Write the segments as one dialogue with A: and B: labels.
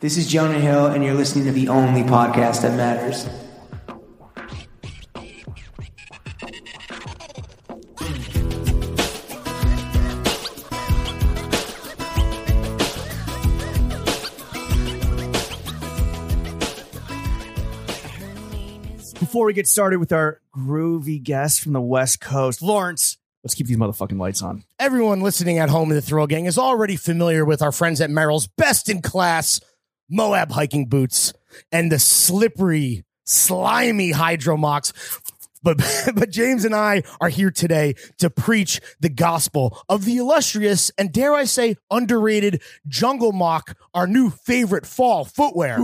A: This is Jonah Hill, and you're listening to the only podcast that matters.
B: Before we get started with our groovy guest from the West Coast, Lawrence, let's keep these motherfucking lights on.
C: Everyone listening at home in the Thrill Gang is already familiar with our friends at Merrill's best in class Moab hiking boots and the slippery, slimy Hydromox. But, but James and I are here today to preach the gospel of the illustrious and, dare I say, underrated Jungle Mock, our new favorite fall footwear.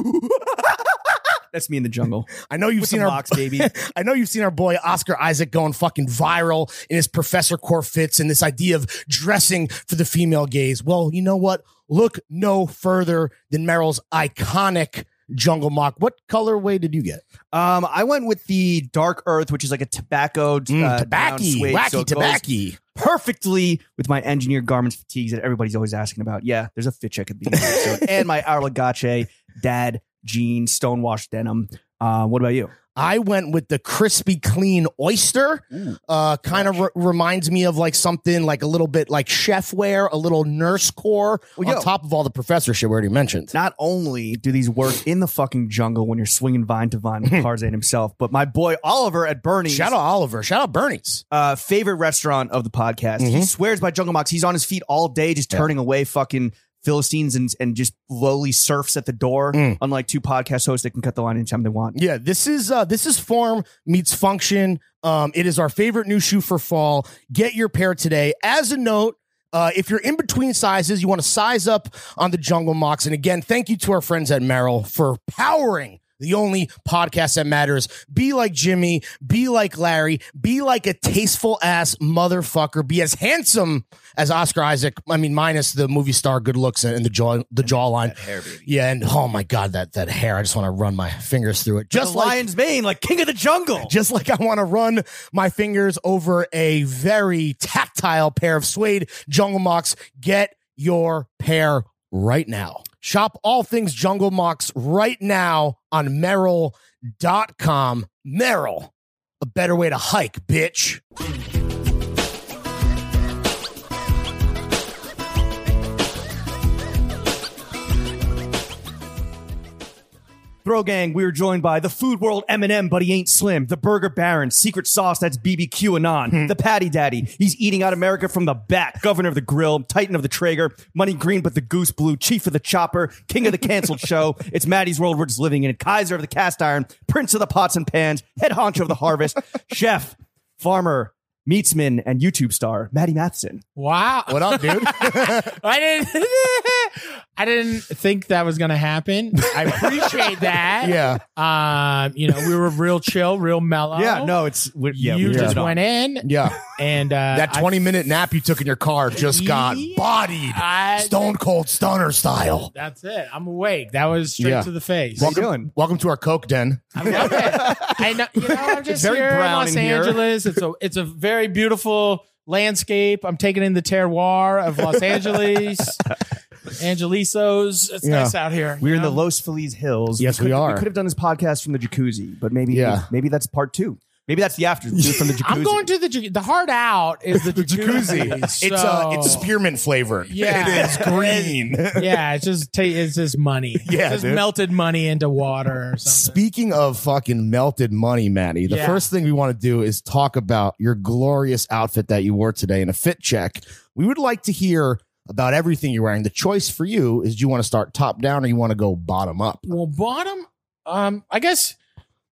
B: That's me in the jungle.
C: I know you've
B: With
C: seen
B: the
C: our
B: box, baby.
C: I know you've seen our boy Oscar Isaac going fucking viral in his Professor Core fits and this idea of dressing for the female gaze. Well, you know what? Look no further than Merrill's iconic jungle mock. What colorway did you get?
B: Um, I went with the dark earth, which is like a tobacco, uh,
C: tobacco,
B: brown suede,
C: wacky
B: so it goes
C: tobacco.
B: perfectly with my engineer garments fatigues that everybody's always asking about. Yeah, there's a fit check at the end of the episode, and my Arlagache dad jean stonewashed denim. Uh, what about you?
C: I went with the crispy clean oyster. Uh, kind of re- reminds me of like something like a little bit like chef wear, a little nurse core
B: Well,
C: on
B: yo.
C: top of all the professor shit we already mentioned.
B: Not only do these work in the fucking jungle when you're swinging vine to vine with Tarzan himself, but my boy Oliver at Bernie's
C: Shout out Oliver. Shout out Bernie's.
B: uh, favorite restaurant of the podcast.
C: Mm-hmm.
B: He swears by Jungle Mox. He's on his feet all day, just turning away fucking Philistines and, and just lowly serfs at the door.
C: Mm.
B: Unlike two podcast hosts that can cut the line anytime they want.
C: Yeah, this is uh this is form meets function. Um, it is our favorite new shoe for fall. Get your pair today. As a note, uh, if you're in between sizes, you want to size up on the Jungle Mox. And again, thank you to our friends at Merrill for powering the only podcast that matters. Be like Jimmy, be like Larry, be like a tasteful ass motherfucker, be as handsome as Oscar Isaac. I mean, minus the movie star good looks and the jaw the jawline. Yeah, and oh my god, that that hair! I just want to run my fingers through it, just
B: the
C: like
B: Lion's Mane, like king of the jungle.
C: just like I want to run my fingers over a very tactile pair of suede jungle mocks. Get your pair right now. Shop all things jungle mocks right now on Merrill.com. Merrill, a better way to hike, bitch.
B: Throw Gang, we were joined by the Food World M&M, but he ain't slim. The Burger Baron, Secret Sauce, that's BBQ Anon. The Patty Daddy, he's eating out America from the back. Governor of the Grill, Titan of the Traeger, Money Green, but the Goose Blue, Chief of the Chopper, King of the Canceled Show. It's Maddie's World we're just living in. Kaiser of the Cast Iron, Prince of the Pots and Pans, Head Honcho of the Harvest, Chef, Farmer, Meatsman, and YouTube star, Maddie Matheson.
D: Wow.
C: What up, dude?
D: I didn't I didn't think that was gonna happen. I appreciate that.
C: yeah.
D: Um, you know, we were real chill, real mellow.
B: it's...
D: you just went in
C: Yeah.
D: and uh
C: That 20 minute nap you took in your car just got
D: Yeah.
C: bodied.
D: I, I-
C: Stone cold stunner style.
D: That's it. I'm awake. That was straight
C: Yeah.
D: to the face.
B: Well,
C: Welcome,
B: doing?
C: welcome to our Coke den.
D: I'm okay. I know, you know, I'm just
B: very
D: very here
B: brown
D: in Los
B: in here.
D: Angeles. It's a it's a very beautiful landscape. I'm taking in the terroir of Los Angeles. Angelisos. It's
C: Yeah.
D: nice out here.
B: We're
D: you
B: in the
D: know?
B: Los Feliz Hills.
C: Yes,
B: could-
C: we are.
B: We could have done this podcast from the jacuzzi, but maybe
C: Yeah.
B: maybe that's part two. Maybe that's the after do it from the jacuzzi.
D: I'm going to the jac- the hard out is the jacuzzi.
C: It's uh, it's spearmint flavored.
D: Yeah.
C: it is green.
D: yeah, it's just ta- it's just money.
C: Yeah,
D: it's just
C: dude.
D: melted money into water or something.
C: Speaking of fucking melted money, Maddie, the
D: Yeah.
C: first thing we want to do is talk about your glorious outfit that you wore today in a fit check. We would like to hear about everything you're wearing. The choice for you is: do you want to start top down or you want to go bottom up?
D: Well, bottom, um, I guess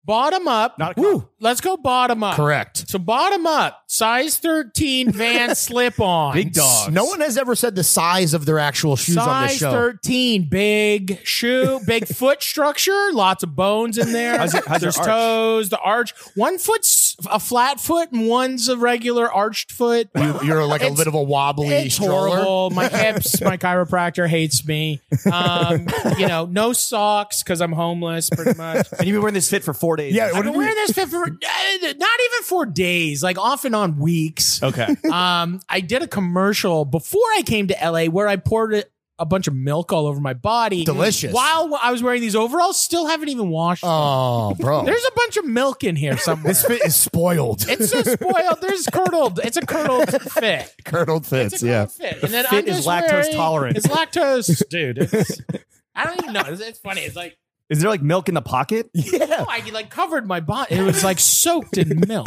D: bottom up.
B: Not a
D: Woo. Let's go bottom up.
C: Correct.
D: So bottom up, size thirteen van slip on.
B: Big dogs.
C: No one has ever said the size of their actual shoes on this
D: Size
C: show.
D: 13, big shoe, big foot structure, lots of bones in there.
B: How's your- how's your
D: There's
B: arch?
D: toes, the arch. One foot's a flat foot and one's a regular arched foot.
C: You, you're like a
D: It's-
C: bit of a wobbly
D: It's
C: stroller.
D: horrible. My hips, my chiropractor hates me. Um, you know, no socks because I'm homeless pretty much.
B: and you've been wearing this fit for four days.
C: Yeah,
D: I've
C: what
D: been
C: did we-
D: wearing this fit for uh, not even for days, like off and on
C: Oh,
D: weeks.
B: Okay.
D: Um, I did a commercial before I came to LA where I poured it. a bunch of milk all over my body.
C: Delicious.
D: While I was wearing these overalls, still haven't even washed. them.
C: Oh, bro.
D: There's a bunch of milk in here somewhere.
C: this fit is spoiled.
D: it's so spoiled. There's curdled. It's a curdled fit.
C: Curdled
D: It's
C: fits,
D: a
C: yeah.
D: curdled fit. And then
B: fit
D: I'm
B: is
D: just
B: lactose
D: wearing-
B: tolerant.
D: It's lactose, dude. It's, I don't even know. It's, it's funny. It's like
B: Is there like milk in the pocket?
D: no, I like covered my body. It was like soaked in milk.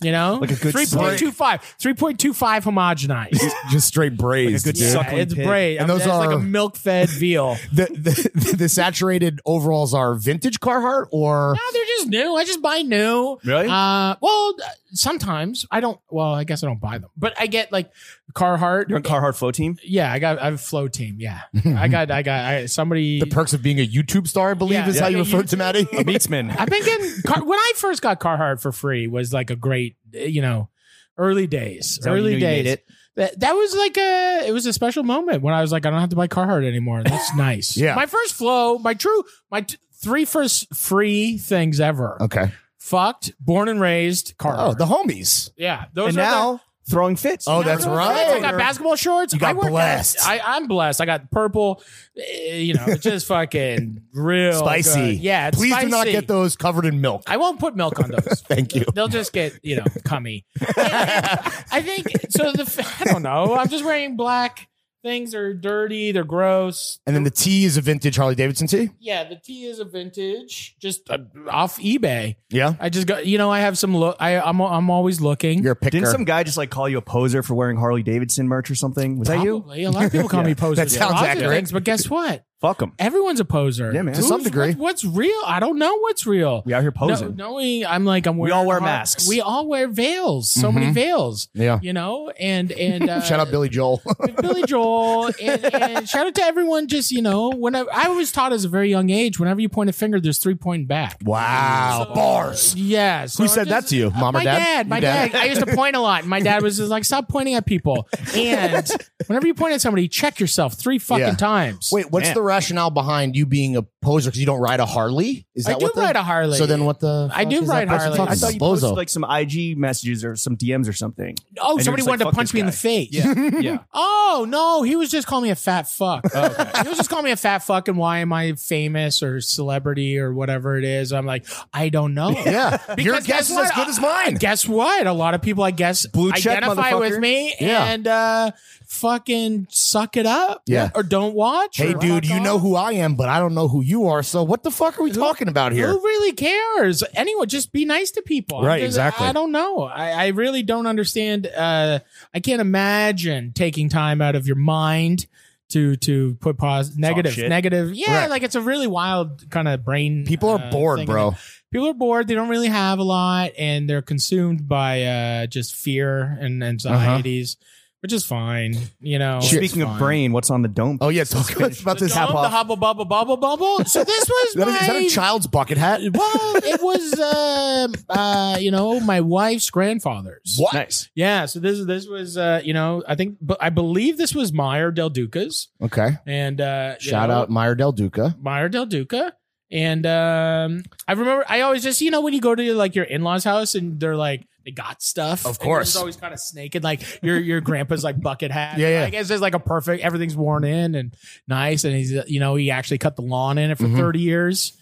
D: You know,
B: Like a good
D: 3.25, 3.25 homogenized.
E: Just straight braised,
B: Like a good
E: dude.
B: suck-
D: Yeah,
B: Suckling
D: it's
B: pig.
D: braid.
C: And
D: I mean,
C: those
D: it's like
C: are-
D: a milk fed veal.
C: The, the, the saturated overalls are vintage Carhartt or
D: No, they're just new. I just buy new.
B: Really?
D: Uh, well, sometimes I don't. Well, I guess I don't buy them, but I get like Carhartt.
B: You're on Carhartt Flow Team?
D: yeah, I got. I have a flow team. Yeah, I got. I got. I, somebody.
C: the perks of being a YouTube star, I believe
D: Yeah,
C: is how
D: yeah.
C: you refer to Maddie.
B: Beatsman.
D: I've been getting Car- when I first got Carhartt for free was like a great, uh, you know, early days.
B: So you
D: early
B: knew you
D: days.
B: made it.
D: That that was like a it was a special moment when I was like I don't have to buy Carhartt anymore. That's nice.
C: Yeah.
D: My first flow, my true, my t- three first free things ever.
C: okay.
D: Fucked, born and raised Carhartt.
C: Uh, Oh, the homies.
D: yeah, those
B: And
D: are the-
B: now throwing fits.
C: Oh,
D: Now
C: that's
D: those are
C: right.
D: the- I got basketball shorts.
C: You got
D: I worked out.
C: blessed.
D: I, I'm blessed. I got purple. eh, You know, it's just fucking real
C: Spicy.
D: good. Yeah, it's
C: Please do not
D: spicy.
C: get those covered in milk.
D: I won't put milk on those.
C: Thank you.
D: They'll just get you know cummy. I think so. The f- I don't know. I'm just wearing black. Things are dirty. They're gross.
C: And then the T is a vintage Harley Davidson T.
D: Yeah, the tee is a vintage, just uh, off eBay.
C: Yeah.
D: I just got you know I have some look. I I'm I'm always looking.
C: You're a picker.
B: Didn't some guy just like call you a poser for wearing Harley Davidson merch or something? Was that you?
D: Probably. A lot of people call me poser.
C: That
D: for
C: sounds
D: lots of
C: accurate.
D: Things, but guess what?
B: Fuck him.
D: Everyone's a poser.
B: Yeah, man.
C: To some degree.
D: what- what's real? I don't know what's real.
B: We out here
D: No,
B: posing.
D: knowing I'm like I'm
B: We
D: wearing
B: all wear
D: hard-
B: masks.
D: We all wear veils. So
C: Mhm.
D: many veils.
C: yeah.
D: you know, and and uh,
C: Shout out Billy Joel.
D: Billy Joel, and, and shout out to everyone. Just you know, when I, I was taught as a very young age, whenever you point a finger, there's three pointing back.
C: wow. Bars.
D: Yeah. So
C: Who
D: I'm
C: said that
D: just-
C: to you? Mom or
D: my
C: dad?
D: dad,
C: Your
D: my
C: dad?
D: dad. I used to point a lot. and My dad was just like, "Stop pointing at people." And whenever you point at somebody, check yourself three fucking
C: Yeah.
D: times.
C: Wait, what's
B: Man.
C: the rationale behind you being a poser because you don't ride a Harley? Is that
D: I do
C: what the,
D: ride a Harley.
C: So then what the
D: I
C: fuck
D: do
C: is that
D: ride
C: person
D: Harley.
C: talking
B: I thought you
C: about?
B: posted
C: Bozo.
B: like some IG messages or some DMs or something.
D: Oh,
B: And you're
D: somebody
B: just like,
D: wanted
B: "Fuck
D: to punch
B: this
D: me in
B: guy."
D: the face.
B: yeah.
D: Oh no, he was just calling me a fat fuck.
C: Oh,
D: he was just calling me a fat fuck, and why am I famous or celebrity or whatever it is? I'm like, I don't know.
C: yeah. Your guess
D: Because
C: is
D: guess
C: as
D: what?
C: good as mine.
D: Guess what? A lot of people, I guess,
B: Blue check,
D: identify
B: motherfucker.
D: with me
C: Yeah.
D: and uh, fucking suck it up.
C: Yeah.
D: or don't watch.
C: Hey,
D: or
C: dude,
D: fuck
C: you know
D: off.
C: who I am, but I don't know who you are. So what the fuck are we talking about here?
D: Who really cares? Anyway, just be nice to people. I'm
C: Right,
D: just-
C: exactly.
D: I don't know. I, I really don't understand. Uh, I can't imagine taking time out of your mind to to put pause negative
B: shit.
D: negative. Yeah,
C: Right.
D: like it's a really wild kind of brain.
C: People are
D: uh,
C: bored,
D: thing.
C: bro.
D: People are bored. They don't really have a lot, and they're consumed by uh, just fear and anxieties, which is fine. You know.
C: Uh-huh. Shit.
B: Speaking
D: It's
B: of
D: fine.
B: brain, what's on the dome?
C: Oh yeah, talk about
D: The,
C: this.
D: dome, the hubble bubble bubble bubble. So this was
C: Is that, a, is that
D: my-
C: a child's bucket hat?
D: well, it was um uh, you know my wife's grandfather's.
C: What?
B: Nice.
D: Yeah, so this this was uh, you know I think but I believe this was Meyer Del Duca's
C: Okay.
D: and uh, you
C: Shout
D: know,
C: out Meyer Del Duca.
D: Meyer Del Duca and um, I remember I always just you know when you go to like your in laws house and they're like they got stuff
C: Of
D: and
C: course.
D: it's always kind of snaking like your your grandpa's like bucket hat
C: Yeah, yeah.
D: like it's just like a perfect everything's worn in and nice and he's you know he actually cut the lawn in it for
C: Mhm.
D: thirty years.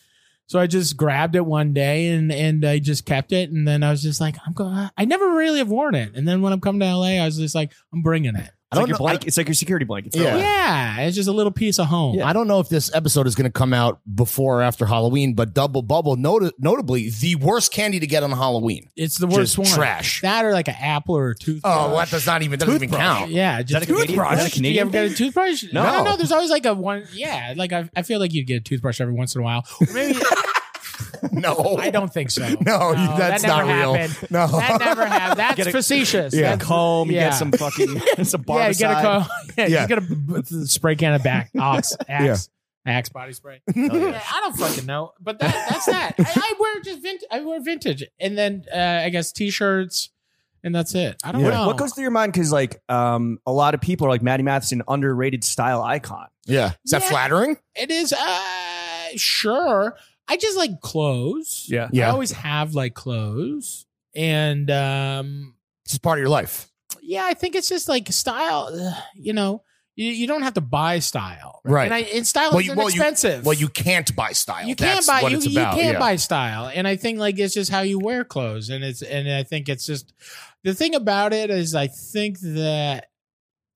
D: So I just grabbed it one day and and I just kept it and then I was just like I'm going I never really have worn it and then when I'm coming to LA I was just like I'm bringing it
C: I don't
B: it's like your
C: know-
B: blanket. It's like your security blanket. It's
C: Yeah.
B: relevant.
D: yeah it's just a little piece of home
C: I don't know if this episode is going to come out before or after Halloween, but Double Bubble, not- notably the worst candy to get on Halloween.
D: It's the worst
C: Just
D: one.
C: trash.
D: That or like an apple or a toothbrush.
C: Oh, well, that does not even that doesn't even count.
D: Yeah, just
B: a Canadian- is that a
D: Do you
B: Canadian
D: ever get a toothbrush?
B: No.
D: I don't know. There's always like a one. Yeah, like I, I feel like you'd get a toothbrush every once in a while. Or Maybe
C: No,
D: I don't think so.
C: No, that's
D: that
C: not
D: never
C: real.
D: Happened.
C: No.
D: that never happened. That's
B: Get a-
D: facetious.
B: You
D: Yeah,
B: get a comb. You
D: Yeah.
B: get some fucking some
D: yeah, you
B: barbicide.
D: get a co- yeah,
C: Yeah.
D: just get a b- b- spray can of back ox axe. Axe body spray.
B: Hell yeah.
D: Yeah, I don't fucking know, but that, that's that. I, I wear just vintage. I wear vintage, and then uh, I guess t-shirts, and that's it. I don't
B: What,
D: know.
B: what goes through your mind? Because like um, a lot of people are like Maddie Matheson, underrated style icon.
C: Yeah, is that
D: Yeah.
C: flattering?
D: It is uh sure. I just like clothes.
B: Yeah.
D: I
C: Yeah.
D: always have like clothes. And um
C: It's just part of your life.
D: yeah, I think it's just like style, uh, you know. you, you don't have to buy style,
F: Right.
D: And, I, and style
C: Well,
D: is
C: you, well, you,
D: expensive.
C: well, you can't buy style.
D: you can't
C: That's
D: buy
C: what
D: you,
C: it's
D: you
C: about.
D: can't
C: yeah.
D: buy style and i think like it's just how you wear clothes and it's and i think it's just the thing about it is i think that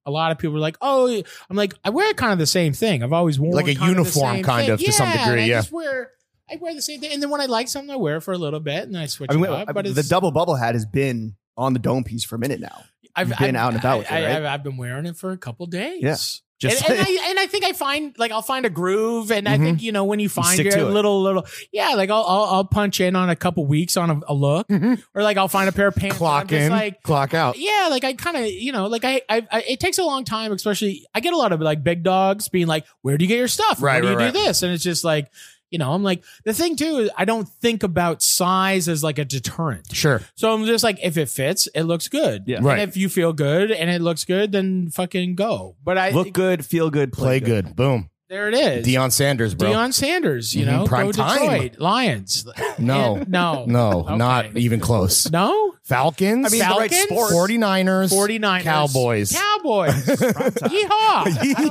D: a lot of people are like oh i'm like i wear kind of the same thing i've always worn
C: Like a
D: kind of the
C: uniform
D: same
C: kind
D: thing.
C: of to some
D: Yeah, and
C: degree,
D: I
C: yeah.
D: just wear i wear the same thing and then when i like something i wear it for a little bit and then i switch
B: I mean,
C: uh,
D: it up but it's
B: the double bubble hat has been on the dome piece for a minute now.
D: I've
B: you've been
D: I've-
B: out and about with it,
D: I,
B: right?
D: have I've been wearing it for a couple days
B: Yeah. Just Mm-hmm.
D: and, and I and I think I find like I'll find a groove, and I think you know when you find
G: stick to
D: your
G: it.
D: little little yeah, like I'll I'll, I'll punch in on a couple weeks on a, a look,
B: Mm-hmm.
D: or like I'll find a pair of pants. and I'm
C: Clock
D: just
C: in,
D: like
C: clock
B: Oh.
C: out.
D: yeah, like I kind of you know like I, I I it takes a long time, especially I get a lot of like big dogs being like, where do you get your stuff?
C: Right,
D: Where do you
C: right,
D: do this? And it's just like. You know, I'm like the thing too. Is I don't think about size as like a deterrent.
F: Sure.
D: So I'm just like, if it fits, it looks good.
G: Yeah.
F: Right.
D: And if you feel good and it looks good, then fucking go. But I
G: Look good, feel good, play,
F: Play
G: good.
F: good. Boom.
D: there it is.
C: Deion Sanders, bro.
D: Deion Sanders, you
C: Mhm,
D: know,
C: prime
D: go
C: time.
D: Detroit Lions.
F: Mm-hmm. No.
D: no,
F: No,
D: Okay.
F: not even close.
D: no.
F: Falcons.
B: I mean,
D: Falcons?
B: the right sport.
F: 49ers.
D: 49ers.
F: Cowboys.
D: Cowboys. Yeehaw. I don't, know.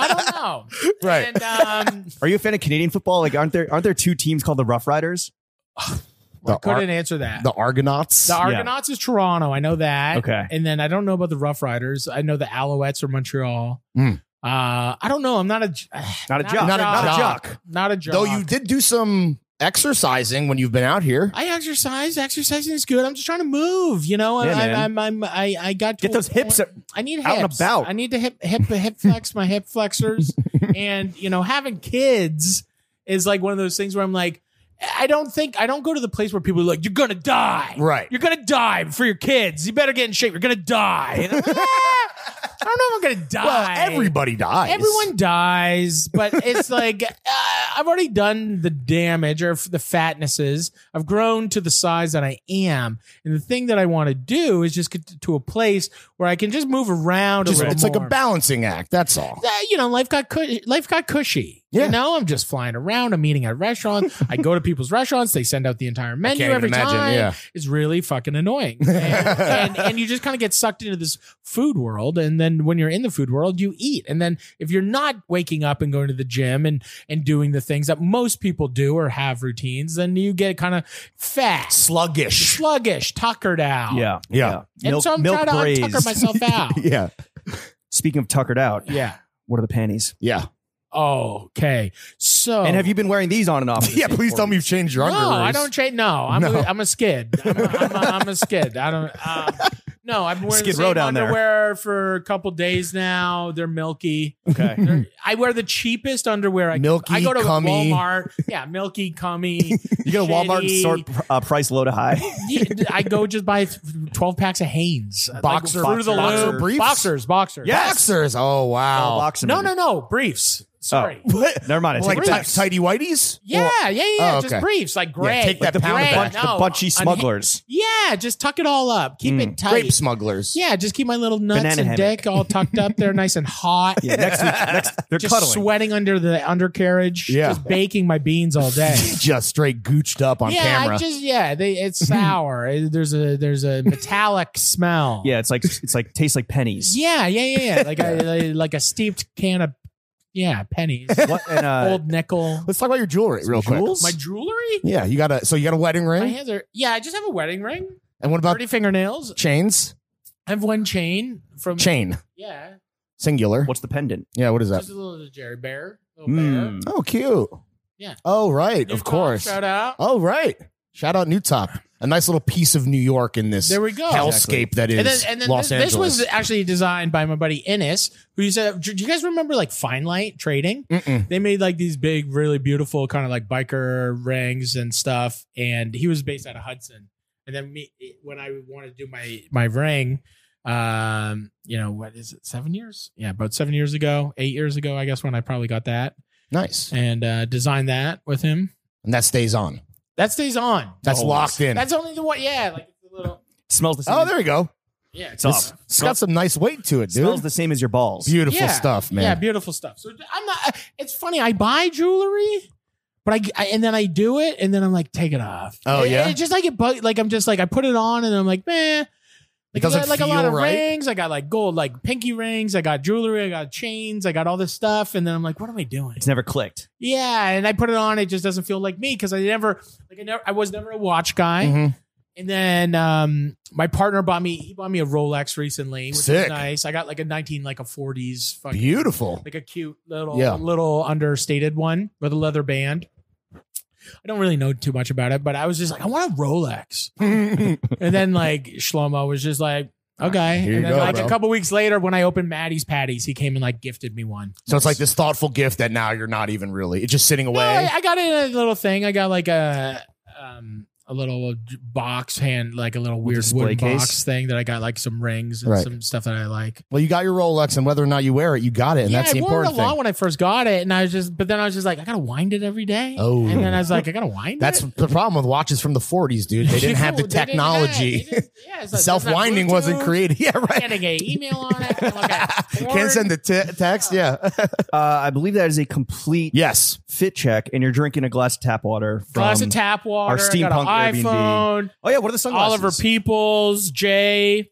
D: I don't know.
F: Right.
D: And, um,
B: Are you a fan of Canadian football? Like, aren't there aren't there two teams called the Rough Riders?
F: The, Ar-
D: couldn't answer that.
F: the
D: The,
F: Argonauts.
D: Argonauts is Toronto. I know that.
B: Okay.
D: And then I don't know about the Rough Riders. I know the Alouettes are Montreal.
F: Mm.
D: Uh, I don't know. I'm not a j-
B: Not a
D: Not
B: jock.
D: a
F: not,
D: jock.
F: a jock.
D: not a jock.
F: Though you did do some exercising when you've been out here.
D: I exercise. Exercising is good. I'm just trying to move. You know,
B: Yeah,
D: I,
B: man.
D: I, I'm, I'm, I, I got to
B: Get
D: a
B: those
D: point-
B: hips. up.
D: I need hips.
B: out and about.
D: I need to hip hip hip flex my hip flexors, and you know, having kids is like one of those things where I'm like, I don't think I don't go to the place where people are like, you're gonna die,
F: Right.
D: You're gonna die for your kids. You better get in shape. You're gonna die. And I'm like, "Ah, I don't know if I'm gonna die.
F: Well, everybody dies.
D: Everyone dies, but it's like uh, I've already done the damage or f- the fatnesses. I've grown to the size that I am, and the thing that I want to do is just get to a place where I can just move around.
F: Just-
D: a little
F: it's like a
D: more.
F: balancing act. That's all.
D: Uh, you know, life got cu- life got cushy.
F: Yeah.
D: You know, I'm just flying around. I'm eating at restaurants. I go to people's restaurants. They send out the entire menu
C: even
D: every
C: imagine,
D: time.
C: yeah.
D: It's really fucking annoying. And, and, and you just kind of get sucked into this food world. And then when you're in the food world, you eat. And then if you're not waking up and going to the gym and and doing the things that most people do or have routines, then you get kind of fat,
F: Sluggish.
D: sluggish, tuckered out.
G: Yeah.
F: Yeah.
D: And
G: Milk,
D: so I'm
G: milk
D: trying to untucker
G: braised.
D: myself out.
F: Yeah.
B: Speaking of tuckered out,
D: yeah.
B: what are the panties?
F: Yeah.
D: Okay. So
B: And have you been wearing these on and off?
F: Yeah. Please tell me you've changed your
D: No,
F: underwear.
D: I don't change. No, I'm
F: No.
D: A, I'm a skid. I'm a, I'm a, I'm a skid. I don't. Uh, no, I've been wearing
B: Skid
D: the
B: Row
D: same
B: down there.
D: underwear for a couple days now. They're milky.
B: Okay.
D: They're- I wear the cheapest underwear. I,
F: Milky,
D: I go to
F: cummy.
D: Walmart. Yeah, milky, cummy.
B: You go to Walmart and
D: shitty.
B: sort uh, price low to high.
D: Yeah, I go just buy twelve packs of Hanes.
F: Boxer-
D: like, Fruit of the
F: boxer
D: Loom.
F: briefs?
D: Boxers, boxers.
B: Yeah. Oh.
F: Boxers. Oh wow.
B: Boxing
D: No,
B: them.
D: no, no. Briefs. Sorry.
B: What? Never mind. I
F: like
B: take it back.
F: ti- tighty whiteys.
D: Yeah, yeah, yeah, yeah.
F: Oh,
D: Just
F: okay.
D: briefs, like gray.
F: take that
D: Like
F: pound
D: gray,
F: of
B: bunch,
D: no,
B: the bunchy
D: unhi-
B: smugglers.
D: Yeah, just tuck it all up. Keep it tight.
F: Grape smugglers.
D: Yeah, just keep my little nuts
B: Mm. Banana
D: and
B: hammock.
D: dick all tucked up there, nice and hot.
B: Yeah, next week, next, they're
D: just
B: cuddling.
D: sweating under the undercarriage.
F: Yeah.
D: just baking my beans all day.
F: Just straight gooched up on
D: yeah,
F: camera.
D: I just yeah, they, it's sour. there's a there's a metallic smell.
B: Yeah, it's like it's like tastes like pennies.
D: yeah, yeah, yeah, yeah. Like a, like a steeped can of yeah pennies,
B: What, and, uh,
D: old nickel.
F: Let's talk about your jewelry real quick.
D: My jewelry.
F: Yeah, you got a so you got a wedding
D: My
F: ring,
D: hands are yeah. I just have a wedding ring,
F: and what about
D: pretty fingernails.
F: chains?
D: I have one chain from
F: Chain
D: Yeah,
F: singular.
B: What's the pendant?
F: Yeah, what is that?
D: just a little Jerry Bear. Little bear.
B: Mm.
F: Oh, cute.
D: Yeah.
F: Oh, right.
D: New
F: of
D: Top,
F: course.
D: Shout out.
F: Oh, right. Shout out New Top. A nice little piece of New York in this
D: There we go.
F: hellscape that is
D: And then, and then
F: Los
D: this, this
F: Angeles.
D: was actually designed by my buddy Ennis, who used to. Do you guys remember like Fine Light Trading?
F: Mm-mm.
D: They made like these big, really beautiful kind of like biker rings and stuff. And he was based out of Hudson. And then me, when I wanted to do my my ring, um, you know what is it? Seven years? Yeah, about seven years ago, eight years ago, I guess when I probably got that
F: nice.
D: and uh, designed that with him.
F: And that stays on.
D: That stays on.
F: That's
B: Always.
F: locked in.
D: That's only the one. Yeah, like the little.
B: Smells the same.
F: oh, there you go.
D: Yeah,
B: it's
F: It's,
B: off.
F: it's got some nice weight to it,
B: Smells
F: dude.
B: the same as your balls.
F: Beautiful
D: Yeah.
F: stuff,
D: Yeah,
F: man.
D: beautiful stuff. So I'm not. It's funny. I buy jewelry, but I, I- and then I do it, and then I'm like, take it off.
F: Oh,
D: It-
F: yeah?
D: It's just like it. bu- Like I'm just like I put it on, and I'm like, man. Like,
C: doesn't
D: I got, like a lot
C: feel
D: of
C: right.
D: rings. I got like gold, like pinky rings. I got jewelry. I got chains. I got all this stuff. And then I'm like, what am I doing?
B: It's never clicked.
D: Yeah, and I put it on. It just doesn't feel like me because I never, like, I never, I was never a watch
F: Mm-hmm.
D: guy.
C: Mhm.
D: And then um, my partner bought me, he bought me a Rolex recently, which
C: Sick.
D: is nice. I got like a 19, like a 40s, fucking,
C: Beautiful.
D: like a cute little,
C: Yeah.
D: little understated one with a leather band. I don't really know too much about it, but I was just like, I want a Rolex. And then like Shlomo was just like, okay.
C: Here you
D: and then
C: go,
D: like
C: bro.
D: a couple weeks later, when I opened Maddie's Patties, he came and like gifted me one.
C: so it's like this thoughtful gift that now you're not even really. It's just sitting
D: No,
C: away.
D: I, I got in a little thing. I got like a um a little box hand, like a little weird
B: display
D: wood
B: case?
D: box thing that I got like some rings and
C: Right.
D: some stuff that I like.
C: well, you got your Rolex, and whether or not you wear it, you got it, and
D: yeah,
C: that's
D: I
C: the
D: wore it a
C: important
D: lot
C: thing.
D: when I first got it, and I was just, but then I was just like, I gotta wind it every day.
C: Oh.
D: and then I was like, I gotta wind
C: That's
D: it.
C: the problem with watches from the 40s, dude. They didn't have the
D: They didn't- yeah,
C: technology.
D: they didn't- yeah, it's like,
C: Self winding
D: there's not
C: wasn't
D: Bluetooth,
C: created. Yeah, right.
D: Getting an email on it. Like a
C: Can't send the te- text. Yeah.
B: Uh, I believe that is a complete
C: yes.
B: fit check, and you're drinking a glass of tap water. From,
D: glass of tap water.
B: our
D: I got
B: steampunk
D: an
B: Airbnb.
D: iPhone.
B: Oh yeah, what are the sunglasses?
D: Oliver Peoples, Jay.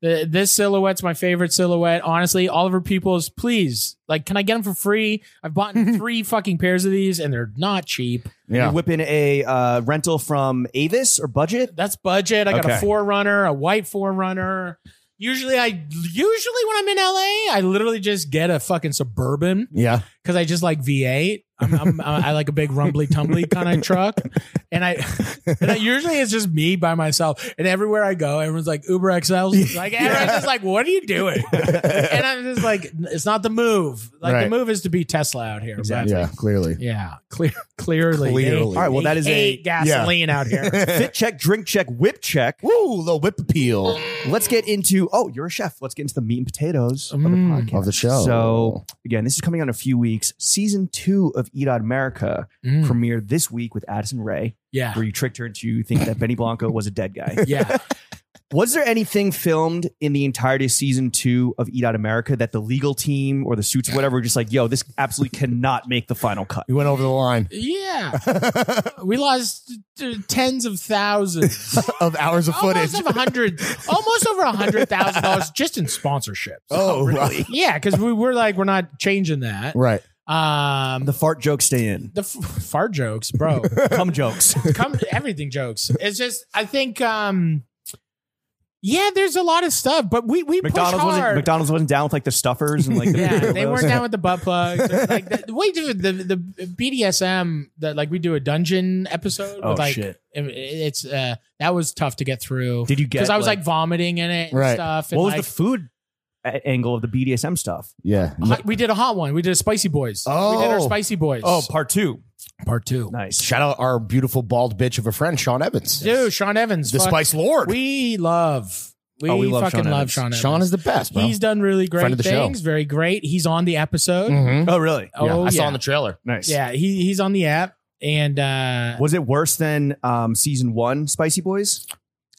D: The, this silhouette's my favorite silhouette. Honestly, Oliver Peoples, please. Like, can I get them for free? I've bought three fucking pairs of these and they're not cheap.
B: You
C: Yeah.
B: whip in a uh, rental from Avis or Budget.
D: That's budget. I got
B: Okay.
D: a forerunner, a white forerunner. Usually I usually when I'm in LA, I literally just get a fucking suburban
C: Yeah.
D: because I just like V8. I'm, I'm, I like a big rumbly tumbly kind of truck, and I, and I usually it's just me by myself. And everywhere I go, everyone's like Uber XLs. Like everyone's just like, "What are you doing?" and I'm just like, "It's not the move. Like
C: Right.
D: the move is to be Tesla out here." Exactly.
C: Yeah, clearly.
D: Yeah. Clear. Clearly.
C: Clearly.
D: They-
C: All right,
B: well, that is
D: they
B: a-
D: hate gasoline out here.
B: fit check, drink check, whip check.
C: Woo, little whip appeal
B: Let's get into oh, you're a chef. Let's get into the meat and potatoes of the
D: Mm.
B: podcast.
C: of the show.
B: So again, this is coming out in a few weeks. Season two of Eat Out America
D: Mm.
B: premiered this week with Addison Ray,
D: Yeah.
B: where you tricked her into thinking that Benny Blanco was a dead guy.
D: Yeah.
B: Was there anything filmed in the entirety of season two of Eat Out America that the legal team or the suits, or whatever, were just like, yo, this absolutely cannot make the final cut?
C: we went over the line
D: Yeah. We lost uh, tens of thousands.
C: of hours of footage.
D: Almost of a hundred, almost over a hundred thousand dollars just in sponsorships.
C: oh, really?
D: Yeah, because we were like, we're not changing that.
C: Right.
D: Um,
B: The
D: the,
B: fart jokes stay in.
D: the f- fart jokes, bro.
B: Cum jokes.
D: Come, everything jokes. It's just, I think, um, yeah, there's a lot of stuff, but we we
B: McDonald's
D: push
B: wasn't
D: hard.
B: McDonald's wasn't down with like the stuffers and like the
D: yeah, they
B: those.
D: weren't down with the butt plugs. like the, way the, the the BDSM that like we do a dungeon episode.
B: Oh
D: with, like,
B: shit!
D: it- it's uh that was tough to get through
B: Did you get?
D: because I was like, vomiting in it and
C: Right.
D: stuff. And
B: what was
D: like,
B: the food a- angle of the BDSM stuff?
C: Yeah.
D: hot- we did a hot one. We did a spicy boys. we did our
C: Oh.
D: spicy boys.
B: part two.
D: part two.
B: Nice.
C: Shout out our beautiful bald bitch of a friend, Sean Evans.
D: Dude, Sean Evans.
C: the
D: fuck-
C: Spice Lord.
D: We love. We,
B: Oh, we love
D: fucking
B: Sean
D: love
B: Evans.
D: Sean Evans.
C: Sean is the best, bro.
D: He's done really great
C: Friend of the show.
D: things. Very great. He's on the episode.
F: Mm-hmm.
C: Mhm.
B: Oh really?
D: Oh,
C: yeah.
D: yeah.
C: I saw in the trailer.
B: Nice.
D: yeah, he he's on the app, and uh
B: Was it worse than um, season one, Spicy Boys?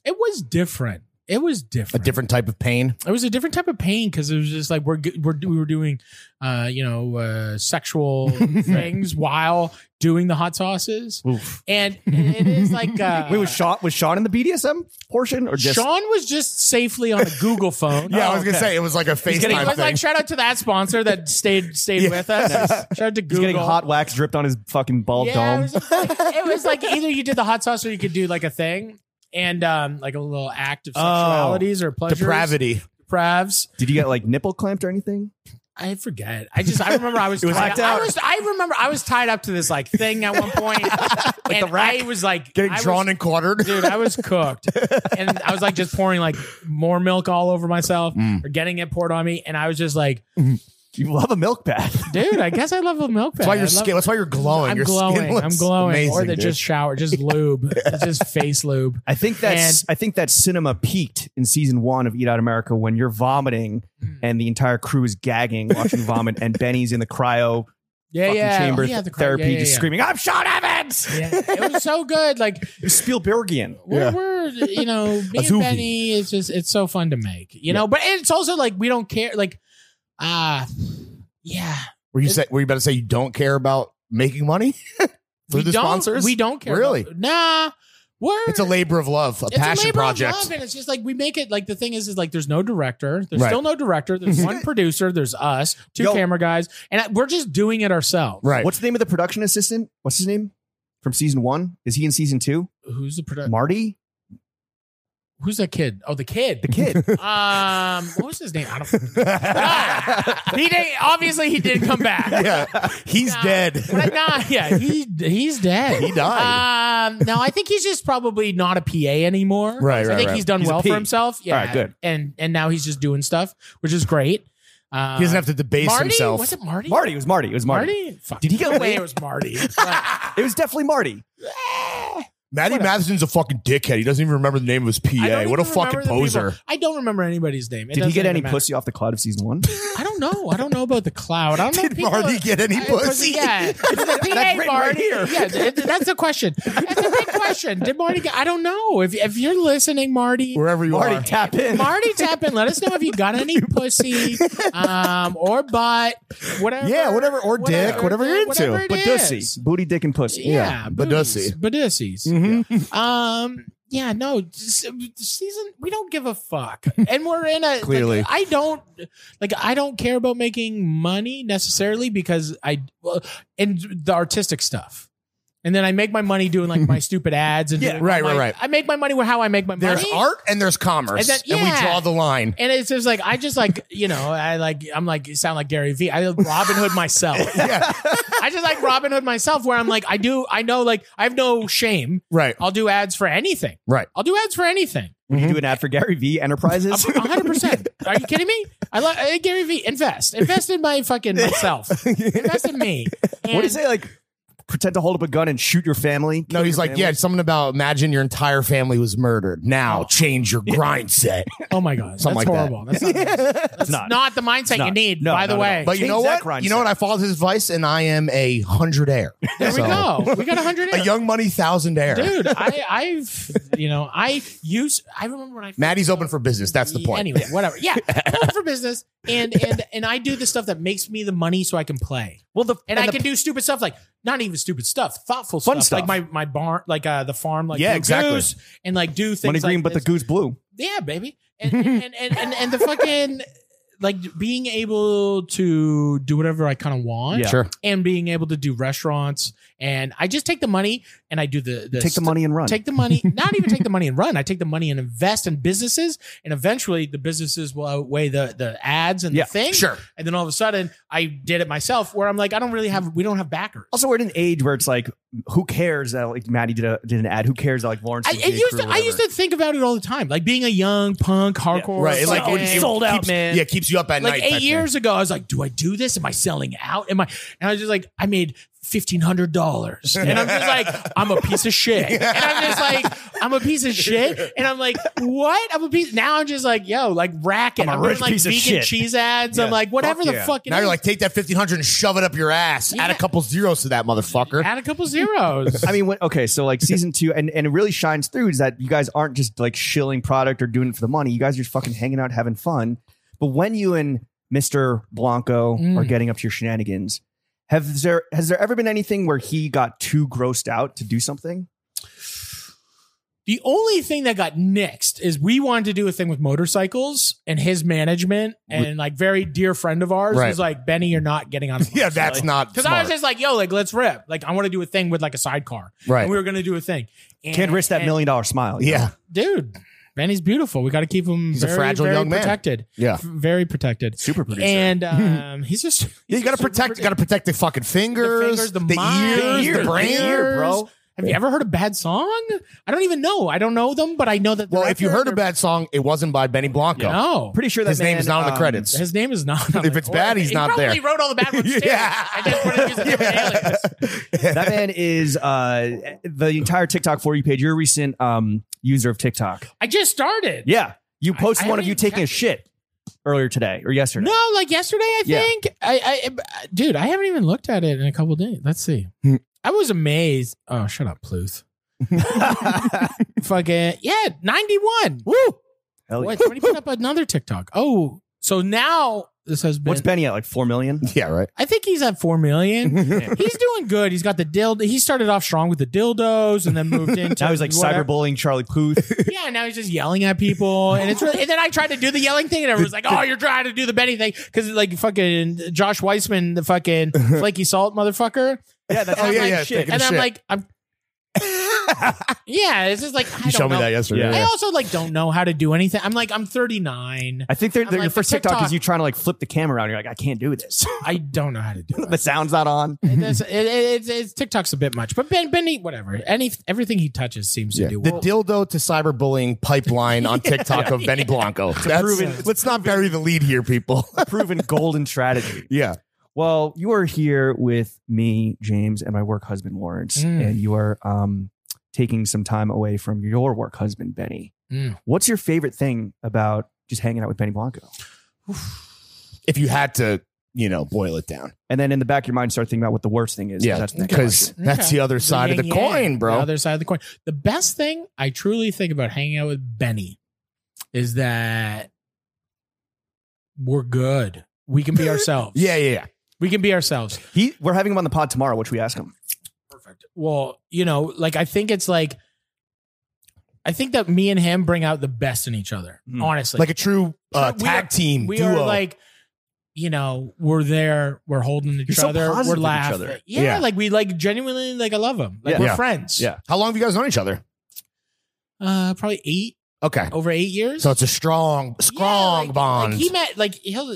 D: it was different. It was
C: A
D: different.
C: different type of pain.
D: It was a different type of pain because it was just like we're g- we're we were doing, uh, you know, uh, sexual things while doing the hot sauces, and it is like uh,
B: Wait, was Sean was Sean in the BDSM portion or just?
D: Sean was just safely on a Google phone.
C: Yeah, I was gonna
B: okay.
C: say it was like a
D: He's getting-
C: FaceTime
D: like,
C: thing.
D: like, shout out to that sponsor that stayed stayed with us. Shout out to
B: He's
D: Google.
B: getting hot wax dripped on his fucking bald
D: yeah, it
B: dome.
D: was, just like, it was like either you did the hot sauce or you could do like a thing and um like a little act of sexualities or pleasures.
C: Depravity.
D: Depravs.
B: Did you get like nipple clamped or anything?
D: I forget. I just I remember I was,
B: was
D: tied
B: hacked
D: I
B: out.
D: was I remember I was tied up to this like thing at one point. and I was like
C: Getting
D: I was-
C: drawn and quartered.
D: dude, I was cooked. and I was like just pouring like more milk all over myself
C: Mm.
D: or getting it poured on me. And I was just like,
B: You love a milk bath.
D: dude, I guess I love a milk
C: That's
D: bag.
C: why
D: I
C: your
D: love-
C: skin. That's why you're glowing.
D: I'm
C: your Skin
D: glowing.
C: looks
D: I'm glowing.
C: Amazing,
D: or they
C: dude.
D: just shower, just lube. It's just face lube.
B: I think that's I think that cinema peaked in season one of Eat Out America when you're vomiting
D: Hmm.
B: and the entire crew is gagging watching you vomit and Benny's in the cryo
D: Yeah,
B: fucking
D: yeah.
B: chamber
D: yeah, the cra-
B: therapy
D: yeah, yeah,
B: just
D: yeah.
B: screaming, I'm Sean Evans.
D: Yeah, it was so good. Like
B: It was Spielbergian.
D: we're,
C: Yeah.
D: we're you know, me and
C: Azuvi.
D: Benny is just it's so fun to make. You know, but it's also like we don't care. Like, ah, yeah.
C: Were you say? Were you about to say you don't care about making money through
D: we
C: the
D: don't,
C: sponsors?
D: We don't care.
C: Really?
D: about- nah. Word.
F: It's a labor of love, a
D: It's
F: passion
D: labor of
F: project.
D: love, and it's just like we make it like the thing is is like there's no director. There's
F: Right.
D: still no director. There's one producer. There's us, two
B: Yo.
D: camera guys, and I- we're just doing it ourselves.
F: Right.
B: What's the name of the production assistant? What's his name? From season one? Is he in season two?
D: Who's the
F: Uh,
D: producer?
B: Marty?
D: Who's that kid? Oh, the kid.
B: The kid.
D: um, what was his name? I don't. he did, obviously he did come back.
F: yeah. He's
D: Nah.
F: dead.
D: But nah, yeah, he he's dead.
F: He died.
D: Um, no, I think he's just probably not a PA anymore.
F: Right,
D: So
F: right,
D: I think
F: right.
D: he's done
B: He's a
D: well
B: P.
D: for himself. Yeah,
B: right, good.
D: And and now he's just doing stuff, which is great. Um,
F: He doesn't have to debase
D: Marty?
F: himself.
D: Was it Marty?
B: Marty. It was Marty. It was Marty.
D: Marty? Fuck.
B: Did he get
D: no way
B: laid?
D: It was Marty. But
B: It was definitely Marty.
F: Maddie Matheson's a fucking dickhead. He doesn't even remember the name of his
D: I
F: PA.
D: don't
F: What a
D: even
F: fucking
D: remember the people.
F: poser.
D: I don't remember anybody's name.
B: Did
D: It
B: he
D: doesn't
B: get any
D: even matter.
B: pussy off the cloud of season one?
D: I don't know. I don't know about the cloud. I don't know. if
F: Did
D: people-
F: Marty get any
D: I-
F: pussy?
D: Yeah, it's the PA
B: written
D: Marty.
B: right here.
D: Yeah, th- th- that's a question. That's a big question. Did Marty? Get, I don't know. If if you're listening, Marty.
F: Wherever you
B: Marty,
F: are.
B: tap in.
D: Marty, tap in. Let us know if you got any pussy, um, or butt, whatever.
F: Yeah, whatever, or dick, whatever you're into.
D: whatever it
B: But
D: is.
B: dussy. Booty, dick, and pussy.
D: yeah,
F: but
D: booties,
F: dussy.
D: but dussies.
F: Mhm.
D: Um. Yeah. No. just- season. We don't give a fuck, and we're in a.
F: Clearly.
D: like, I don't. Like, I don't care about making money necessarily because I well, and the artistic stuff. And then I make my money doing like my stupid ads and
F: Yeah,
D: doing
F: right,
D: my-
F: right, right.
D: I make my money with how I make my
F: There's
D: money.
F: art and there's commerce.
D: And
F: And,
D: then-
F: we
D: yeah.
F: draw the line.
D: and it's just like I just like you know I like I'm like you sound like Gary Vee. I Robin Hood myself.
F: Yeah.
D: I just like Robin Hood myself, where I'm like I do I know like I have no shame.
F: Right.
D: I'll do ads for anything.
F: Right.
D: I'll do ads for anything.
B: Would
F: Mm-hmm.
B: you do an ad for Gary V Enterprises?
D: A hundred percent. Are you kidding me? I love uh, Gary Vee. Invest. Invest in my fucking myself. Invest in me.
B: what do you
D: And-
B: say? Like, pretend to hold up a gun and shoot your family?
F: No, he's
B: Your
F: like,
B: family?
F: yeah, it's something about imagine your entire family was murdered. Now change your grind set.
D: Oh my god, that's
F: Something like
D: horrible. That's not. That's
B: not.
D: not. the mindset you
B: not.
D: need.
B: No,
D: by the
B: not at all.
D: way,
F: But you
B: Change
F: know
B: that
F: what?
B: grind
F: You know what?
B: set.
F: I followed his advice and I am a hundred air.
D: there we
F: So-
D: go. We got a hundred.
F: A young money thousand air.
D: dude. I, I've you know I use. I remember when I
F: Maddie's open for business. That's the point.
D: Anyway, whatever. Yeah, I'm open for business, and and and I do the stuff that makes me the money so I can play.
B: Well, the
D: and, I
B: the-
D: can do stupid stuff like not even stupid stuff, thoughtful
B: Fun
D: stuff,
B: stuff.
D: like my my barn, like uh the farm, like
F: Yeah,
D: Blue
F: exactly.
D: Goose, and like do things
B: money green,
D: like
B: but
D: this.
B: the goose blue.
D: yeah, baby, and and, and, and and and the fucking like being able to do whatever I kind of want,
B: Yeah.
F: Sure.
D: and being able to do restaurants, and I just take the money and I do the, the
B: Take the money and run.
D: Take the money, not even take the money and run. I take the money and invest in businesses, and eventually the businesses will outweigh the the ads and
B: Yeah,
D: the thing.
F: Sure.
D: And then all of a sudden, I did it myself, where I'm like, I don't really have, we don't have backers.
B: also, we're at an age where it's like, who cares that like Maddie did a did an ad? Who cares that like Lawrence?
D: I,
B: did
D: I
B: J.
D: used
B: Crew or
D: to, I used
B: whatever?
D: to think about it all the time, like being a young punk hardcore,
F: Right. It, like,
D: fucking-
F: it- it
D: sold out
F: keeps-
D: man.
F: Yeah, keeps you up at
D: like
F: night. type
D: eight
F: thing.
D: years ago, I was like, do I do this? Am I selling out? Am I? And I was just like, I made fifteen hundred dollars, and I'm just like, I'm a piece of shit, and I'm just like, I'm a piece of shit, and I'm like, what? I'm a piece. Now I'm just like, yo, like racket.
B: I'm a
D: doing,
B: rich
D: like
B: piece of
D: vegan
B: shit.
D: cheese ads. I'm
B: Yeah.
D: like, whatever
B: Fuck
D: the
B: yeah.
D: fuck. it
F: Now you're
D: is.
F: like, take that fifteen hundred and shove it up your ass. Add a
D: Yeah.
F: couple zeros to that motherfucker.
D: add a couple zeros.
B: I mean, when, okay, so like season two, and, and it really shines through is that you guys aren't just like shilling product or doing it for the money. You guys are just fucking hanging out, having fun. But when you and Mr. Blanco
D: Mm.
B: are getting up to your shenanigans, have there has there ever been anything where he got too grossed out to do something?
D: The only thing that got nixed is we wanted to do a thing with motorcycles and his management and like very dear friend of ours
F: Right.
D: was like, Benny, you're not getting on. a
F: Yeah,
D: motorcycle."
F: that's not
D: Because I was
F: smart.
D: just like, yo, like let's rip. Like I want to do a thing with like a sidecar.
F: Right.
D: And we were gonna do a thing. And,
B: Can't risk that
D: and-
B: million dollar smile. you know?
F: Yeah.
D: dude. Benny's beautiful. We got to keep him.
F: He's a fragile young man.
D: protected.
F: Yeah.
D: F- very protected.
B: super producer.
D: And um, he's just
F: Yeah, you gotta
D: he's just
F: protect. You
D: super-
F: gotta protect the fucking fingers,
D: fingers, the mind,
F: ears,
D: the
F: the brain,
D: ear,
B: bro.
D: Have you ever heard a bad song? I don't even know. I don't know them, but I know that.
F: Well,
D: they're
F: if you
D: out
F: heard a
D: there.
F: bad song, it wasn't by Benny Blanco.
D: no,
B: Pretty sure that
F: His name
B: man,
F: is not in the
B: um,
F: credits.
D: His name is not. on
F: If
D: it.
F: it's bad,
D: Or-
F: he's
D: he
F: not
D: probably
F: there.
D: wrote all the bad ones. Too.
F: Yeah.
D: I just wanted to use it
F: Yeah.
D: yeah.
B: That man is uh, the entire TikTok for you page. You're a recent um, user of TikTok.
D: I just started.
B: Yeah, you
D: I-
B: posted
D: I
B: one of
D: haven't
B: you
D: even
B: taking a
D: checked
B: shit earlier today or yesterday.
D: No, like yesterday, I
B: Yeah.
D: think. I, I, dude, I haven't even looked at it in a couple days. Let's see.
F: Hmm.
D: I was amazed. Oh, shut up, Pluth. Fucking yeah, ninety-one.
B: Hell yeah.
D: What? Somebody put up another TikTok. Oh, so now this has been.
B: What's Benny at? Like four million?
C: Yeah, right.
D: I think he's at four million. he's doing good. He's got the dildo. He started off strong with the dildos, and then moved into.
B: Now he's like
D: whatever-
B: cyberbullying Charlie Puth.
D: Yeah, now he's just yelling at people, and it's really. And then I tried to do the yelling thing, and everyone's like, "Oh, you're trying to do the Benny thing," because like fucking Josh Weissman, the fucking flaky salt motherfucker.
B: yeah, that's
C: Oh, yeah,
D: like,
C: yeah.
D: shit.
C: taking
D: And
C: a
D: I'm
C: shit.
D: like, I'm. yeah, it's just like I
C: you
D: don't
C: showed
D: know.
C: me that yesterday.
D: I also like don't know how to do anything. I'm like I'm 39.
B: I think they're,
D: I'm
B: they're-
D: like,
B: your
D: the
B: first TikTok,
D: TikTok-
B: is you trying to like flip the camera around. You're like, I can't do this.
D: I don't know how to do it.
B: the sound's not on.
D: It's, it, it, it's, it's TikTok's a bit much, but Ben Benny, whatever. Any everything he touches seems
C: Yeah.
D: to do
C: The
D: well.
C: dildo to cyberbullying pipeline on TikTok of Benny Blanco. That's,
B: proven-
C: let's not bury the lead here, people.
B: Proven golden strategy.
C: yeah.
B: Well, you are here with me, James, and my work husband Lawrence,
D: Mm.
B: and you are um, taking some time away from your work husband Benny.
D: Mm.
B: What's your favorite thing about just hanging out with Benny Blanco?
C: If you had to, you know, boil it down.
B: And then in the back of your mind, start thinking about what the worst thing is.
C: Yeah.
B: that's the next
C: Because
B: question.
C: that's
D: Okay.
C: the other side of the
D: yin-yang,
C: coin, bro.
D: The other side of the coin. The best thing I truly think about hanging out with Benny is that we're good. We can be ourselves.
C: yeah, yeah, yeah.
D: we can be ourselves.
B: he, we're having him on the pod tomorrow, which we ask him.
D: Perfect. Well, you know, like I think it's like I think that me and him bring out the best in each other.
B: Mm.
D: Honestly,
C: Like a true uh,
D: We are-
C: tag team
D: we
C: duo.
D: are like you know we're there we're holding each
B: You're so
D: other
B: positive
D: we're
B: with each
D: laughing
B: other.
D: Yeah,
C: Yeah.
D: like we like genuinely like i love him like
B: Yeah.
D: we're
C: Yeah.
D: friends
C: yeah. How long have you guys known each other?
D: uh probably eight
C: Okay.
D: over eight years
C: So it's a strong,
D: Yeah,
C: strong
D: like- like,
C: bond.
D: he met like he'll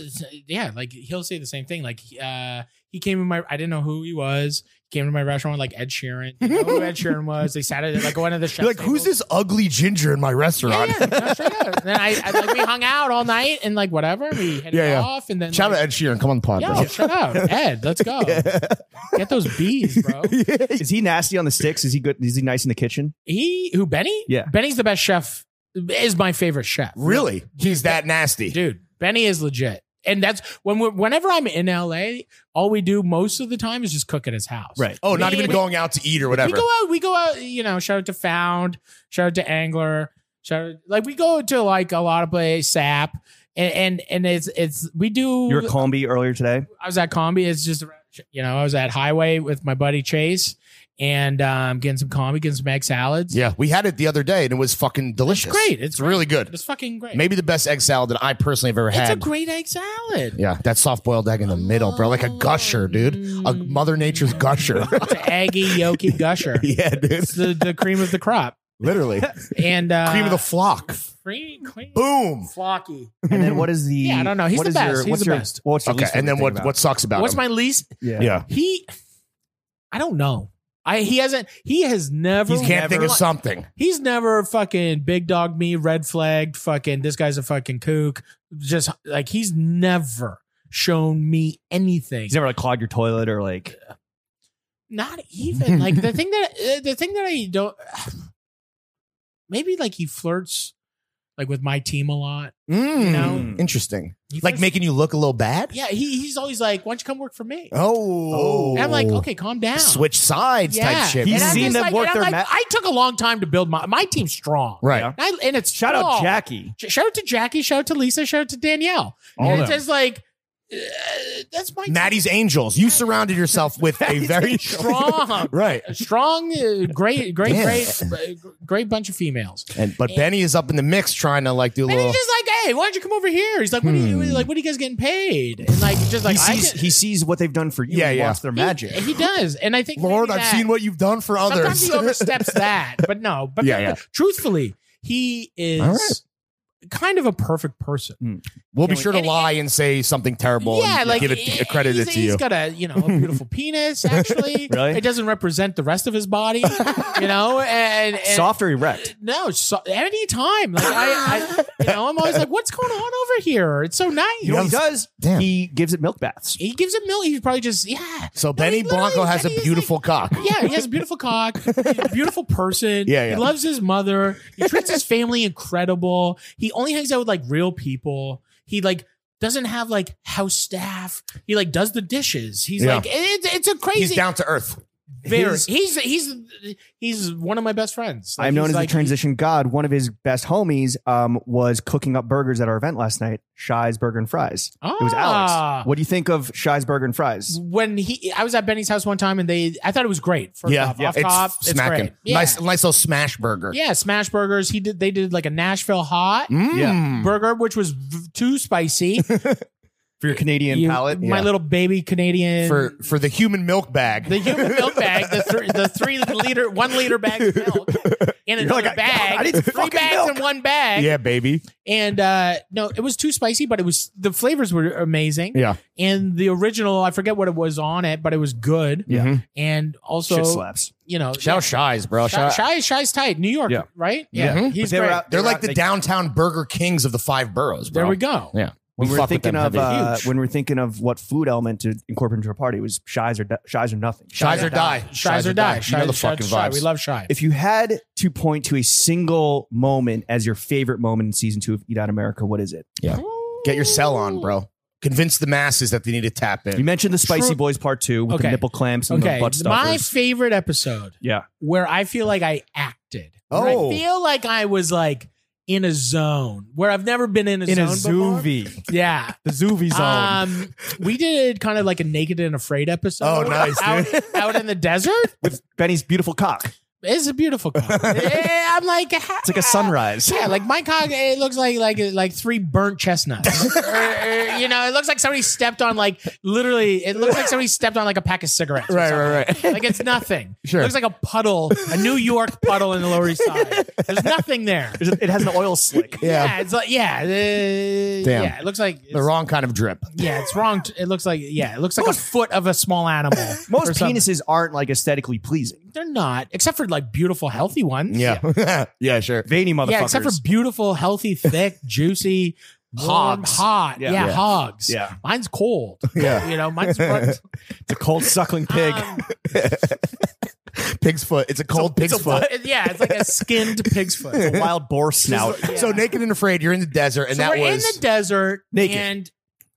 D: yeah like he'll say the same thing like uh he came in my i didn't know who he was came to my restaurant like ed sheeran you know who ed sheeran was they sat at like one of the
C: You're
D: chefs
C: like, who's
D: tables."
C: this ugly ginger in my
D: yeah,
C: restaurant?
D: yeah. No, straight up. And then I, I like we hung out all night and like whatever we hit
C: Yeah,
D: it
C: yeah.
D: off and then
C: Shout
D: like,
C: out Ed Sheeran. Come on the pod,
D: Yo,
C: bro.
D: shut up, Ed. Let's go. Get those bees, bro.
B: Is he nasty on the sticks? Is he good? Is he nice in the kitchen?
D: He who Benny?
B: Yeah.
D: Benny's the best chef. Is my favorite chef.
C: Really? He's that nasty.
D: dude. Benny is legit, and that's when we're, whenever I'm in LA, all we do most of the time is just cook at his house.
B: Right.
C: Oh, not
D: Me-
C: even
D: we-
C: going out to eat or whatever.
D: We go out. We go out. You know, shout out to Found. Shout out to Angler. Shout out, like we go to like a lot of places. Sap. And, and and it's it's we do.
B: You were at Combi earlier today.
D: I was at Combi. It's just, you know, I was at Highway with my buddy Chase and um, getting some Combi, getting some egg salads.
C: yeah, we had it the other day and it was fucking delicious.
D: great.
C: It's really good.
D: It's fucking great.
C: Maybe the best egg salad that I personally have ever
D: it's a
C: had.
D: great egg salad.
C: yeah, that soft boiled egg in the middle, bro. Like a gusher, dude. A
D: Mm.
C: Mother Nature's gusher.
D: It's an eggy, yolky gusher.
C: yeah, dude.
D: It's the, the cream of the crop.
C: Literally.
D: And uh,
C: Cream of the flock.
D: cream, cream
C: Boom.
D: flocky.
B: And then what is the?
D: Yeah, I don't know. He's
B: what
D: the
B: is
D: best.
B: Your,
D: He's
B: what's
D: the
B: your,
D: best.
B: What's your
C: Okay.
B: least
C: And then
B: favorite
C: what,
B: thing
C: what sucks about
D: What's
C: him?
D: my least?
B: about it? Yeah.
C: yeah.
D: He, I don't know. I he hasn't. He has never.
C: He can't think of
D: never-
C: something.
D: He's never fucking big dog me, red flagged, fucking this guy's a fucking kook. Just like he's never shown me anything.
B: He's never like clogged your toilet or like.
D: Not even like the thing that uh, the thing that I don't maybe like he flirts like with my team a lot.
C: Mm,
D: know?
C: Interesting.
D: He
C: Like
D: flirts-
C: making you look a little bad?
D: Hmm. Yeah, he, he's always like, Why don't you come work for me?
C: Oh.
D: And I'm like, okay, calm down.
C: Switch sides
D: Yeah.
C: type shit.
B: He's
D: And I'm
B: seen
D: just
B: them
D: like-
B: work
D: and I'm
B: their
D: like,
B: ma-
D: I took a long time to build my my team's strong.
C: right.
B: Yeah.
D: And, I, and it's
B: Shout out
D: strong.
B: Jackie.
D: J- shout out to Jackie, shout out to Lisa, shout out to Danielle.
B: All
D: and
B: of
D: it's
B: them.
D: just like uh, that's my
C: Maddie's Angels. You surrounded yourself with a very
D: strong,
C: right.
D: strong, uh, great, great,
C: Yeah.
D: great, uh, great bunch of females.
C: And but Benny is up in the mix trying to like do a
D: And
C: little.
D: he's just like, "Hey, why don't you come over here?" He's like, "What are you
C: Hmm.
D: like? What are you guys getting paid?" And like, just like
B: he
D: I
B: sees
D: can-
B: he sees what they've done for you.
C: Yeah,
B: and he
C: yeah.
B: wants their
D: he-
B: magic.
D: He, does, and I think
C: Lord,
D: maybe
C: I've
D: that-
C: seen what you've done for
D: Sometimes
C: others.
D: he oversteps that, but no, but
C: Yeah, yeah.
D: truthfully, he is.
C: All right.
D: Kind of a perfect person.
C: we'll be
B: Can we-
C: sure to
D: and-
C: lie and say something terrible.
D: yeah,
C: and
D: like
C: give it accredited
D: he's-
C: to you.
D: He's got a you know a beautiful penis. Actually,
B: Really?
D: it doesn't represent the rest of his body. You know, and, and
B: Soft or erect?
D: No, so, anytime. Like I, I, you know, I'm always like, what's going on over here? It's so nice.
B: You know what he does?
C: Damn.
B: He gives it milk baths.
D: He gives a milk. He's probably just yeah,
C: so
D: he
C: Benny
D: literally-
C: Blanco has a
D: Benny is
C: beautiful cock.
D: yeah. He has a beautiful cock. He's a beautiful person.
C: Yeah, yeah.
D: He loves his mother. He treats his family incredible. He only hangs out with like real people. He like doesn't have like house staff. He like does the dishes. He's
C: Yeah.
D: like it, it's a crazy.
C: He's down to earth.
D: Very.
B: His-
D: he's he's he's one of my best friends. Like,
B: I'm known
D: he's
B: as
D: like-
B: the transition god. One of his best homies um, was cooking up burgers at our event last night. Shy's Burger and Fries. It was
D: Ah.
B: Alex. What do you think of Shy's Burger and Fries?
D: when he I was at Benny's house one time and they I thought it was great. First
C: yeah,
D: off,
C: yeah,
D: off top, it's
C: smacking.
D: great. Yeah.
C: Nice, nice little smash burger.
D: Yeah, smash burgers. He did they did like a Nashville hot
C: Mm.
D: burger which was v- too spicy.
B: For your Canadian
D: You-
B: palate,
D: My
B: Yeah.
D: little baby Canadian
C: for for the human milk bag.
D: the human milk bag, the three, the three liter, one liter bag of milk in another
B: like, I-
D: bag.
B: I need some
D: three
B: fucking
D: bags
B: milk.
D: in one bag.
C: yeah, baby.
D: And uh, no, it was too spicy, but it was the flavors were amazing.
C: Yeah.
D: And the original, I forget what it was on it, but it was good.
B: Yeah.
C: Mhm.
D: And also,
B: Shit slaps.
D: you know,
C: Shout out Shies, bro.
D: Shy,
C: Shout out.
D: Shy, Shy's tight. New York,
B: Yeah.
D: right?
C: Yeah. Mhm.
D: he's
B: They were
D: great.
B: out- they
C: They're
B: were
C: like
B: out-
C: the
B: they-
C: downtown Burger Kings of the five boroughs, bro.
D: there we go.
C: Yeah.
B: When we were
C: fuck with
B: thinking
C: them
B: of
C: heavy.
B: uh,
D: Huge.
B: when we were thinking of what food element to incorporate into a party it was Shy's or di- Shy's or nothing.
C: Shies or die.
D: Shy's or die.
C: You know the
D: Shy's-
C: fucking
D: Shy's Shy.
C: vibes.
D: We love Shy.
B: If you had to point to a single moment as your favorite moment in season two of Eat Out America, what is it?
C: Get your cell on, bro. Convince the masses that they need to tap
B: You
C: in.
B: mentioned the Spicy
D: True-
B: Boys Part Two with
D: Okay.
B: the nipple clamps and
D: Okay,
B: the butt
D: my
B: stuffers.
D: favorite episode.
B: Yeah.
D: where I feel like I acted. Where
C: Oh.
D: I feel like I was like in a zone where I've never been in a
G: in a
D: zone before.
G: zoovie.
D: Yeah.
G: The zoovie zone.
D: Um, we did kind of like a naked and afraid episode.
C: Oh, nice,
D: Out,
C: dude.
D: out in the desert.
B: with Benny's beautiful cock.
D: It's a beautiful cock. Eh, I'm like, "Ah,
B: It's like a sunrise.
D: Yeah, like my cock, it looks like like like three burnt chestnuts. Or- or, you know, it looks like somebody stepped on like literally. It looks like somebody stepped on like a pack of cigarettes. or something.
C: right.
D: Like it's nothing.
C: Sure.
D: It looks like a puddle, a New York puddle in the Lower East Side. There's nothing there.
B: There's a- It has an oil slick.
D: Yeah,
C: Yeah.
D: it's like yeah, uh, yeah. It looks like it's,
C: The wrong kind of drip.
D: Yeah, it's wrong. t- it looks like yeah, it looks like a foot of a small animal. or
B: Most
D: something.
B: penises aren't like aesthetically pleasing.
D: they're not, except for like beautiful, healthy ones.
C: Yeah. yeah, sure.
B: Veiny motherfuckers.
D: yeah, except for beautiful, healthy, thick, juicy. warm,
B: Hogs.
D: hot, yeah.
B: Yeah.
C: Yeah.
D: hogs.
B: Yeah.
D: mine's cold.
C: Yeah.
D: you know, mine's burnt.
B: the cold suckling pig.
D: Um,
C: Pig's foot. It's a cold pig's foot.
D: yeah, it's like a skinned pig's foot.
B: a wild boar snout.
D: Yeah.
C: So naked and afraid, you're in the desert, and
D: so
C: that
D: we're
C: was
D: in the desert
B: Naked.
D: and
C: and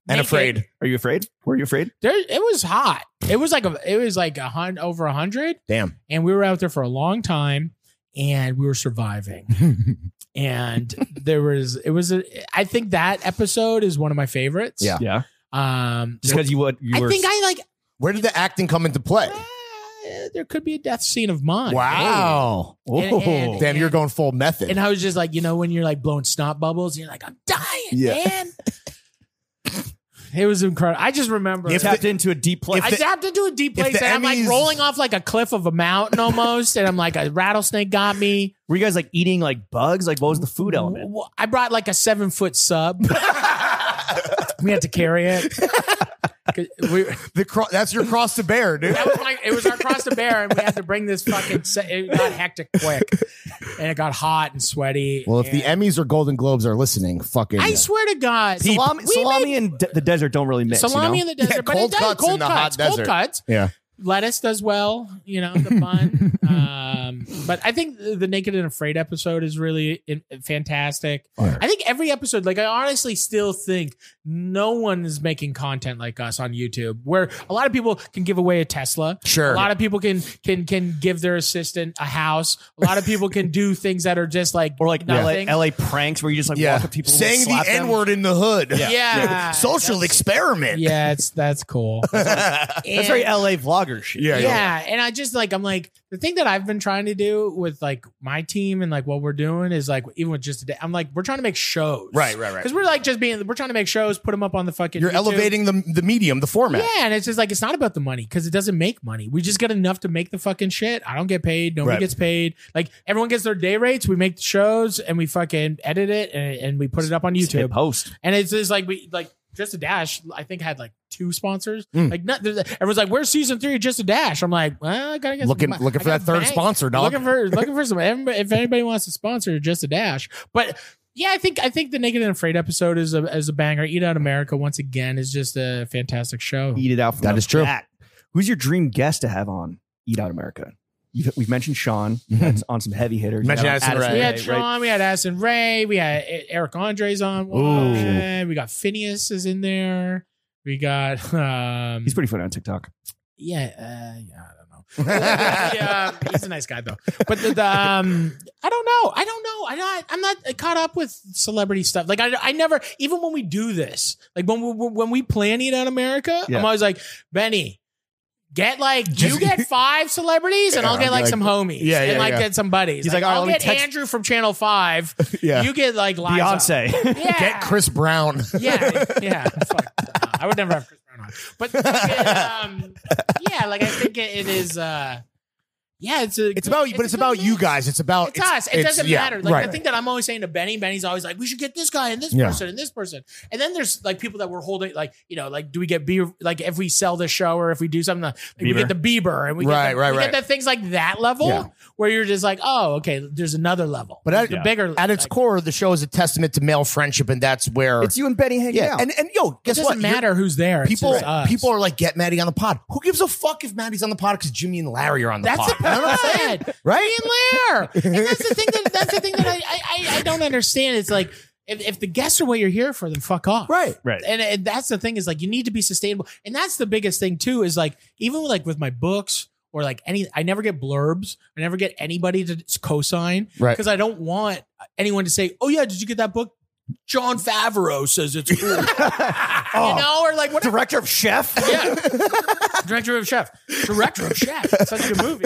D: naked.
C: afraid.
B: Are you afraid? Were you afraid?
D: There, it was hot. It was like a, it was like a hun, over a hundred,
C: Damn.
D: and we were out there for a long time, and we were surviving. and there was, it was, a, I think that episode is one of my favorites.
C: Yeah.
B: Yeah.
D: Um,
B: Just because you would, you
D: I
B: were.
D: think I like.
C: Where did the acting come into play?
D: uh, there could be a death scene of mine.
C: Wow.
D: And- and-
C: Damn, you're going full method.
D: And I was just like, you know, when you're like blowing snot bubbles, you're like, I'm dying,
C: Yeah.
D: man. it was incredible. I just remember.
C: If
B: tapped into a deep place.
D: I
C: the-
D: tapped into a deep
C: if
D: place,
C: the
D: and I'm like
C: Emmys-
D: rolling off like a cliff of a mountain almost, and I'm like a rattlesnake got me.
B: were you guys like eating like bugs? Like what was the food element?
D: W- I brought like a seven foot sub. we had to carry it. 'Cause We, that
C: the cro- that's your cross to bear, dude.
D: was my, it was our cross to bear, and we had to bring this fucking. se- It got hectic quick, and it got hot and sweaty.
C: Well, if the
D: and-
C: Emmys or Golden Globes are listening, fucking
D: I swear to God,
B: Salami,
D: we made
B: salami and de- the desert don't really mix.
D: salami
B: you know?
D: in the desert,
C: Yeah,
D: but
C: cold
D: it does,
C: cuts
D: cold
C: in the hot
D: cuts, cold
C: desert.
D: cuts.
C: Yeah.
D: lettuce does well, you know, the bun. um, but I think the the Naked and Afraid episode is really in, fantastic.
C: Fire.
D: I think every episode, like I honestly still think no one is making content like us on YouTube, where a lot of people can give away a Tesla.
C: Sure.
D: A lot of people can can can give their assistant a house. A lot of people can do things that are just like
B: or like
D: nothing.
B: LA, LA pranks where you just like
C: yeah,
B: walk up to people
C: saying
B: and slap
C: the N word in the hood.
D: yeah.
C: social
D: That's-
C: experiment.
D: Yeah, it's that's cool.
B: That's very LA vlogger shit.
C: Yeah,
D: yeah, and i just like i'm like the thing that i've been trying to do with like my team and like what we're doing is like even with just today i'm like we're trying to make shows
C: Right, right, right.
D: because we're like just being we're trying to make shows put them up on the fucking
C: You're
D: YouTube.
C: elevating the the medium, the format.
D: yeah and it's just like it's not about the money because it doesn't make money we just get enough to make the fucking shit i don't get paid nobody
C: Right.
D: gets paid like everyone gets their day rates we make the shows and we fucking edit it and, and we put it up on
B: Just hit
D: youtube
B: post.
D: and it's just like we like just a dash. I think had like two sponsors.
C: Mm.
D: Like not, there's- everyone's like, "Where's season three? of Just a dash." I'm like, "Well, I gotta get
C: Looking
D: some-
C: looking
D: I
C: for that
D: gotta
C: third
D: bank.
C: sponsor, dog.
D: Looking for looking for some. everybody- If anybody wants to sponsor, just a dash. But yeah, I think I think the Naked and Afraid episode is a is a banger. Eat Out America once again is just a fantastic show.
B: Eat it out. From
C: That
B: the
C: is true.
B: back. Who's your dream guest to have on Eat Out America? You've, we've mentioned Sean.
C: Mm-hmm.
B: That's on some heavy hitters.
C: Mentioned
B: Yeah,
C: Addison Rae.
D: We
C: Yeah,
D: had Sean, we had Addison Ray, we had E- Eric Andres on one. We got Phineas is in there. We got um
B: He's pretty funny on TikTok.
D: yeah, uh, yeah, I don't know. yeah, um, he's a nice guy though. But the, the, um, I don't know. I don't know. I'm not. I'm not caught up with celebrity stuff. Like I, I never. Even when we do this, like when we when we plan Eat Out America,
B: Yeah.
D: I'm always like Benny. Get like you get five celebrities, and I'll
C: Yeah,
D: get like,
C: like-
D: some homies,
C: Yeah, yeah,
D: and like
C: yeah.
D: get some buddies.
B: He's
D: like,
B: like, all right,
D: I'll
B: let me
D: get
B: text-
D: Andrew from Channel Five.
C: Yeah.
D: You get like Liza.
B: Beyonce.
D: Yeah.
C: Get Chris Brown.
D: Yeah, yeah. Fuck. Uh, I would never have Chris Brown on. But um, yeah, like I think it, it is. Uh, yeah, it's a.
C: It's about, but it's about you guys. It's about
D: It's, us. It doesn't
C: yeah,
D: matter. Like
C: right.
D: the thing that I'm always saying to Benny, Benny's always like, "We should get this guy and this
C: Yeah.
D: person and this person." And then there's like people that we're holding, like you know, like do we get Bieber? Like if we sell the show or if we do something, like, we
B: Bieber.
D: get the Bieber and we
C: Right,
D: get the,
C: right,
D: we
C: right.
D: Get the things like that level
C: Yeah.
D: where you're just like, "Oh, okay, there's another level."
C: But
D: There's
C: at-
D: the
C: Yeah.
D: bigger
C: At its
D: like,
C: core, the show is a testament to male friendship, and that's where
B: it's you and Benny hanging
C: yeah.
B: out.
C: And and yo,
D: it
C: guess
D: doesn't
C: what? You're-
D: matter who's there. It's
C: People,
D: just us.
C: people are like, get Maddie on the pod. Who gives a fuck if Maddie's on the pod? Because Jimmy and Larry are on the
D: That's
C: pod.
D: the
C: You know what I'm
D: problem.
C: saying? Right?
D: Being there. And that's the thing that that's the thing that I I, I, I don't understand. It's like if, if the guests are what you're here for, then fuck off.
C: Right.
B: Right.
D: And, and that's the thing is like you need to be sustainable. And that's the biggest thing too, is like even with, like with my books or like any I never get blurbs. I never get anybody to co-sign.
C: Right.
D: Because I don't want anyone to say, Oh yeah, did you get that book? John Favreau says it's cool.
C: Oh.
D: You know, or like whatever.
B: Director of Chef.
D: Yeah. Director of Chef. Director of Chef. Such a good movie.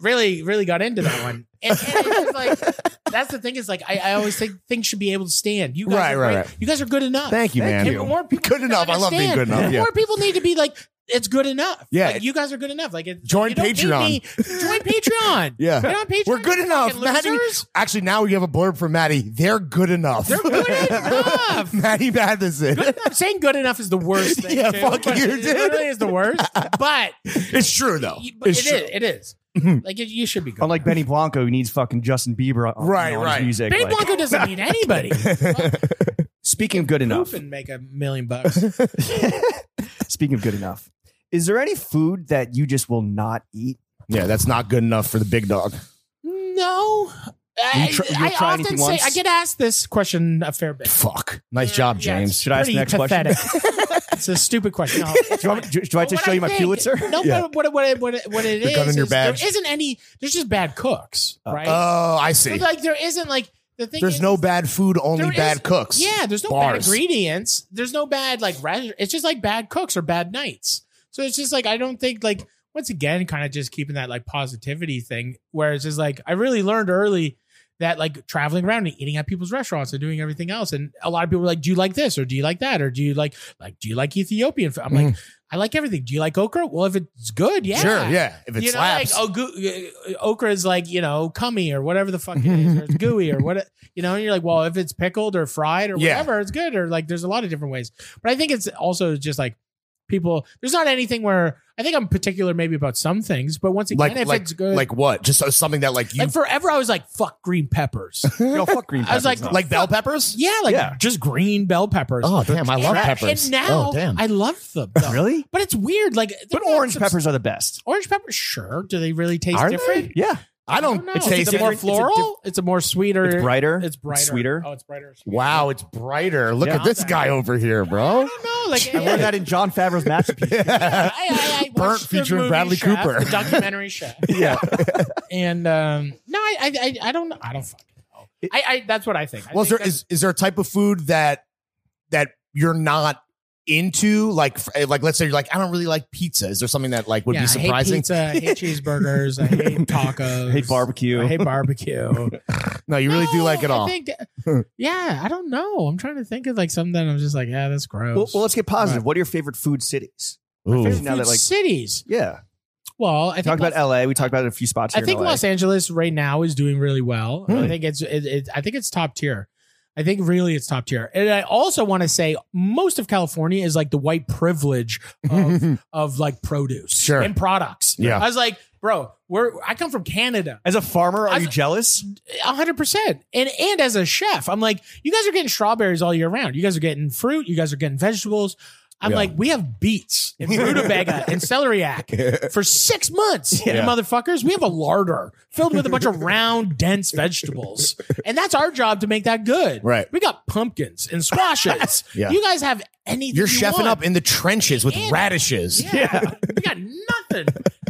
D: Really, really got into that one. And, and it's like that's the thing is like I, I always think things should be able to stand. You guys
C: Right,
D: are
C: right,
D: great.
C: right.
D: You guys are good enough.
C: Thank you, man.
D: And more people
C: Good
D: need to
C: enough. I love being good
D: understand.
C: enough. Yeah.
D: More people need to be like, it's good enough.
C: Yeah.
D: Like, you guys are good enough. Like it,
C: Join
D: you don't need
C: Patreon.
D: me. Join Patreon.
C: Yeah.
D: Get on Patreon.
C: We're good
D: you
C: enough,
D: fucking
C: Maddie.
D: losers.
C: Actually, now we have a blurb for Maddie. They're good enough.
D: They're good enough.
C: Maddie Matheson.
D: I'm saying good enough is the worst thing.
C: Yeah,
D: too,
C: fuck
D: but
C: you,
D: It
C: dude.
D: literally is the worst. But
C: It's true though.
D: You- but
C: it's
D: it
C: true. Mm-hmm.
D: is- It is. like it, you should be good.
B: Unlike Benny Blanco, who needs fucking Justin Bieber on,
C: Right,
B: on his
C: right.
B: music.
D: Benny
B: like-
D: Blanco doesn't need anybody.
B: speaking of good enough,
D: Poop and make a million bucks.
B: speaking of good enough, is there any food that you just will not eat?
C: Yeah, that's not good enough for the big dog.
D: No.
B: You
D: I,
B: tr- you
D: I
B: try
D: often
B: anything
D: say
B: once?
D: I get asked this question a fair bit.
C: Fuck. Nice job,
D: Yeah, it's
C: James.
B: Should I ask the
D: pretty
B: next question?
D: pathetic. it's a stupid question. No,
B: Do, you want me- do- do I
D: But
B: just
D: what
B: show
D: I
B: you my
D: think-
B: Pulitzer?
D: No,
C: Yeah.
D: but what, what, what, what it
C: The gun
D: is
C: in your
D: is there
C: badge.
D: isn't any. There's just bad cooks, right?
C: Oh, I
D: So,
C: see.
D: like there isn't like the thing.
C: There's
D: is-
C: no bad food, only
D: There is-
C: bad cooks.
D: Yeah, there's no bad
C: Bars.
D: ingredients. There's no bad like res- it's just like bad cooks or bad nights. So it's just like I don't think like once again kind of just keeping that like positivity thing where it's just like I really learned early that like traveling around and eating at people's restaurants and doing everything else and a lot of people are like do you like this or do you like that or do you like like do you like Ethiopian food? I'm like I like everything. Do you like okra? Well, if it's good, yeah.
C: Mm. Sure, yeah. If it
D: you know,
C: slaps.
D: like oh, goo- uh, okra is like you know cummy or whatever the fuck it is, or it's gooey or what you know. And you're like, well, if it's pickled or fried or
C: Yeah.
D: whatever, it's good. Or like, there's a lot of different ways. But I think it's also just like people. There's not anything where I think I'm particular maybe about some things. But once again,
C: like
D: if
C: like
D: it's good, like,
C: like what? Just uh, something that like you
D: forever, I was like, fuck green peppers.
B: Yo, fuck green
D: I was
B: peppers.
D: like,
B: though.
C: like bell peppers.
D: yeah, like
B: Yeah.
D: just green bell peppers.
C: Oh damn, I love
D: and,
C: peppers.
D: And now
C: oh damn,
D: I love them. though.
B: really?
D: But it's weird. Like,
B: But
D: they're not
B: orange
D: subs-
B: peppers are the best.
D: Orange peppers, sure. Do they really taste
C: Are they?
D: different?
B: Yeah,
C: I don't.
D: know.
C: It
D: It's,
C: tastes
D: a more
C: different.
D: floral. It's a, more sweeter.
B: it's brighter.
D: It's brighter.
B: sweeter.
D: Oh, it's brighter.
C: Wow, it's brighter. Look
B: Yeah.
C: at this guy over here, bro.
D: I don't know. Like
B: I learned that in John Favreau's masterpiece.
D: I, I, I watched
C: Burnt
D: the
C: featuring
D: movie
C: Bradley
D: Shaft,
C: Cooper.
D: the documentary chef.
C: Yeah.
D: And um, no, I, I, I, I don't know. I don't fucking know. I, I, that's what I think. I
C: Well, is
D: think
C: there is is there a type of food that that you're not into? Like f- like let's say you're like I don't really like pizza. Is there something that like would
D: yeah,
C: be
D: I hate
C: surprising?
D: pizza. I hate cheeseburgers. I hate tacos.
B: I hate barbecue.
D: I hate barbecue.
C: No, you really do
D: No,
C: like it
D: I
C: all.
D: think- yeah, I don't know. I'm trying to think of like something. I'm just like, yeah, that's gross.
B: well, well, let's get positive. What are your favorite food cities?
C: Ooh.
B: favorite- now
D: Food
B: that, like-
D: cities.
B: Yeah,
D: Well, I
B: we
D: think
B: talked
D: Los-
B: about L.A. We talked about a few spots. Here
D: I think
B: in LA.
D: Los Angeles right now is doing really well.
C: Hmm.
D: I think it's it, it, I think it's top tier. I think really it's top tier. And I also want to say most of California is like the white privilege of, of like produce
C: Sure.
D: and products.
C: Yeah.
D: I was like, bro, we're I come from Canada.
B: As a farmer, are
D: I-
B: you jealous?
D: hundred percent. And and as a chef, I'm like, you guys are getting strawberries all year round. You guys are getting fruit. You guys are getting vegetables. I'm
C: Yeah.
D: like, we have beets and rutabaga and celeriac for six months, you
C: Yeah.
D: motherfuckers. We have a larder filled with a bunch of round, dense vegetables, and that's our job to make that good.
C: Right.
D: We got pumpkins and squashes.
C: Yeah.
D: You guys have anything?
C: You're
D: you
C: chefing
D: want.
C: up in the trenches with
D: And-
C: radishes.
D: Yeah. we got nothing.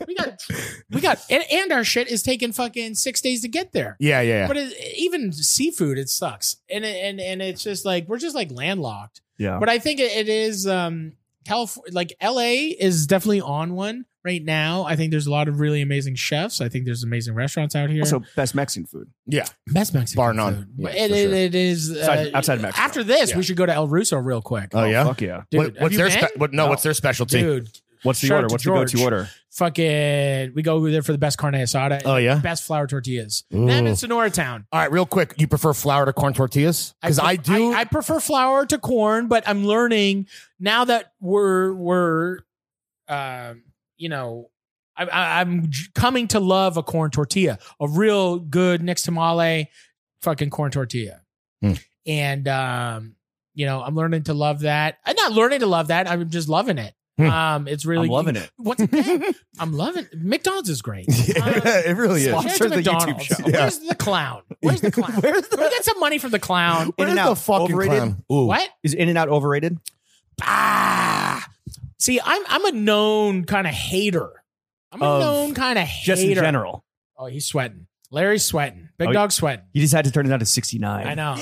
D: We got we got and, and our shit is taking fucking six days to get there.
C: Yeah, yeah.
D: But it, even seafood, it sucks, and it- and and it's just like we're just like landlocked.
B: Yeah.
D: But I think it, it is um California, like L.A. is definitely on one right now. I think there's a lot of really amazing chefs. I think there's amazing restaurants out here.
B: Also, best Mexican food.
D: Best Mexican
C: Bar none.
D: food.
C: Yeah,
D: But it,
C: for
D: it-
C: sure.
D: it is uh,
B: Outside- outside of Mexico.
D: After this,
C: Yeah.
D: we should go to El Russo real quick.
C: oh yeah.
B: Fuck yeah.
D: Dude,
C: What-
D: have
C: what's
D: you
C: their
D: been?
C: spe- what, no,
D: No.
C: What's their specialty?
D: dude?
B: What's the
D: Shout out
B: order?
D: to
B: What's the go-to
D: George.
B: order?
D: Fucking, we go there for the best carne asada.
C: Oh yeah.
D: best flour tortillas.
C: Ooh.
D: Them in Sonora Town.
C: All right, real quick. You prefer flour to corn tortillas? Because I,
D: pre-
C: do.
D: I, I prefer flour to corn, but I'm learning now that we're we're, um, you know, I, I, I'm j- coming to love a corn tortilla, a real good next tamale, fucking corn tortilla,
C: Hmm.
D: and um, you know, I'm learning to love that. I'm not learning to love that. I'm just loving it.
C: Hmm.
D: Um, it's really
B: I'm loving it.
D: Once again, I'm loving McDonald's is great. Uh,
C: it really is.
D: Shout out
B: Sponsor
D: to
B: the YouTube
D: McDonald's.
B: show.
C: Yeah.
D: Where's the clown? Where's the clown? Where's the- we get some money from the clown.
C: Where's the
B: In-N-Out,
C: fucking
B: overrated?
C: clown? Ooh.
D: What?
B: Is In and Out overrated?
D: Ah. See, I'm I'm a known kind of hater. I'm a
B: Of-
D: known kind of
B: Just
D: hater.
B: in general.
D: Oh, he's sweating. Larry's sweating. Big
B: Oh,
D: dog sweating.
B: You just had to turn it down to 69.
D: I know.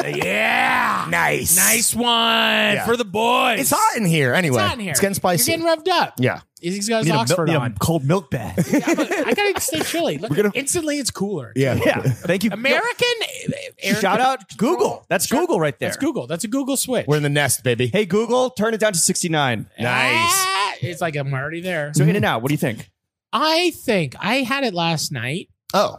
D: Yeah.
C: Nice.
D: Nice one
C: Yeah.
D: for the boys.
C: It's hot in here. Anyway,
D: hot in here.
C: it's getting
D: You're
C: spicy.
D: getting revved up.
C: Yeah.
D: He's got his
B: Need a, mil-
D: Oxford
B: need a
D: on.
B: cold milk bath.
D: Yeah, I'm a- I gotta stay chilly. Look,
C: We're gonna-
D: instantly it's cooler.
C: yeah.
B: yeah. Thank you.
D: American. Aaron-
B: Shout out Google. That's
D: Sure.
B: Google right there.
D: That's Google. That's a Google switch.
C: We're in the nest, baby.
B: Hey Google, turn it down to 69.
C: Nice.
D: Ah, it's like I'm already there.
B: So In and Out, what do you think?
D: I think I had it last night.
C: Oh.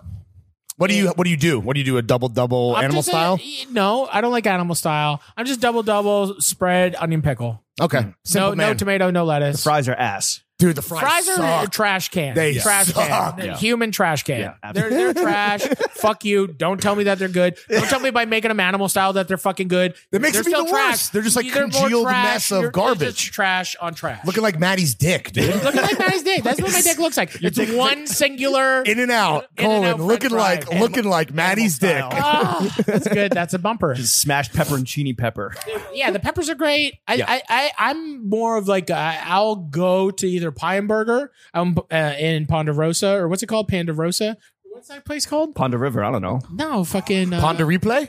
C: What do you what do you do? What do you do? A double double
D: I'm
C: animal
D: just a-
C: style?
D: no, I don't like animal style. I'm just double double spread onion pickle.
C: okay. Simple
D: no, no
C: man.
D: tomato, no
B: The
D: lettuce.
B: fries are ass.
C: Dude, the fries,
D: Fries are a
C: suck.
D: trash can.
C: They
D: trash
C: suck.
D: can.
B: Yeah.
D: Human trash can.
B: Yeah,
D: they're,
B: absolutely.
D: they're trash. Fuck you. Don't tell me that they're good. Don't tell me by making them animal style that they're fucking good.
C: That makes
D: they're
C: it be
D: still
C: the
D: trash.
C: worst. They're just like
D: more
C: congealed
D: trash.
C: mess of
D: You're- they're just
C: garbage.
D: trash on trash.
C: Looking like Maddie's dick, dude.
D: Look at my dick. That's what my dick looks like. It's one singular.
C: In and out,
D: In
C: colon,
D: and out
C: looking
D: french
C: like
D: fry.
C: looking like Maddie's dick.
D: Ah, that's good. That's a bumper.
B: Just smashed pepperoncini pepper.
D: Yeah, the peppers are great. I,
C: Yeah.
D: I, I, I'm more of like i I'll go to either Pie and Burger um, uh, in Ponderosa or what's it called, Ponderosa. What's that place called?
B: Ponda River, I don't know.
D: No, fucking uh,
C: Ponder replay?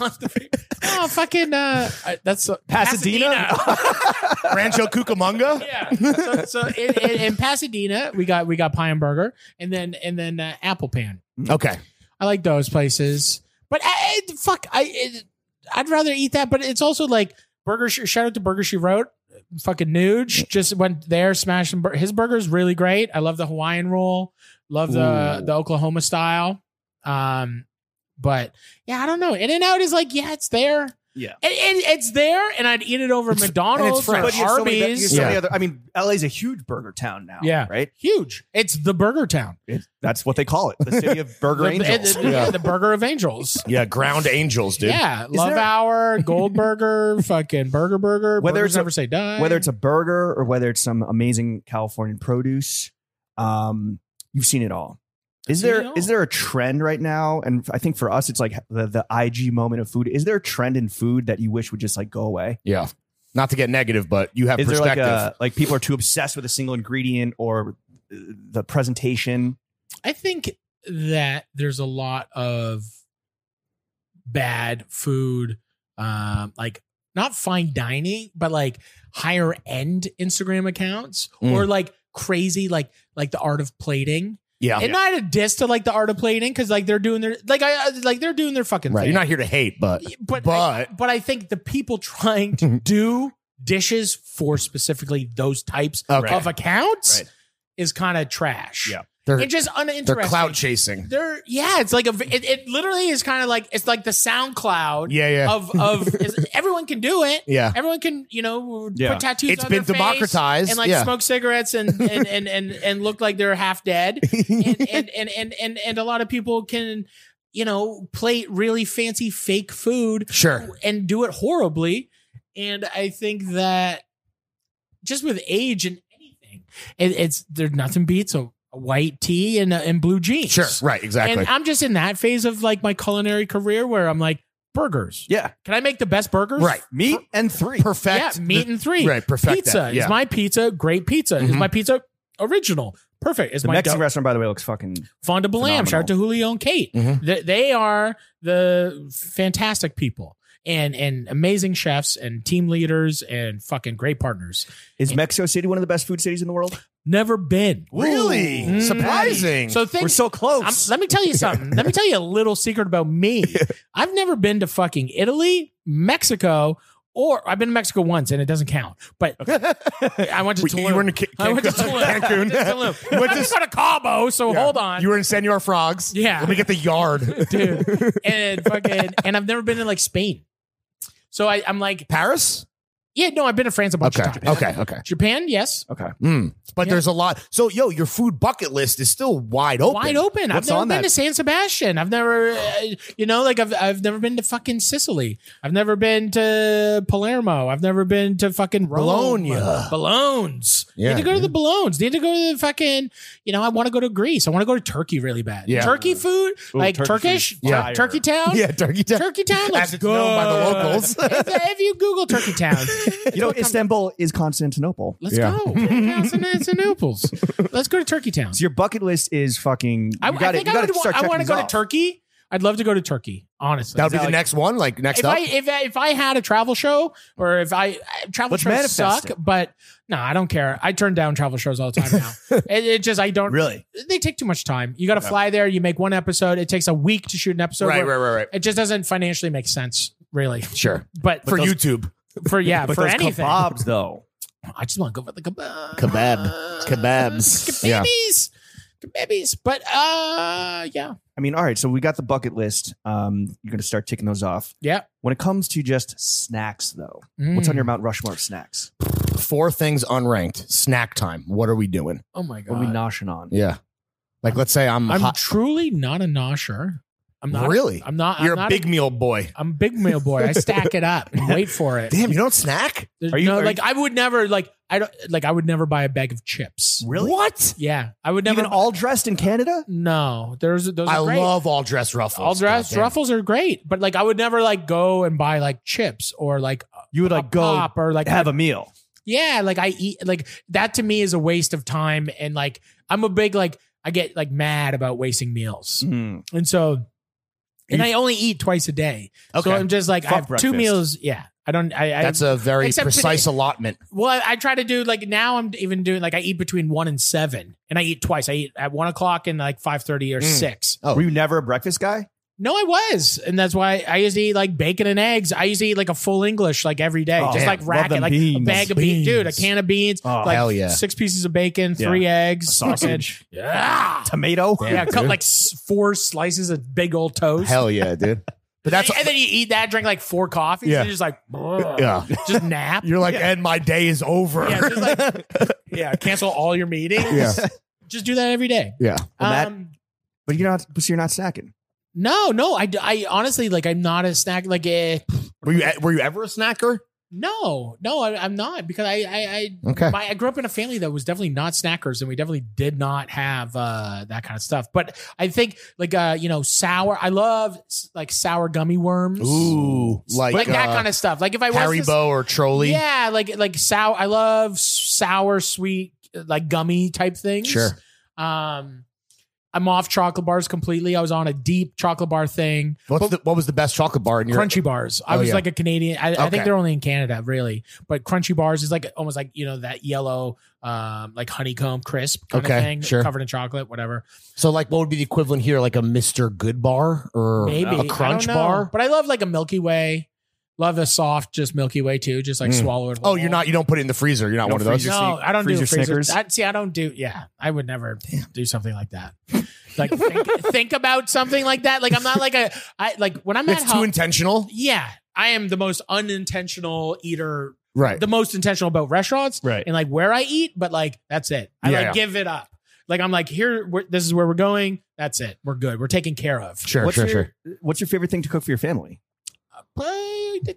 D: No, fucking. Uh, I- that's
B: Pasadena?
C: Rancho Cucamonga?
D: yeah. So, so in, in, in Pasadena, we got we got Pie and Burger, and then and then uh, Apple Pan.
C: Okay.
D: I like those places. But I, I- fuck, I it, I'd rather eat that. But it's also like burger. She, shout out to Burger She Wrote. Fucking Nuge just went there, smashed some bur- his burgers. Really great. I love the Hawaiian roll. Love the
B: Ooh.
D: the Oklahoma style. Um, but yeah, I don't know. In and Out is like yeah, it's there.
B: Yeah.
D: and, and it's there, and I'd eat it over McDonald's or
C: fresh.
B: But you have so many- you have
D: Arby's.
B: so many
C: Yeah.
B: other- I mean, LA's a huge burger town now.
D: Yeah.
B: Right?
D: Huge. It's the Burger Town.
B: It- that's what they call it. The city of burger
D: The-
B: angels.
D: the- the Burger of Angels.
C: Yeah, ground angels, dude.
D: Yeah, Love Hour, Goldberger, fucking Burger Burger.
B: Whether
D: Burgers
B: it's a-
D: never say die.
B: Whether it's a burger or whether it's some amazing Californian produce, um, you've seen it all. Is
D: Seen it
B: there
D: all.
B: is there a trend right now? And I think for us, it's like the, the IG moment of food. Is there a trend in food that you wish would just like go away?
C: Yeah. Not to get negative, but you have
B: Is there like
C: perspective.
B: a like people are too obsessed with a single ingredient or uh, the presentation?
D: I think that there's a lot of bad food, um, like not fine dining, but like higher end Instagram accounts
C: Mm.
D: or like crazy, like like the art of plating.
C: yeah.
D: And not a diss to like the art of plating because like they're doing their like I I- like they're doing their fucking
C: right.
D: thing.
C: You're not here to hate, but
D: but I,
C: But-
D: but I think the people trying to do dishes for specifically those types
C: Okay.
D: of accounts
B: Right.
D: is kind of trash.
B: Yeah.
C: they're,
D: It's just uninteresting.
C: they're clout chasing.
D: They're- yeah, it's like a it, it literally is kind of like it's like the SoundCloud
C: Yeah, yeah.
D: of of is- everyone can do it.
C: yeah.
D: Everyone can, you know,
B: Yeah.
D: put tattoos
C: It's
D: on
C: been
D: their face
C: democratized.
D: and like
C: yeah.
D: smoke cigarettes and and and and, and look like they're half dead and and, and and and and a lot of people can you know plate really fancy fake food
C: sure.
D: and do it horribly And I think that just with age and anything, it, it's there's nothing beats a, a white tee and a, and blue jeans.
C: Sure. Right. Exactly.
D: And I'm just in that phase of like my culinary career where I'm like burgers.
B: Yeah.
D: Can I make the best burgers?
C: Right.
B: Meat and three.
C: Perfect.
D: yeah, meat and three.
C: Right. Perfect.
D: pizza
C: That. Yeah.
D: is my pizza. Great pizza is
C: Mhm.
D: my pizza original. Perfect. Is
B: The
D: my
B: Mexican
D: dough-
B: restaurant, by the way, looks fucking.
D: Fonda Blam. Shout out to Julio and Kate.
C: Mhm.
D: They, they are the fantastic people and and amazing chefs and team leaders and fucking great partners.
B: Is Mexico City one of the best food cities in the world?
D: Never been.
C: really
D: Mm.
C: Mm-hmm. surprising.
D: So think
B: We're so close.
D: I'm- let me tell you something. Let me tell you a little secret about me. I've never been to fucking Italy, Mexico, or I've been to Mexico once and it doesn't count. But I went to
C: Wait,
D: Tulum.
C: you were in Ca-
D: I went to Tulum.
C: Cancun.
D: I went to Tulum. I went to Cabo, so hold on.
C: You were in Senor Frogs.
D: Yeah.
C: Let me get the yard.
D: dude. And fucking, and I've never been to like Spain. So I, I'm like,
C: Paris.
D: yeah, no, I've been to France a bunch
C: Okay.
D: of times.
C: Okay. Okay.
D: Japan, yes,
C: Mm. But
D: Yeah.
C: there's a lot. So yo, your food bucket list is still wide open.
D: wide open.
B: What's
D: I've never
B: on
D: been
B: that?
D: to San Sebastian. I've never, uh, you know, like I've I've never been to fucking Sicily. I've never been to Palermo. I've never been to fucking Rome.
C: Bologna.
D: Balloons.
C: Yeah,
D: Need to go to
C: dude.
D: the balloons. Need to go to the fucking. You know, I want to go to Greece. I want to go to Turkey really bad.
C: Yeah.
D: Turkey food, like
B: Turkey
D: Turkish,
B: food's
D: Tur-
B: fire.
D: Turkey Town.
C: Yeah, turkey town.
D: Turkey Town looks
C: As it's known by the
D: good.
C: locals.
D: if, if you Google Turkey Town,
B: you know, Istanbul is Constantinople.
D: let's
C: Yeah.
D: go. It's in Naples. Let's go to Turkey Town.
B: So your bucket list is fucking.
D: I,
B: you
D: I
B: gotta-
D: think
B: you
D: I
B: gotta
D: would. wa-
B: start
D: I
B: checking
D: want to
B: these
D: go to
B: off.
D: Turkey. I'd love to go to Turkey. Honestly,
C: That'll
B: that
C: be the
B: like-
C: next one. Like next
D: if
C: up.
D: I if I, if I had a travel show or if I I- travel
B: Let's
D: shows
B: manifest
D: suck,
B: it.
D: but no, I don't care. I turn down travel shows all the time now. it, it just I don't
B: Really?
D: They take too much time. You got to fly there. You make one episode. It takes a week to shoot an episode.
C: right.
D: where-
C: Right. Right. Right.
D: It just doesn't financially make sense, really.
C: Sure.
D: But
C: For
D: for you,
C: YouTube.
D: for yeah,
B: But
D: for
B: those
D: anything,
B: kebabs, though.
D: I just want to go for the kebab.
C: Kebab. Kebabs. Yeah.
D: Kebabs. Kebabs. But uh yeah.
B: I mean, all right. So we got the bucket list. Um, you're gonna start ticking those off.
D: Yeah. Mm.
B: When it comes to just snacks, though, what's on your Mount Rushmore of snacks?
C: Four things unranked. Snack time. What are we doing?
D: Oh my
B: What
D: god.
B: are we noshing on?
C: Yeah. Like let's say I'm,
D: I'm
C: hot.
D: truly not a nosher. I'm not
C: Really?
D: I'm not
C: You're
D: I'm
C: a
D: not
C: big meal boy.
D: I'm a big meal boy. I stack it up and wait for it.
C: Damn, you don't snack?
D: There's
B: Are you-
D: no,
B: are
D: like I would never like I don't like I would never buy a bag of chips.
B: Really?
C: What?
D: Yeah. I would never
B: Even all dressed in Canada?
D: No. There's those are
C: I
D: great.
C: love all dress ruffles.
D: all dressed
C: Goddamn.
D: ruffles are great, but like I would never like go and buy like chips or like
B: You would
D: a
B: like go
D: pop or like
B: have a meal.
D: Yeah, like I eat like that to me is a waste of time and like I'm a big like I get like mad about wasting meals.
C: Mm. Mm-hmm.
D: And so and I only eat twice a day. So
C: Okay.
D: I'm just like I
B: Fuck
D: have
B: breakfast.
D: two meals. Yeah. I don't I, I
C: That's a very
D: Except
C: precise allotment.
D: well, I, I try to do like now I'm even doing like I eat between one and seven and I eat twice. I eat at one o'clock and like five thirty or
C: Mm.
D: six.
C: Oh.
B: Were you never a breakfast guy?
D: No, I was. And that's why I used to eat like bacon and eggs. I used to eat like a full English like every day.
B: Oh,
D: just
C: damn.
D: like
B: Love
D: rack it,
B: them
D: like a
B: beans.
D: bag of beans. Dude, a
B: Beans.
D: can of beans.
B: Oh,
D: like
C: hell yeah.
D: six pieces of bacon,
B: Yeah.
D: three eggs,
B: Sausage.
D: fucking- Yeah.
B: Tomato?
D: yeah, cut like s- four slices of big old toast.
C: Hell yeah, dude. But that's
D: and then you eat that, drink like four coffees,
C: Yeah.
D: and you're just like, "Bruh."
C: Yeah.
D: just nap.
C: you're like, and my day is over.
D: Oh. Yeah, just like, yeah, cancel all your meetings.
C: Yeah.
D: Just do that every day.
C: Yeah.
B: Well, that-
D: um,
B: But you're not so you're not snacking.
D: no, no, I, I honestly like I'm not a snack like eh,
C: Were you were you ever a snacker?
D: no, no, I, I'm not because I I I,
C: Okay.
D: my, I grew up in a family that was definitely not snackers and we definitely did not have uh, that kind of stuff. But I think like uh, you know sour. I love s- like sour gummy worms,
C: Ooh, like,
D: like, that
C: uh,
D: kind of stuff. Like if I was to-
C: Haribo or Trolley.
D: Yeah, like like sour. I love sour, sweet, like gummy type things.
C: Sure.
D: Um, I'm off chocolate bars completely. I was on a deep chocolate bar thing,
C: What's the, what was the best chocolate bar in your
D: crunchy bars. I
C: Oh,
D: was
C: yeah.
D: like a Canadian. I, I
C: Okay.
D: think they're only in Canada, really. But crunchy bars is like almost like you know that yellow, um, like honeycomb crisp kind
C: Okay,
D: of thing,
C: sure.
D: covered in chocolate, whatever.
C: So, like, what would be the equivalent here? Like a Mr. Good bar or
D: Maybe I
C: a
D: don't
C: Crunch
D: know.
C: bar?
D: But I love like a Milky Way. Love a soft, just Milky Way too, just like
C: Mm.
D: swallowed.
C: Oh, you're not. You don't put it in the freezer. You're not
B: No
C: one of those.
B: freezer.
D: no,
B: sneak-
D: I don't do
B: freezer
D: freezer.
B: Snickers?
D: I, see, I don't do. Yeah, I would never do something like that. Like think, think about something like that. Like I'm not like a. I like when I'm
C: It's
D: at
C: too
D: home.
C: intentional.
D: yeah, I am the most unintentional eater.
C: Right.
D: The most intentional about restaurants
B: Right.
D: and like where I eat, but like that's it. I
C: Yeah,
D: like
C: yeah.
D: give it up. Like I'm like here. We're, this is where we're going. That's it. We're good. We're taken care of.
C: sure.
B: what's
C: Sure.
B: your,
C: Sure.
B: What's your favorite thing to cook for your family?
D: Truly,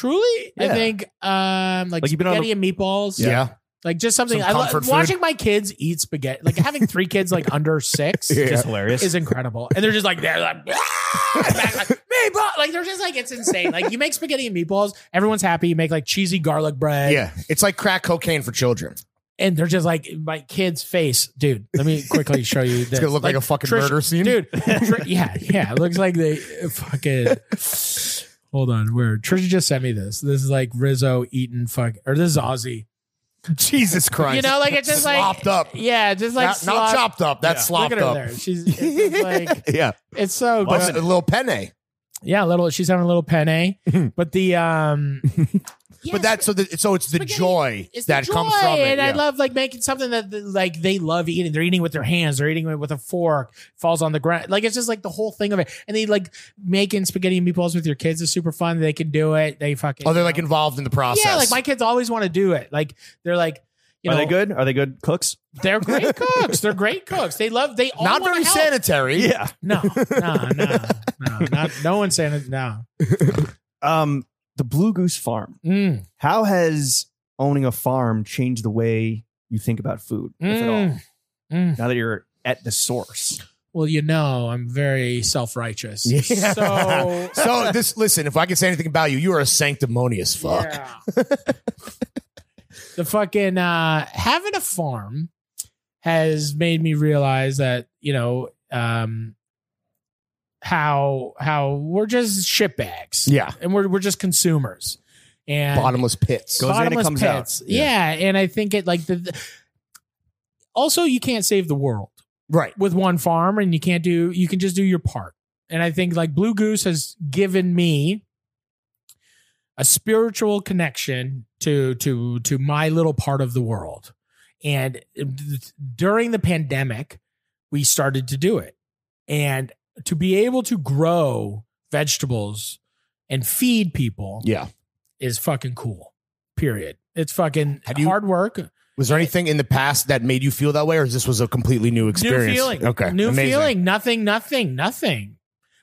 D: I
B: Yeah.
D: think um like,
B: Like, you've been on
D: spaghetti and meatballs.
C: Yeah.
D: like just something.
C: Some
D: I love
C: comfort food.
D: watching my kids eat spaghetti. Like having three kids like under six
B: Just hilarious.
D: is incredible, and they're just like they're like, "Ah!" Back, like meatball. Like they're just like it's insane. Like you make spaghetti and meatballs, everyone's happy. You make like cheesy garlic bread,
C: Yeah. It's like crack cocaine for children.
D: and they're just like my kid's face, dude. Let me quickly show you. This.
C: It's gonna look like, a fucking
D: Trish-
C: murder scene.
D: dude. Tr- yeah, yeah. It looks like they fucking. Hold on, where Trisha just sent me this. This is like Rizzo eating fuck, or this is Ozzy.
C: Jesus Christ.
D: You know, like it's just
C: slopped
D: like
C: up.
D: yeah, just like
C: not, not
D: slop-
C: chopped up. That's
D: Look
C: slopped
D: at her
C: up.
D: there. She's it's just like
C: yeah.
D: it's so
C: What's
D: good.
C: a little penne.
D: Yeah, a little. She's having a little penne, but the um,
C: but that's so the, so it's the
D: spaghetti-
C: joy
D: it's the
C: that
D: joy,
C: comes from it.
D: and I
C: yeah.
D: love like making something that the- like they love eating. They're eating with their hands. They're eating it with a fork. Falls on the ground. Like it's just like the whole thing of it. And they like making spaghetti and meatballs with your kids is super fun. They can do it. They fucking
C: oh, they're
D: you
C: like
D: know.
C: involved in the process.
D: yeah. Like my kids always want to do it. Like they're like you
B: Are
D: know
B: they good? Are they good cooks?
D: They're great cooks. They're great cooks. They love. They all
C: not
D: wanna
C: very
D: help.
C: sanitary.
B: Yeah.
D: No, no, no, no. Not, no one sanitary. No.
B: Um, the Blue Goose Farm.
D: Mm,
B: How has owning a farm changed the way you think about food, if at all?
D: mm, mm.
B: Now that you're at the source,
D: Well, you know, I'm very self righteous.
C: Yeah.
D: So,
C: So this listen, if I can say anything about you, you are a sanctimonious fuck.
D: Yeah. the fucking uh, having a farm has made me realize that you know um, how how we're just shitbags,
C: Yeah.
D: and we're we're just consumers. And
C: Bottomless pits.
B: Goes in and it
D: bottomless
B: comes out.
D: pits. Yeah. and I think it like the, the- also you can't save the world
C: Right.
D: with one farm, and you can't do you can just do your part. And I think like Blue Goose has given me a spiritual connection to to to my little part of the world. And during the pandemic, we started to do it. And to be able to grow vegetables and feed people
C: Yeah.
D: is fucking cool. Period. It's fucking
C: Have you-
D: hard work.
C: Was there anything in the past that made you feel that way, or is this was a completely new experience?
D: New feeling.
C: Okay.
D: New
C: Amazing.
D: feeling. Nothing, nothing, nothing.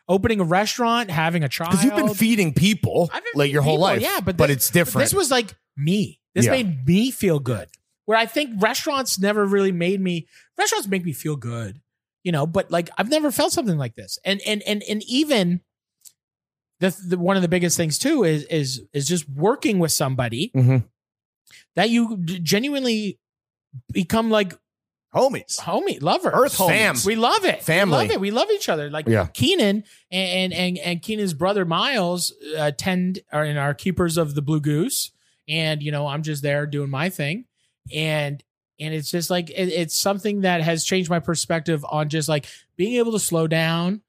D: Opening a restaurant, having a child.
C: Because you've been feeding people
D: I've been
C: like your whole
D: feeding people,
C: life.
D: yeah, but
C: but
D: this-
C: it's
D: But
C: different.
D: This was like me. This
C: Yeah.
D: made me feel good. Where I think restaurants never really made me restaurants make me feel good. You know, but like I've never felt something like this. And and and and even the, the one of the biggest things too is is is just working with somebody
C: Mhm.
D: that you g- genuinely become like
B: homies.
D: homie lover
C: Earth Fam. homies.
D: we love it
C: Family.
D: we love it we love each other like
C: Yeah.
D: keenan and and and keenan's brother miles uh, attend are in our keepers of the blue goose and you know i'm just there doing my thing and and it's just like it, it's something that has changed my perspective on just like being able to slow down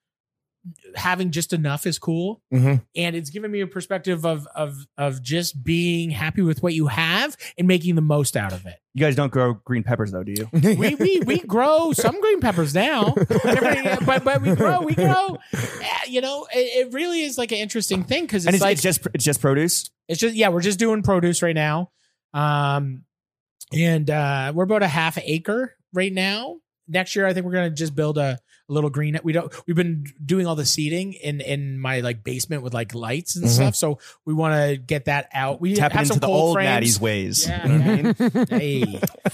D: having just enough is cool
C: Mhm.
D: and it's given me a perspective of of of just being happy with what you have and making the most out of it
B: You guys don't grow green peppers though, do you?
D: we, we we grow some green peppers now, Every- but but we grow we grow. eh, You know, it, it really is like an interesting thing because it's,
B: and it's,
D: like
B: it's just it's just produce.
D: it's just yeah, we're just doing produce right now, um, and uh, we're about a half acre right now. Next year, I think we're gonna just build a, a little green. We don't. We've been doing all the seeding in in my like basement with like lights and
C: Mhm.
D: stuff. So we want to get that out. We
B: Mm-hmm. Tapping
D: have
B: into
D: some
B: the
D: cold
B: old
D: frames.
B: Natty's ways.
D: Yeah,
B: You know what I mean?
D: Hey.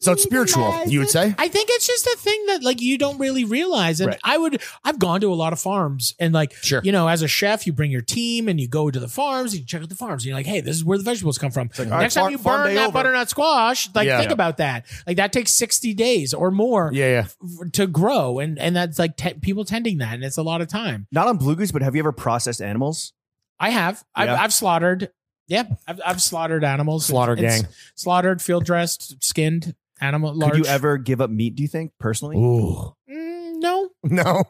C: so it's spiritual, you would say?
D: I think it's just a thing that like you don't really realize. And
C: Right.
D: I would I've gone to a lot of farms and like
C: Sure.
D: you know, as a chef, you bring your team and you go to the farms, you check out the farms, and you're like, hey, this is where the vegetables come from.
B: like, all right,
D: Next
B: farm-
D: time you
B: farm
D: burn
B: day
D: that
B: over.
D: butternut squash, like
C: Yeah.
D: think
C: Yeah.
D: about that. Like that takes 60 days or more
C: Yeah, yeah.
D: f- to grow. And and that's like te- people tending that, and it's a lot of time.
B: Not on Blue Goose, but have you ever processed animals?
D: I have. I've,
B: Yeah.
D: I've slaughtered. Yeah, I've, I've slaughtered animals.
C: Slaughter
D: It's-
C: gang.
D: Slaughtered, field dressed, skinned animal. Large.
B: Could you ever give up meat? Do you think personally?
C: Ooh.
D: Mm, no,
C: No.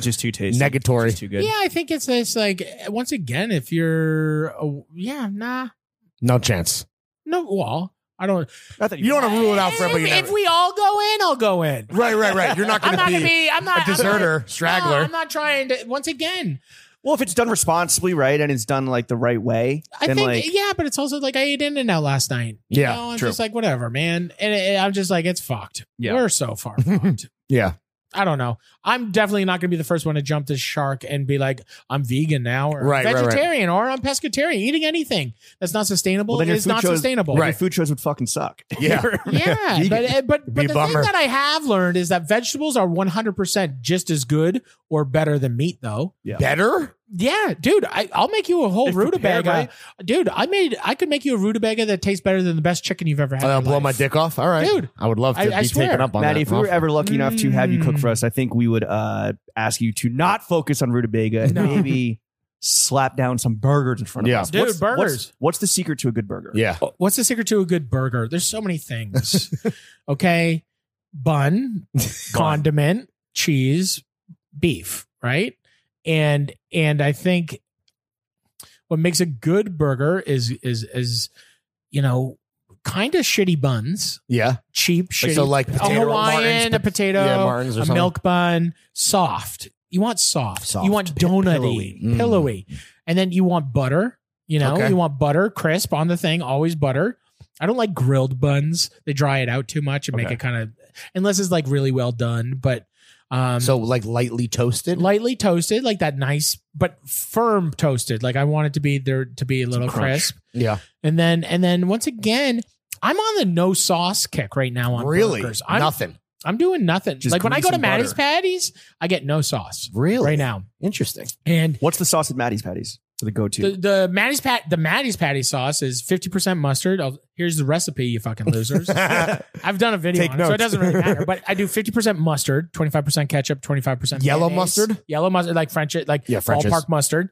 B: Just too tasty.
C: Negatory.
B: Just too good.
D: Yeah, I think it's it's like eh, once again, if you're a, yeah, nah,
C: No chance.
D: no, well, I don't.
B: Not that
C: You don't want to rule it out forever.
D: if,
C: You
D: if
C: never,
D: we all go in, I'll go in.
C: right, right, right. You're not going
D: I'm
C: to
D: not
C: be,
D: gonna be. I'm not
C: a deserter,
D: I'm not, no,
C: straggler.
D: I'm not trying to. Once again,
B: Well, if it's done responsibly, right, and it's done like the right way,
D: I
B: then
D: think
B: like
D: yeah, but it's also like I ate in and out last night. You
C: Yeah,
D: know, I'm
C: true.
D: just like whatever, man. And it, I'm just like it's fucked.
B: Yeah.
D: we're so far fucked.
C: yeah.
D: I don't know. I'm definitely not going to be the first one to jump the shark and be like, I'm vegan now, or
C: Right, right, right.
D: vegetarian, or I'm pescatarian. Eating anything that's not sustainable
B: Well, then your
D: is
B: food
D: not
B: shows-
D: sustainable.
B: Your food shows would fucking suck.
C: Yeah.
D: Yeah, but but,
C: be a
D: but the
C: bummer.
D: thing that I have learned is that vegetables are 100% just as good or better than meat, though.
C: Better?
D: Yeah, dude, I, I'll make you a whole
B: If prepared
D: rutabaga.
B: right.
D: Dude, I made I could make you a rutabaga that tastes better than the best chicken you've ever had.
C: Oh, I'll
D: in your
C: blow my
D: life.
C: dick off. All right.
D: Dude,
C: I would love to
D: I-
C: be
D: I swear.
C: taken up on
B: Maddie,
C: that.
B: if we were
C: offer.
B: ever lucky enough to have you cook
D: Hmm.
B: for us, I think we would uh, ask you to not focus on rutabaga and
D: No.
B: maybe slap down some burgers in front of
C: Yeah.
B: us.
D: Dude,
B: What's- what's-
D: burgers.
B: What's, the secret to a good burger?
C: yeah.
D: What's the secret to a good burger? There's so many things. okay. Bun, condiment, cheese, beef, right? And and I think what makes a good burger is is is you know kind of shitty buns,
C: Yeah.
D: cheap shitty.
C: Like, so like
D: a
C: potato
D: Hawaiian,
C: Martins,
D: a potato,
C: yeah, Martins or
D: a
C: something.
D: milk bun, soft. You want soft.
C: Soft.
D: You want donutty,
C: pillowy. Mm.
D: pillowy, and then you want butter. You know,
C: Okay.
D: you want butter, crisp on the thing. Always butter. I don't like grilled buns. They dry it out too much and make
C: Okay.
D: it kind of, unless it's like really well done. But um,
C: So like lightly toasted.
D: lightly toasted, like that nice but firm toasted. Like I want it to be there to be a little crisp.
C: Yeah.
D: And then and then once again, I'm on the no sauce kick right now on
C: really?
D: burgers. I'm
C: Nothing.
D: I'm doing nothing.
B: Just
D: like when I
B: grease
D: go to
B: and
D: Maddie's
B: butter.
D: Patties, I get no sauce
C: Really?
D: right now.
C: Interesting.
D: And
B: What's the sauce at Maddie's Patties for the go-to?
D: the, the Maddie's pat the Maddie's patty sauce is 50% mustard. I'll, here's the recipe, you fucking losers. I've done a video
C: Take
D: on it, so it
C: notes.
D: doesn't really matter. But I do 50% mustard, 25% ketchup, 25%
C: Yellow
D: mayonnaise,
C: mustard?
D: Yellow mustard, like French, like
C: Yeah, French's.
D: ballpark mustard.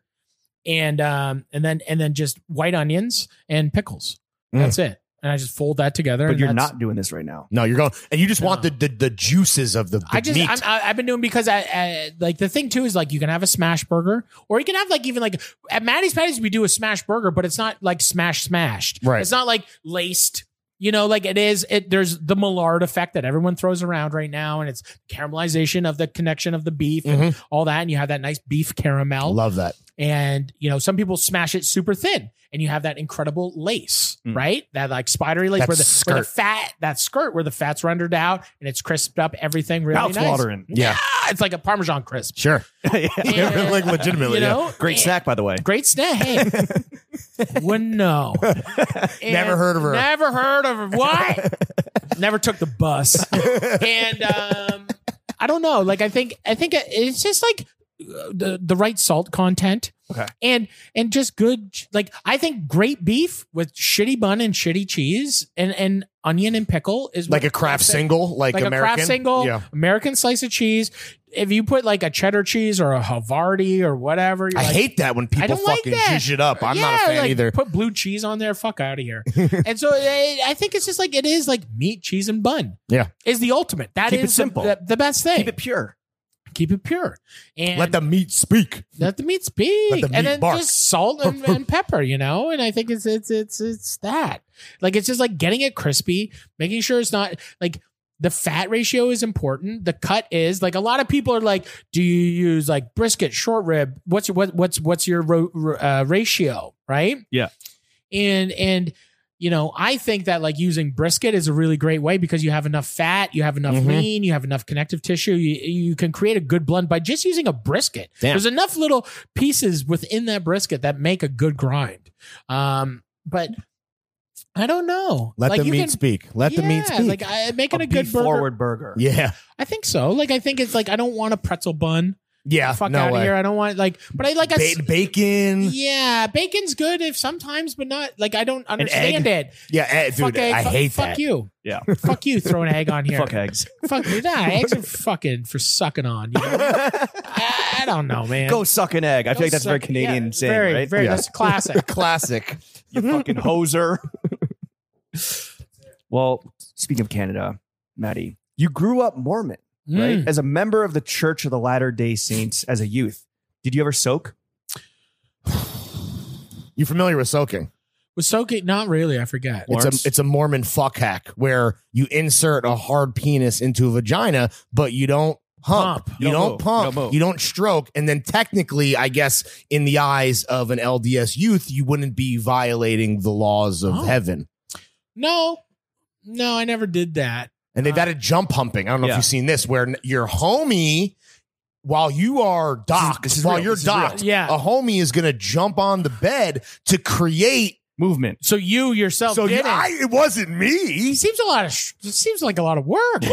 D: And um and then and then just white onions and pickles.
C: Mm.
D: That's it. And I just fold that together.
B: but
D: and
B: you're
D: that's-
B: not doing this right now.
C: No, you're going, and you just want
D: No.
C: the, the the juices of the, the
D: I just
C: meat.
D: I'm, I- I've been doing because I, I like the thing too is like you can have a smash burger or you can have like even like at Maddie's Patties we do a smash burger but it's not like smash smashed
C: Right.
D: it's not like laced you know like it is it there's the Millard effect that everyone throws around right now and it's caramelization of the connection of the beef and
C: Mm-hmm.
D: all that and you have that nice beef caramel
C: Love that.
D: and you know some people smash it super thin and you have that incredible lace
B: Mm.
D: right that like spidery lace
C: That
D: where the, where the
C: skirt.
D: fat that skirt where the fat's rendered out and it's crisped up everything really nice
B: watering.
C: Yeah.
D: Ah, it's like a parmesan crisp
C: Sure.
D: Yeah.
C: like legitimately.
D: you know Eh,
B: Great
D: And-
B: snack, by the way.
D: great snack hey wouldn't know And
C: Never heard of her.
D: never heard of her what never took the bus and um i don't know like i think i think it's just like uh, the the right salt content
B: Okay.
D: and and just good like i think great beef with shitty bun and shitty cheese and and onion and pickle is
C: Yeah. Like
D: what-
C: a craft single, like,
D: like
C: American.
D: a craft single
C: Yeah.
D: american slice of cheese if you put like a cheddar cheese or a havarti or whatever you're
C: I
D: like,
C: hate that when people
D: don't like
C: fucking
D: that.
C: zhuzh it up. I'm not a fan
D: like,
C: either.
D: Put blue cheese on there. Fuck out of here. and so eh, I, I think it's just like it is like meat, cheese, and bun.
C: Yeah.
D: is the ultimate. That is
B: Keep it simple.
D: The, the, the best thing.
B: Keep it pure.
D: pure. And
C: Let the meat speak.
D: let the meat speak.
C: Let the meat
D: and then
C: bark.
D: just salt and, and pepper, you know. And I think it's it's it's it's that. Like it's just like getting it crispy, making sure it's not like. The fat ratio is important. The cut is like a lot of people are like, do you use like brisket, short rib? What's your what, what's what's your ro- ro- uh, ratio, right?
B: Yeah.
D: and and you know i think that like using brisket is a really great way because you have enough fat you have enough
C: Mhm.
D: lean you have enough connective tissue you, you can create a good blend by just using a brisket
C: Damn.
D: there's enough little pieces within that brisket that make a good grind um but i don't know
C: Let
D: Like,
C: the
D: you
C: meat
D: can-
C: speak. Let the meat
D: Yeah,
C: speak.
D: like I, making
B: a
D: a, good
B: beef
D: burger
B: forward burger.
C: yeah.
D: i think so like i think it's like i don't want a pretzel bun
C: Yeah.
D: fuck
C: Ah, no
D: out
C: way.
D: of here i don't want like but i like I s-
C: Ba- bacon.
D: yeah, bacon's good if sometimes, but not like I don't understand it.
C: Yeah, eh, dude,
D: fuck egg,
C: I
D: fuck,
C: hate
D: fuck
C: that.
D: you.
B: Yeah.
D: fuck you throwing egg on here.
B: Fuck eggs.
D: Fuck you. Nah, eggs are fucking for sucking on. You know? I, I don't know, man.
B: Go suck an egg. I feel like that's a very
D: suck-
B: Canadian
D: yeah,
B: saying,
D: very,
B: right?
D: Very,
C: Yeah.
D: That's classic.
C: Classic.
B: you fucking hoser. well, speaking of Canada, Maddie, you grew up Mormon, right?
D: Mm.
B: As a member of the Church of the Latter Day Saints as a youth, did you ever soak?
C: You familiar with soaking?
D: Was soaking? Not really. I forget.
C: It's a it's a Mormon fuck hack where you insert a hard penis into a vagina, but you don't hump,
D: Pump.
C: you
B: Don't
C: don't
B: move.
C: pump,
B: Don't move.
C: you don't stroke, and then technically, I guess, in the eyes of an LDS youth, you wouldn't be violating the laws of
D: Oh.
C: heaven.
D: No, no, I never did that.
C: And they've added jump humping. I don't know
G: Yeah.
C: if you've seen this, where n- your homie, while you are docked,
G: this is
C: while
G: real.
C: you're
G: This is real.
C: docked,
D: Yeah.
C: a homie is going to jump on the bed to create.
G: Movement.
D: So you yourself
C: so you,
D: did
C: I,
D: it.
C: it wasn't me.
D: It seems a lot of. sh- It seems like a lot of work.
G: No,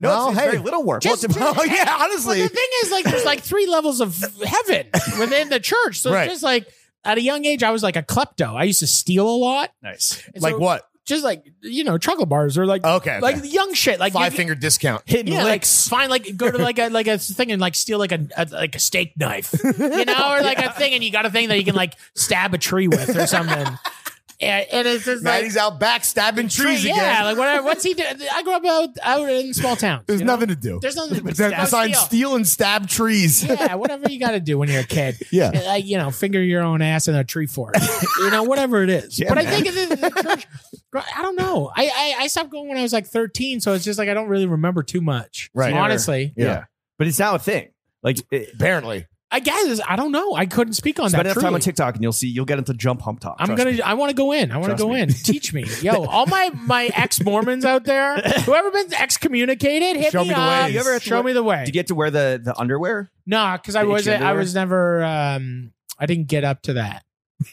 C: Well,
G: it's, it's
C: hey,
G: very little work.
D: Just
C: Well,
D: do it.
C: yeah, honestly.
D: Well, the thing is, like, there's like three levels of heaven within the church. So
C: Right.
D: it's just like at a young age, I was like a klepto. I used to steal a lot.
G: nice.
D: And
C: like
D: so
C: what?
D: Just like you know, chocolate bars or like
C: Okay, okay.
D: like young shit. Like
C: Five
D: you-
C: finger discount.
G: Hitting
D: Yeah, like
G: licks.
D: find like go to like a like a thing and like steal like a, a like a steak knife, you know, or like a thing, and you got a thing that you can like stab a tree with or something. and, and it's just like
C: Maddie's out back stabbing trees
D: yeah,
C: again.
D: like whatever. What's he doing? I grew up out, out in small towns.
C: There's
D: you know?
C: nothing to do.
D: There's nothing but
C: Except
D: stab,
C: besides
D: steal.
C: steal and stab trees.
D: yeah, whatever you got to do when you're a kid.
C: Yeah.
D: Uh, like you know, finger your own ass in a tree fort. you know, whatever it is. but I think in the, the church, I don't know. I, I I stopped going when I was like 13, so it's just like I don't really remember too much.
C: Right.
D: Honestly,
C: Yeah.
G: But it's now a thing. Like, it,
C: Apparently.
D: I guess I don't know. I couldn't speak on
G: spend
D: that.
G: enough time on
D: truly.
G: TikTok and you'll see, you'll get into jump hump talk.
D: I'm
G: Trust
D: gonna.
G: me.
D: I want to go in. I want to
G: Trust
D: go
G: me.
D: in. Teach me, yo, all my my ex Mormons out there, whoever been excommunicated, hit
C: Show me the
D: up.
C: ways. You
G: ever have to
D: show
G: wear-
D: me the way?
G: Did you get to wear the, the underwear?
D: Nah, because I
G: Did you
D: was not I
G: underwear?
D: was never. um I didn't get up to that,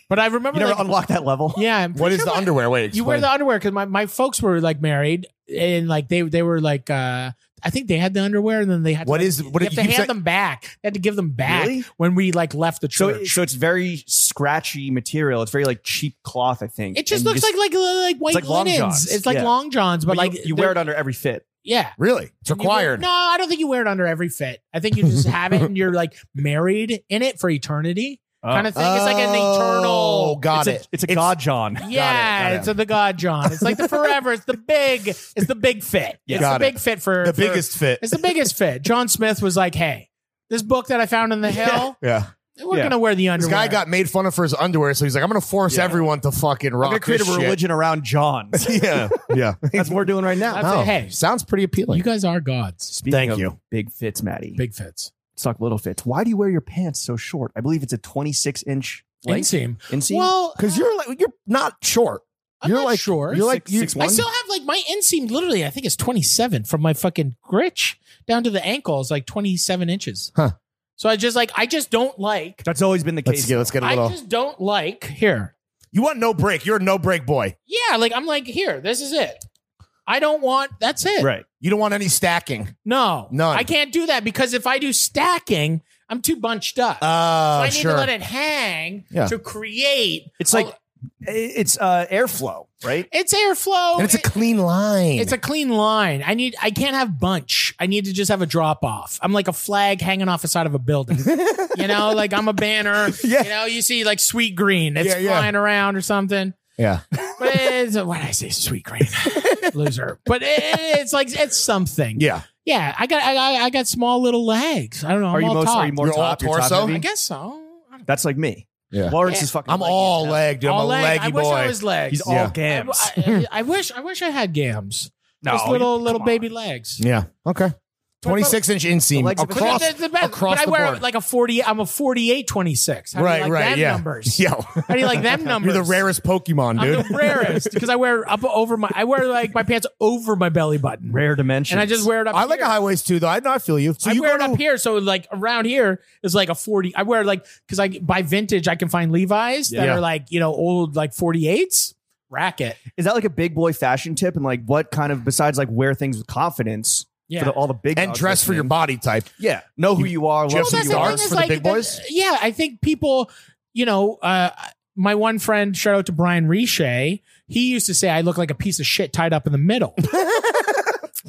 D: but I remember.
G: You never
D: like-
G: unlocked that level?
D: yeah, I'm
C: What
D: pretty
C: is
D: sure
C: the
D: my-
C: underwear? Wait,
D: You wear
C: explain.
D: the underwear because my, my folks were like married and like they they were like uh I think they had the underwear and then they had
C: What
D: to, like,
C: is- what did
D: you have
C: you
D: to
C: keep
D: hand
C: saying-
D: them back. They had to give them back
G: Really?
D: when we like left the
G: So,
D: church.
G: so it's very scratchy material. It's very like cheap cloth, I think.
D: It just
G: And you
D: looks like like like white
G: like long
D: linens.
G: johns.
D: It's like
G: Yeah.
D: long johns, but,
G: But
D: like
G: you, you wear it under every fit.
D: Yeah,
C: Really? It's
D: You wear-
C: required.
D: no, I don't think you wear it under every fit. I think you just have it and you're like married in it for eternity, kind of thing. It's like an
C: Oh,
D: eternal.
C: got
G: it's
C: it.
G: A, it's a god john.
D: Yeah,
C: got it.
D: it's a, the God John. It's like the forever. It's the big. It's the big fit.
G: Yeah.
D: it's
C: Got
D: the
C: it.
D: big fit for
C: the
D: for-
C: biggest fit.
D: It's the biggest fit. John Smith was like, "Hey, this book that I found in the hill,
C: Yeah.
D: we're
G: Yeah.
D: gonna wear the
C: This
D: underwear."
C: guy got made fun of for his underwear, so he's like, I'm going to force
G: Yeah.
C: everyone to fucking
G: I'm
C: rock
G: gonna create a
C: this shit.
G: religion around John.
C: yeah. Yeah.
G: That's what we're doing right now.
D: That's it. Hey,
C: Sounds pretty appealing.
D: you guys are gods.
G: Speaking
C: Thank
G: of
C: you.
G: Big fits, Maddie. Big
D: Big fits.
G: suck little fits. Why do you wear your pants so short? I believe it's a 26 inch length
D: Inseam.
G: inseam.
D: Well,
C: Because you're like, you're not short.
D: I'm
C: you're
D: not
C: like,
D: sure.
C: You're like,
G: Six-
C: you-
G: six
D: I
G: one.
D: still have like my inseam. Literally, I think it's 27 from my fucking gritch down to the ankle is like 27 inches.
C: Huh.
D: So I just like I just don't like.
G: That's always been the
C: let's
G: case.
C: get, let's get a
D: I
C: little.
D: just don't like here.
C: you want no break. You're a no break boy.
D: Yeah, like I'm like here. This is it. I don't want. That's it.
G: Right.
C: You don't want any stacking.
D: No,
C: None.
D: I can't do that because if I do stacking, I'm too bunched up. So
C: Uh,
D: I need
C: sure.
D: to let it hang
C: Yeah.
D: to create.
G: It's like it's uh, airflow, right?
D: It's airflow.
C: and it's a
D: It-
C: clean line.
D: it's a clean line. I need. I can't have bunch. I need to just have a drop off. I'm like a flag hanging off the side of a building. you know, like I'm a banner.
C: Yeah.
D: You know, you see like sweet green. It's
C: Yeah, yeah.
D: flying around or something.
C: yeah.
D: But it's, why did I say sweet green? Loser. But it, it's like it's something.
C: Yeah.
D: Yeah, I got I, I, I got small little legs. I don't know. I'm
G: Are you
D: all
G: most?
D: top.
G: Are you more
C: You're all
G: top? you're top
C: torso?
G: heavy?
D: I guess so. I don't-
G: That's like me.
C: Yeah.
G: Lawrence
D: Yeah.
G: is fucking.
C: I'm
G: leggy.
C: all leg, dude. I'm a
D: All leg.
C: leggy
D: I
C: boy.
D: wish I was legs.
G: He's all
C: Yeah.
G: gams.
D: I, I- I wish I wish I had gams. Just little little baby legs.
C: yeah. Okay. 26 inch inseam
G: legs of a
D: But
C: across,
D: that- that's the best.
C: across
D: but I
C: the
D: wear
C: board.
D: like a 40 I'm a 48 26. How do you
C: right,
D: like
C: right.
D: them
C: yeah.
D: numbers?
C: Yo,
D: How do you like them
C: you're
D: numbers?
C: the rarest Pokemon,
D: I'm
C: dude.
D: the rarest because I wear up over my I wear like my pants over my belly button.
G: Rare dimension.
D: And I just wear it up
C: I like
D: here.
C: a high waist too, though. I know I feel you. So
D: I
C: you
D: wear it
C: go
D: up
C: to,
D: here, so like around here is like a forty. I wear like because I buy vintage, I can find Levi's that
C: Yeah.
D: are like you know old like forty eights. Racket,
G: Is that like a big boy fashion tip? And like, what kind of besides like wear things with confidence
D: yeah.
G: for the, all the big
C: and
G: dogs
C: dress for your
G: listening?
C: body type.
G: Yeah, know who you are.
C: you
G: Love
C: have
G: who
C: some
G: you are.
C: stars? for the big boys?
D: yeah, I think people, you know, uh, my one friend, shout out to Brian Riche, he used to say I look like a piece of shit tied up in the middle.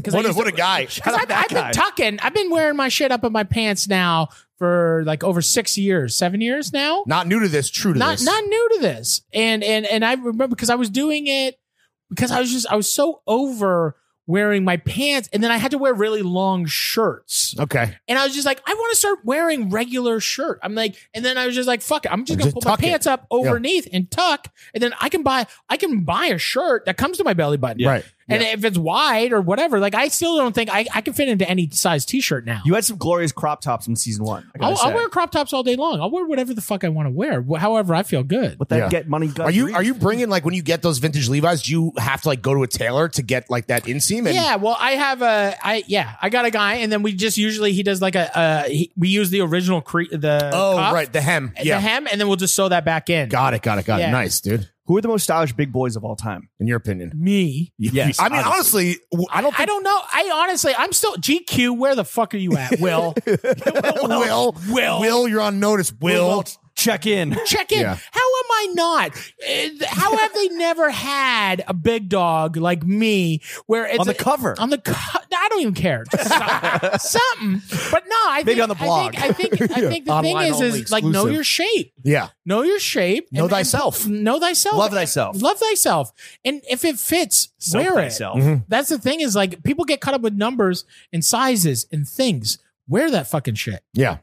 D: 'Cause I
C: What a,
D: used
C: what
D: to-
C: a guy.
D: Because I've, I've been tucking, I've been wearing my shit up in my pants now for like over six years, seven years now.
C: Not new to this, true to
D: not
C: this.
D: not new to this and and and i remember because i was doing it because i was just i was so over wearing my pants and then i had to wear really long shirts
C: okay.
D: and i was just like i want to start wearing regular shirt i'm like and then i was just like fuck it i'm just
C: And
D: gonna
C: just
D: put my
C: tuck it.
D: pants up overneath and tuck and then i can buy i can buy a shirt that comes to my belly button
C: Right.
D: And if it's wide or whatever, like I still don't think I, I can fit into any size t shirt now.
B: You had some glorious crop tops from season one. I gotta
D: I'll, I'll
B: say.
D: Oh, wear crop tops all day long. I'll wear whatever the fuck I want to wear, wh- however I feel good.
B: But that
C: Yeah.
B: get money.
C: Are you are you bringing like when you get those vintage Levi's? Do you have to like go to a tailor to get like that inseam? And
D: Yeah, well, I have a, I yeah, I got a guy, and then we just usually he does like a, uh, he, we use the original cre- the
C: Oh,
D: cuff,
C: right, the hem.
D: the
C: Yeah,
D: hem, and then we'll just sew that back in.
C: got it, got it, got
D: Yeah.
C: it. Nice, dude.
B: Who are the most stylish big boys of all time?
C: In your opinion?
D: Me,
B: Yes,
C: I mean, honestly, w- I don't
D: I
C: think
D: don't know. I honestly, I'm still GQ. Where the fuck are you at, Will?
C: Will,
D: Will.
C: Will, you're on notice. Will,
G: Check in.
D: Check in.
C: Yeah.
D: How am I not? Uh, How have they never had a big dog like me? Where it's
G: On the
D: a-
G: cover.
D: on the co- I don't even care. Just something, something. But no, I
G: Maybe
D: think,
G: on the blog.
D: I think I think, I think the thing
F: Online
D: is, is
F: only,
D: like know
F: exclusive.
D: your shape.
C: yeah,
D: Know your shape.
C: Know
D: and- and
C: thyself.
D: p- know thyself.
G: Love thyself.
D: Love thyself. And if it fits, wear
G: thyself.
D: it. That's the thing is like people get caught up with numbers and sizes and things. Wear that fucking shit.
C: yeah.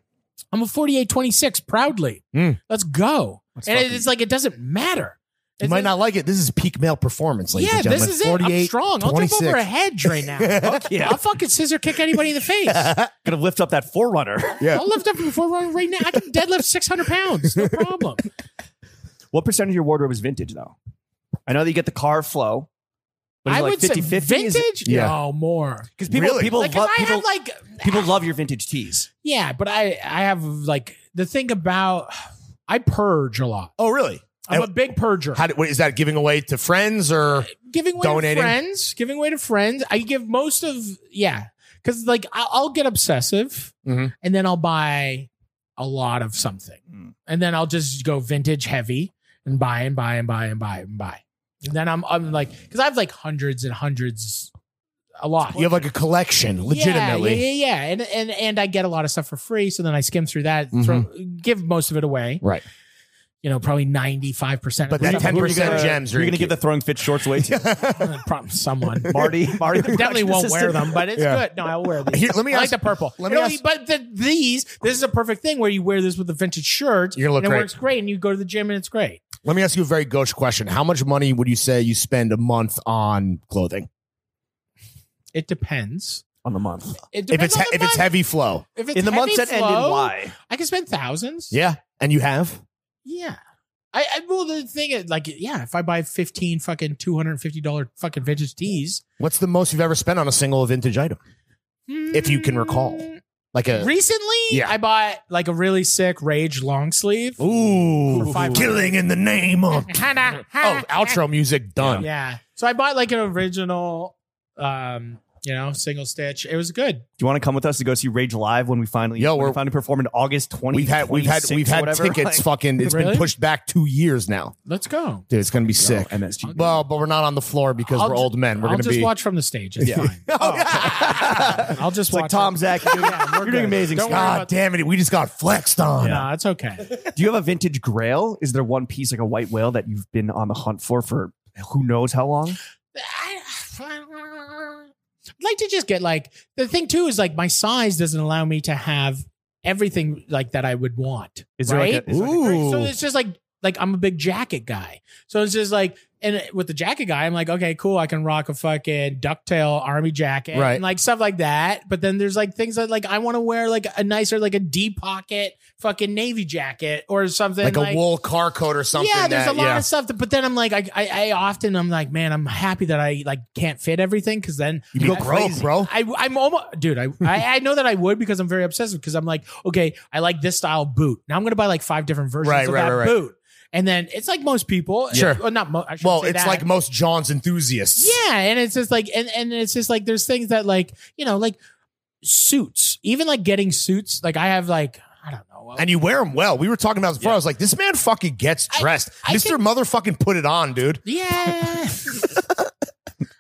D: I'm a 48 26 proudly.
C: Mm.
D: Let's go.
B: Let's
D: and it-
B: fucking-
D: it's like it doesn't matter.
C: You
D: It's
C: might
D: like-
C: not like it. This is peak male performance, ladies
D: yeah,
C: and gentlemen.
D: this is it. I'm strong. I'll jump over
C: 26.
D: a hedge right now. Fuck yeah. I'll fucking scissor kick anybody in the face.
G: Gonna lift up that forerunner.
C: Yeah.
D: I'll lift up before running right now. I can deadlift 600 pounds. No problem.
B: what percentage of your wardrobe is vintage though? I know that you get the car flow, but is
D: I
B: it like
D: would say
B: 50 50
D: vintage.
C: Yeah.
D: No more.
G: Because people
C: Really?
G: people
D: Like 'cause
G: love
D: I
G: people,
D: have like
G: people love your vintage tees.
D: yeah, but I I have like the thing about I purge a lot.
C: Oh, really?
D: I'm
C: And
D: a big purger.
C: How do, wait, is that giving away to friends or
D: giving away
C: Donating.
D: to friends, giving away to friends. I give most of yeah, because like I- I'll get obsessive,
C: Mhm.
D: and then I'll buy a lot of something,
B: Mm.
D: and then I'll just go vintage heavy and buy and buy and buy and buy and buy. And then I'm I'm like because I have like hundreds and hundreds, a lot.
C: you have like a collection?
D: Yeah,
C: Legitimately,
D: yeah, yeah, yeah, and and and I get a lot of stuff for free, so then I skim through that,
C: Mm-hmm.
D: throw, give most of it away,
C: Right.
D: You know, probably ninety five percent.
C: but that ten percent gems are
G: You're gonna give the throwing fit shorts away to
D: someone
G: Marty. Marty the
D: definitely
G: production
D: won't wear
G: assistant.
D: them, but it's
C: Yeah.
D: good. No, I'll wear these.
C: Here, let me
D: I like
C: ask-
D: the purple.
C: let me
D: It'll
C: ask-
D: be- but the, these, this is a perfect thing where you wear this with a vintage shirt.
C: You're gonna look
D: and
C: great.
D: It works great, and you go to the gym and it's great.
C: Let me ask you a very gauche question. How much money would you say you spend a month on clothing?
D: It depends.
B: on the month?
D: It
C: If
D: depends
C: it's he-
D: on the
C: if it's
D: month.
C: heavy flow,
D: If it's
G: In the
D: heavy
G: months that end in
D: flow,
G: Y.
D: I can spend thousands.
C: yeah, and you have
D: Yeah. I, I well the thing is like yeah if I buy fifteen fucking two hundred and fifty dollar fucking vintage tees
C: what's the most you've ever spent on a single vintage item? If you can recall.
D: Mm,
C: Like a
D: recently
C: Yeah.
D: I bought like a really sick rage long sleeve
C: ooh,
D: For five-
C: killing in the name of oh outro music done.
D: Yeah. So I bought like an original, um, you know, single stitch. It was good.
B: Do you want to come with us to go see Rage Live when we finally
C: Yo,
B: when we
C: we're-
B: finally perform in August 20
C: We've had we've had we've had
B: whatever? Like,
C: tickets. fucking, it's
D: Really?
C: been pushed back two years now.
D: Let's go.
C: Dude, it's gonna be sick.
B: yo, MSG.
C: Well, but we're not on the floor because
D: I'll
C: we're
D: ju-
C: old men. We're
D: I'll
C: gonna
D: just
C: be.
D: watch Oh, from the stage. It's fine. I'll just
B: It's
D: watch.
B: like Tom,
D: it.
B: Zach, you're doing,
D: Yeah, we're
B: you're doing
D: good.
B: amazing
D: Don't
B: stuff.
D: worry about
C: God damn it! We just got flexed on.
D: No, it's okay.
B: Do you have a vintage grail? Is there one piece like a white whale that you've been on the hunt for for who knows how long?
D: I, would like to just get like the thing too is like my size doesn't allow me to have everything like that I would want.
B: Is there
D: right?
B: like a, is there like a-
C: Ooh.
D: So it's just like like I'm a big jacket guy. So it's just like and with the jacket guy, I'm like, okay, cool, I can rock a fucking ducktail army jacket.
C: Right.
D: And like stuff like that. But then there's like things that like I want to wear like a nicer, like a deep pocket fucking navy jacket or something.
C: like, a wool car coat or something.
D: Yeah, there's
C: that-
D: a lot
C: yeah.
D: of stuff. That, but then I'm like, I, I, I often I'm like, man, I'm happy that I like can't fit everything because then
C: You go
D: I-
C: broke, bro.
D: I, I'm almost, dude. I, I, I know that I would because I'm very obsessive. Because I'm like, okay, I like this style boot. Now I'm gonna buy like five different versions
C: Right,
D: of
C: right,
D: that
C: right, right.
D: boot. And then it's like most people,
C: Sure.
D: Well, not mo- I shouldn't
C: Well,
D: say
C: it's
D: that.
C: like most John's enthusiasts.
D: yeah, and it's just like, and and it's just like there's things that like you know like suits, even like getting suits. Like I have like I don't know.
C: And you wear them well. We were talking about this before. I was like, this man fucking gets
D: I-
C: dressed.
D: I
C: Mr.
D: can-
C: Motherfucking put it on, dude.
D: yeah.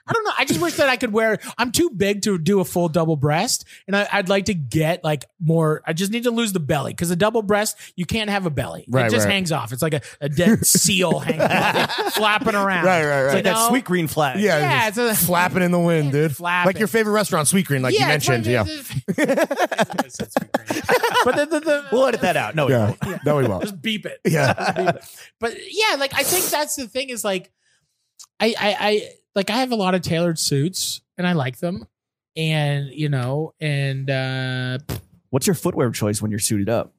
D: I don't know. I just wish that I could wear. I'm too big to do a full double breast, and I, I'd like to get like more. I just need to lose the belly because a double breast you can't have a belly.
C: Right,
D: it just
C: right.
D: hangs off. It's like a, a dead seal hanging off, flapping around.
C: Right, right,
D: It's
C: right.
D: like that
G: Sweet green flag.
C: Yeah.
D: Yeah,
C: just
D: it's a-
C: flapping in the wind, dude.
D: Flapping.
C: Like your favorite restaurant, Sweet Green, like you mentioned. Yeah.
D: but the, the, the,
G: We'll edit that out. No, yeah.
C: yeah. No, we won't.
D: just beep it.
C: Yeah.
D: but yeah, like I think that's the thing is like I I, I like I have a lot of tailored suits and I like them. And you know, and uh
B: What's your footwear choice when you're suited up?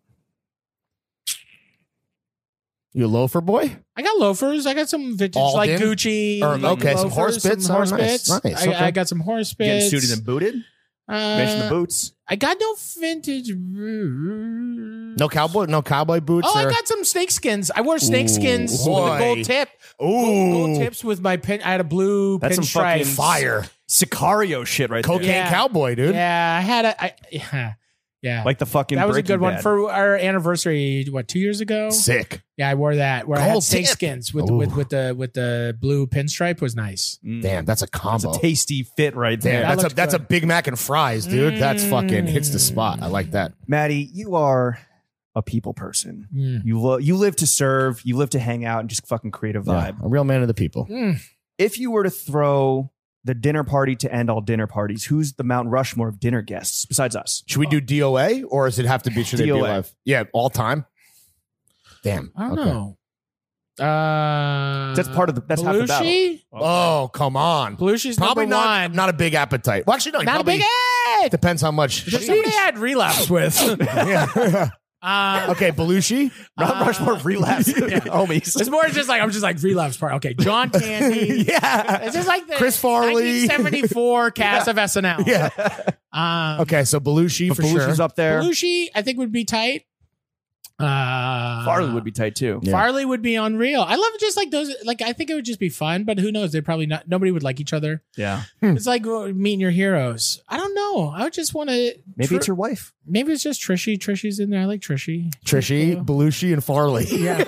C: You a loafer boy?
D: I got loafers. I got some vintage
C: All
D: like
C: in?
D: Gucci.
C: Or,
D: like,
C: okay, some horse bits.
D: Some horse
C: Oh, nice.
D: bits.
C: Nice,
D: I,
C: okay.
D: I got some horse bits.
B: Getting suited and booted? Mention the
D: Uh,
B: boots.
D: I got no vintage. No.
C: No cowboy, no cowboy boots.
D: Oh, I
C: or-
D: got some snakeskins. I wore snakeskins with
C: boy.
D: a gold tip. Gold, gold tips with my pin. I had a blue
B: That's some
D: pinstripe.
B: fucking
C: fire,
B: Sicario shit right
C: cocaine
D: Yeah.
C: cowboy, dude.
D: Yeah, I had a. I, yeah, yeah.
B: Like the fucking
D: that was a
B: Breaking
D: good one
B: Bad.
D: for our anniversary. What two years ago?
C: Sick.
D: Yeah, I wore that. Where I had
C: Gold tip.
D: snakeskins with
C: Ooh.
D: with with the with the blue pinstripe was nice.
B: Mm.
C: Damn, that's a
B: That's
C: combo.
B: a tasty fit right
C: Damn,
B: there.
D: that
C: that's a
D: looks
C: that's a
D: good.
C: Big Mac and fries, dude. That's fucking hits the
D: Mm.
C: spot. I like that.
B: Maddie, you are a people person.
D: Mm.
B: You lo- you live to serve, you live to hang out and just fucking create a
C: Yeah,
B: vibe.
C: a real man of the people.
D: Mm.
B: If you were to throw the dinner party to end all dinner parties, who's the Mount Rushmore of dinner guests besides us?
C: Should we do DOA or does it have to be should it be
B: DOA.
C: live? Yeah, all time. Damn.
D: I don't
C: Okay.
D: know. Uh,
B: That's part of the- that's half the battle.
D: Belushi?
C: Oh, come on.
D: Belushi's
C: Probably
D: number
C: not
D: one.
C: not a big appetite. Well, actually, no. he
D: Not a
C: probably-
D: big ad.
C: Depends how much.
D: Just somebody I had relapse with.
C: Yeah.
D: Um,
C: okay, Belushi.
B: Mount
D: Uh,
B: Rushmore relapse,
D: yeah.
B: homies.
D: It's more just like I'm just like relapse part. Okay, John Candy.
C: yeah.
D: It's just like the
C: Chris Farley.
D: 1974 cast of SNL.
C: Yeah.
D: Um,
C: Okay, so Belushi
B: But
C: for
B: Belushi's
C: sure.
B: up there.
D: Belushi, I think would be tight. Uh,
B: Farley would be tight too.
C: Yeah.
D: Farley would be unreal. I love just like those. Like I think it would just be fun, but who knows? They probably not. Nobody would like each other.
B: Yeah.
D: It's like uh, meeting your heroes. I don't know. I would just want to.
B: Maybe it's your wife.
D: Maybe it's just Trishy. Trishy's in there. I like Trishy.
C: Trishy, Belushi, and Farley.
D: Yeah.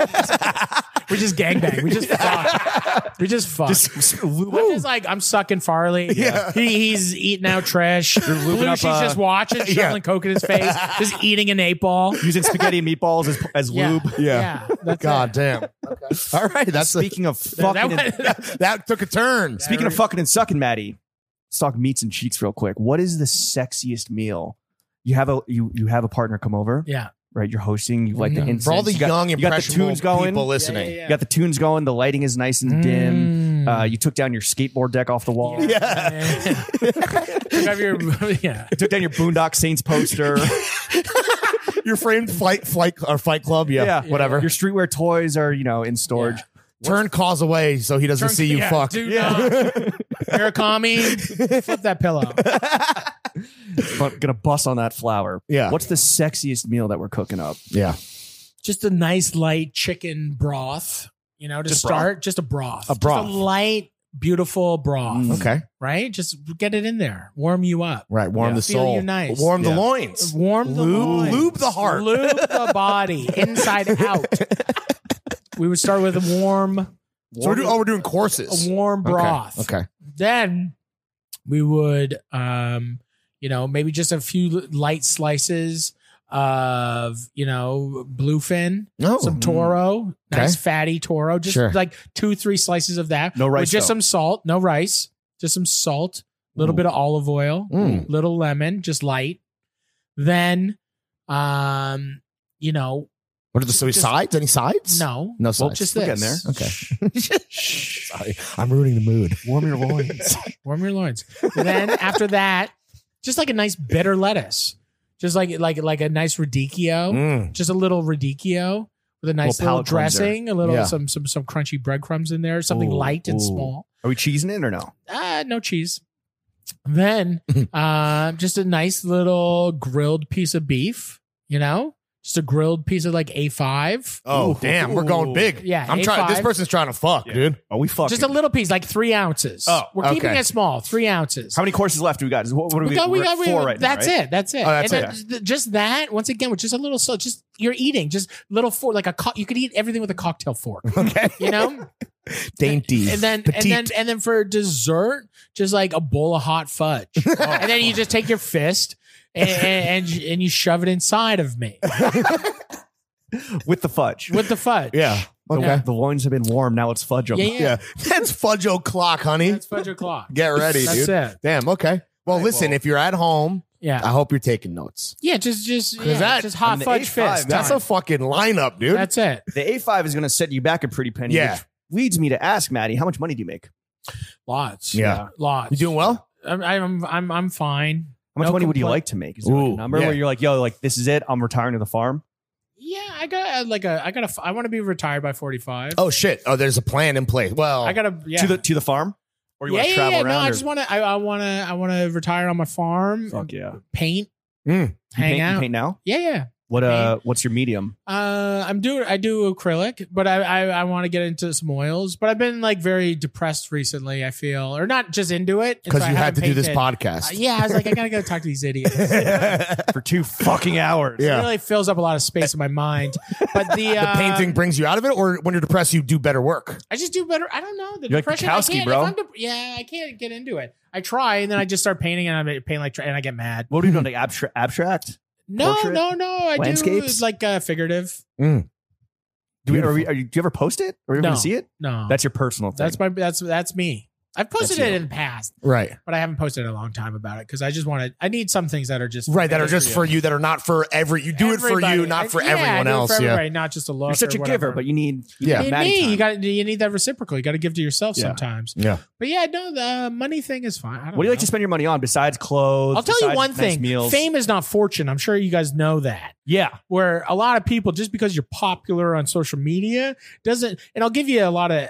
D: we just gangbang. We just fuck. We just fuck.
C: Just-
D: I'm just like I'm sucking Farley.
C: Yeah.
D: He, he's eating out trash.
B: looping up,
D: Belushi's
B: uh,
D: just watching, shoveling
C: yeah.
D: coke in his face, just eating an eight ball.
B: Using spaghetti and meatballs as, as
D: Yeah.
B: lube.
C: yeah.
D: Yeah, that's
C: God
D: it.
C: damn. All right, that's a-
B: Speaking of
D: That- that
B: fucking and-
D: went-
C: that took a turn.
B: Speaking of fucking and sucking, Maddie, let's talk meats and cheeks real quick. What is the sexiest meal? You have a you you have a partner come over,
D: yeah.
B: right? You're hosting. You like the incense.
C: Mm. For all the
B: you got,
C: young,
B: you got the
C: impressionable
B: tunes going.
C: people listening.
D: Yeah,
B: You got the tunes going. The lighting is nice and dim. Uh, you took down your skateboard deck off the wall.
D: Yeah. You have your- yeah.
B: You took down your Boondock Saints poster.
C: Your framed flight, flight, or Fight Club, yeah,
B: Yeah.
C: whatever.
B: your streetwear toys are you know in storage.
C: Turn calls away so he doesn't
D: Turn-
C: see you
D: yeah,
C: fuck.
D: do not- You're a commie. Flip that pillow.
B: But gonna bust on that flower.
C: Yeah.
B: What's the sexiest meal that we're cooking up?
C: Yeah,
D: Just a nice light chicken broth. You know, to
B: Just broth?
D: start just a broth.
C: A broth.
D: Just a light, beautiful broth.
B: Mm.
C: okay,
D: Right? Just get it in there. Warm you up.
C: right. Warm
B: Yeah.
C: the
D: Feel
C: soul,
D: you nice.
C: warm the
B: Yeah.
C: loins.
D: Warm the
C: Lube-
D: loins.
C: lube the heart.
D: Lube the body inside out. we would start with a warm
C: So we're doing, oh, we're doing courses.
D: a warm
C: Okay,
D: broth.
C: Okay,
D: Then we would um you know, maybe just a few l- light slices of, you know, bluefin,
C: no,
D: some toro,
B: Mm.
D: nice
C: Okay.
D: fatty toro, just
C: Sure.
D: like 2 3 slices of that.
B: No rice,
D: With just
B: though.
D: some salt, no rice, just some salt, a little
B: Ooh.
D: bit of olive oil
C: Mm.
D: little lemon, just light. Then, um, you know,
C: What are the so
D: Just-
C: sides? Any sides?
D: no,
C: no sides.
D: well, just
B: we're getting
D: this.
B: there.
C: okay. Sorry, I'm ruining the mood.
B: Warm your loins.
D: Warm your loins. then after that, just like a nice bitter lettuce, just like like like a nice radicchio,
C: Mm.
D: just a little radicchio with a nice little,
B: palate cleanser.
D: dressing, a little
C: Yeah.
D: some some some crunchy breadcrumbs in there, something
B: Ooh,
D: light and
B: ooh.
D: small.
B: Are we cheesing it or no?
D: Ah, no cheese. Then, um, just a nice little grilled piece of beef. You know, just a grilled piece of like a five.
C: Oh
B: Ooh.
C: damn, we're going big.
D: Yeah,
C: I'm trying. This
D: A5.
C: person's trying to fuck, dude.
B: Are we fucking?
D: Just a little piece, like three ounces.
B: Oh,
D: we're keeping
C: okay.
D: it small, three ounces.
B: How many courses left do we got? Is- What, what do we,
D: got,
B: we
D: got,
B: four right now,
D: That's
B: right?
D: it. That's it.
C: Oh, that's
D: and then th- just that. Once again, with just a little salt. Just you're eating. Just little fork, like a co- you could eat everything with a cocktail fork.
C: Okay,
D: You know.
C: dainty.
D: and then
C: petite.
D: and then and then for dessert, just like a bowl of hot fudge. and then you just take your fist. And, and and and you shove it inside of me
B: With the fudge.
D: with the fudge.
C: yeah. Okay.
B: The, the loins have been warm. Now it's fudge.
D: yeah,
B: them.
D: yeah.
C: Yeah. That's fudge o'clock, honey.
D: That's fudge o'clock.
C: Get ready,
D: That's
C: dude.
D: it.
C: Damn. Okay. Well, listen, if you're at home,
D: Yeah,
C: I hope you're taking notes.
D: yeah. Just just yeah,
C: 'Cause that-
D: just hot
B: I mean, the
D: fudge
B: H5,
D: fist.
C: That's
D: time.
C: a fucking lineup, dude.
D: That's it.
B: The A5 is going to set you back a pretty penny.
C: Yeah.
B: Which leads me to ask, Maddie, how much money do you make?
D: Lots.
C: Yeah.
D: Lots.
C: You doing well?
D: I'm I'm I'm, I'm fine.
B: How much
D: No
B: money would you
D: complaint.
B: like to make? Is there like
C: Ooh,
B: a number
C: yeah.
B: where you're like, yo, like this is it? I'm retiring to the farm.
D: Yeah, I got uh, like a I got a f- I want to be retired by 45.
C: Oh shit! Oh, there's a plan in place. Well,
D: I got to yeah.
B: To the to the farm? Or you
D: yeah,
B: want to
D: yeah,
B: travel
D: yeah,
B: around?
D: No, I
B: or-
D: just want to I, I want to I want to retire on my farm,
B: Fuck yeah. You
D: paint,
C: Mm.
D: hang
B: paint, you
D: out.
B: paint now?
D: Yeah, yeah.
B: What uh what's your medium?
D: Uh, I'm doing. I do acrylic, but I I, I want to get into some oils. But I've been like very depressed recently. I feel, or not just into it and
C: because
D: so I
C: you had
D: haven't
C: to do this
D: painted.
C: podcast.
D: Uh, yeah, I was like, I gotta go talk to these idiots.
B: For two fucking hours.
C: Yeah.
D: It really fills up a lot of space in my mind. But the,
C: the
D: uh,
C: painting brings you out of it, or when you're depressed, you do better work.
D: I just do better. I don't know the
B: You're like
D: depression.
B: Bukowski,
D: I can't,
B: bro.
D: if I'm dep- yeah, I can't get into it. I try, and then I just start painting, and I paint like, tra- and I get mad.
B: What are you doing? Like abstract abstract?
D: No,
B: Portrait?
D: no, no. I
B: Landscapes?
D: do like uh, figurative.
B: Do we, are we, are you, do you ever post it? Or you ever
D: No.
B: gonna see it?
D: No,
B: That's your personal thing.
D: that's my that's that's me. I've posted
B: That's
D: it
B: you.
D: in the past.
C: Right,
D: but I haven't posted in a long time about it because I just want to. I need some things that are just
C: right. That are just for you. That are not for every. You do it for you,
D: Everybody.
C: not for
D: Yeah, I
C: everyone
D: do it for
C: else. Yeah.
D: everybody, not just a look.
B: You're such
D: or
B: a
D: whatever.
B: giver, but you need you
C: Yeah.
B: need
D: You
B: Maddie
D: need,
B: time.
D: you got you need that reciprocal. You got to give to yourself
B: Yeah.
D: sometimes.
C: Yeah.
D: But yeah, no, the money thing is fine. I don't
B: What do you like
D: know.
B: to spend your money on besides clothes?
D: I'll tell you
B: besides
D: one
B: nice
D: thing:
B: Meals?
D: fame is not fortune. I'm sure you guys know that.
B: Yeah.
D: Where a lot of people, just because you're popular on social media, doesn't. And I'll give you a lot of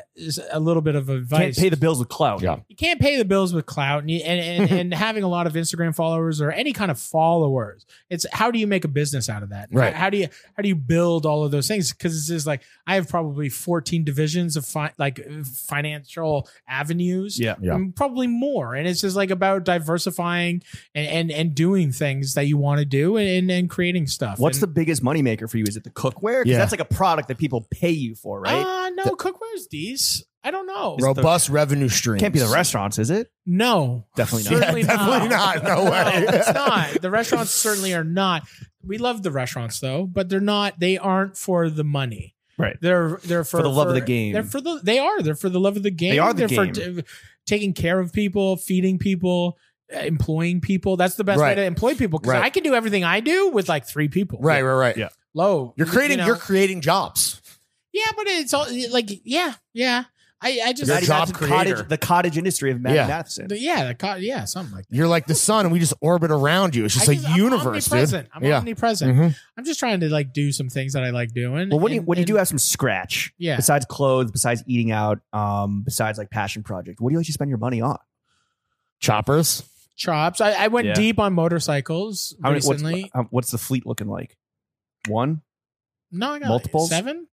D: a little bit of
B: Can't
D: advice.
B: pay the bills with clout.
C: Yeah.
D: you can't pay the bills with clout and, you- and, and, and having a lot of Instagram followers or any kind of followers. It's how do you make a business out of that?
C: Right.
D: How do you how do you build all of those things? Because it's just like I have probably 14 divisions of fi- like uh, financial avenues.
B: Yeah.
C: Yeah.
D: and Probably more. And it's just like about diversifying and and, and doing things that you want to do and, and, and creating stuff.
B: What's
D: and,
B: the biggest moneymaker for you? Is it the cookware? Because
C: Yeah.
B: that's like a product that people pay you for, right?
D: Uh, no, cookware's these. I don't know.
C: Robust revenue stream.
B: Can't be the restaurants, is it?
D: No,
B: Definitely not.
D: Certainly
C: Yeah, definitely not. No
B: Oh,
C: way.
D: it's not. The restaurants certainly are not. We love the restaurants though, but they're not. They aren't for the money.
B: Right.
D: They're they're for,
B: For the love of the game.
D: They're for the. They are. They're for the love of the game.
B: They are the
D: they're
B: game.
D: for t- taking care of people, feeding people, uh, employing people. That's the best
C: Right.
D: way to employ people because
C: Right.
D: I can do everything I do with like three people.
C: Right, right, right.
B: Yeah.
D: Low.
C: You're
D: you
C: creating.
D: know?
C: You're creating jobs.
D: yeah, but it's all like yeah, yeah. I I just
C: You're a
B: Maddie
C: job
B: Matheson
C: creator.
B: Cottage, the cottage industry of Maddie
C: Yeah.
B: Matheson.
D: yeah, the co- yeah, something like. that.
C: You're like the sun, and we just orbit around you. It's just
D: I
C: a
D: just- I'm
C: universe, dude.
D: omnipresent. I'm
C: Yeah.
D: omnipresent.
C: Mhm.
D: I'm just trying to like do some things that I like doing.
B: Well, what do you
D: and-
B: what do you
D: and-
B: do have some scratch?
D: Yeah.
B: Besides clothes, besides eating out, um, besides like passion project, what do you like to spend your money on?
C: Choppers.
D: chops. I, I went
B: Yeah.
D: deep on motorcycles
B: How many-
D: recently.
C: uh,
B: What's, um, what's the fleet looking like? One.
D: no, I got
B: multiples?
D: seven.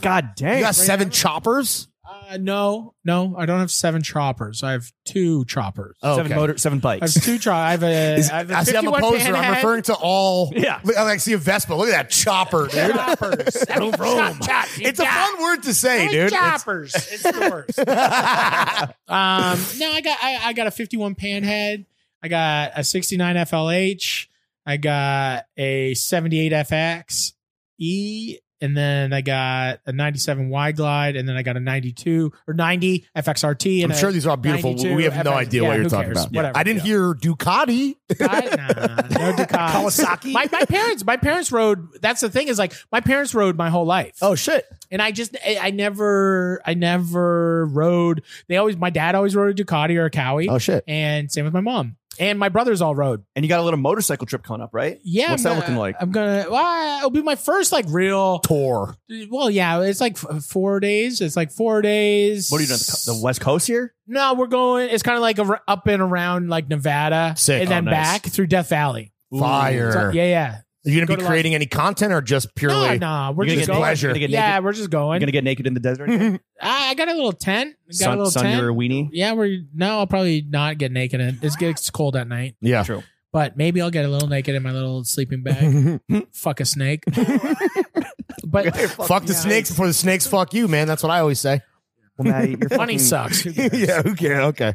B: God
C: You
B: dang.
C: got
D: right
C: seven
D: now-
C: choppers.
D: Uh, no, no, I don't have seven choppers. I have two choppers.
C: Oh,
B: Seven motor, seven
D: I have
B: bikes.
D: two choppers. I have a.
C: Is-
D: I have a
C: I see, I'm a
D: 51
C: poser. I'm
D: Panhead.
C: referring to all.
B: Yeah.
C: Look, I like see a Vespa. Look at that chopper, dude.
D: Choppers. Seven chop, chop, you
C: It's a
D: got
C: fun word to say,
D: seven
C: dude. It's-
D: Choppers. It's the worst. Um, no, I got I, I got a 51 Panhead. I got a 69 FLH. I got a 78 FX E, and then I got a 97 Y Glide, and then I got a 92 or 90 FXRT. And
C: I'm
D: a
C: sure these are all beautiful.
D: 92
C: We have no
D: FX
C: idea
D: yeah,
C: what you're
D: who
C: talking
D: cares?
C: about.
D: Whatever.
C: I didn't hear Ducati.
D: Ducati? Nah, no Ducati.
C: Kawasaki.
D: My, my parents, my parents rode. That's the thing is like my parents rode my whole life.
C: Oh shit!
D: And I just, I, I never, I never rode. They always, my dad always rode a Ducati or a Cowie
C: Oh shit!
D: and same with my mom and my brothers all rode.
B: and you got a little motorcycle trip coming up, right?
D: Yeah,
B: What's
D: I'm
B: that
D: gonna-
B: looking like?
D: I'm gonna. Well, it'll be my first like real.
C: Tour.
D: Well, yeah, it's like f- four days. It's like four days.
B: What are you doing? The, the West Coast here?
D: No, we're going. It's kind of like a, up and around like Nevada,
C: Sick.
D: and
C: Oh,
D: then
B: nice.
D: back through Death Valley.
C: Fire.
D: So, yeah, yeah.
C: Are you
D: Go
C: gonna
D: to
C: be
D: Las-
C: creating any content or just
D: No,
C: purely?
D: no, we're
B: You're
D: just
B: gonna
D: going.
B: get
C: pleasure.
B: You're gonna get naked,
D: Yeah, we're just
B: you're
D: going.
B: gonna get naked in the desert.
D: I I got a little tent. Got a
B: sun,
D: little
B: sun
D: tent.
B: your weenie.
D: yeah, we're no. I'll probably not get naked. In, it's gets cold at night,
C: Yeah.
B: True.
D: but maybe I'll get a little naked in my little sleeping bag. Fuck a snake. but
C: Fuck the
D: Yeah.
C: snakes before the snakes fuck you, man. That's what I always say.
B: Well, Maddie, you're
D: money
B: fucking-
D: sucks. Who cares?
C: yeah. Okay. Okay.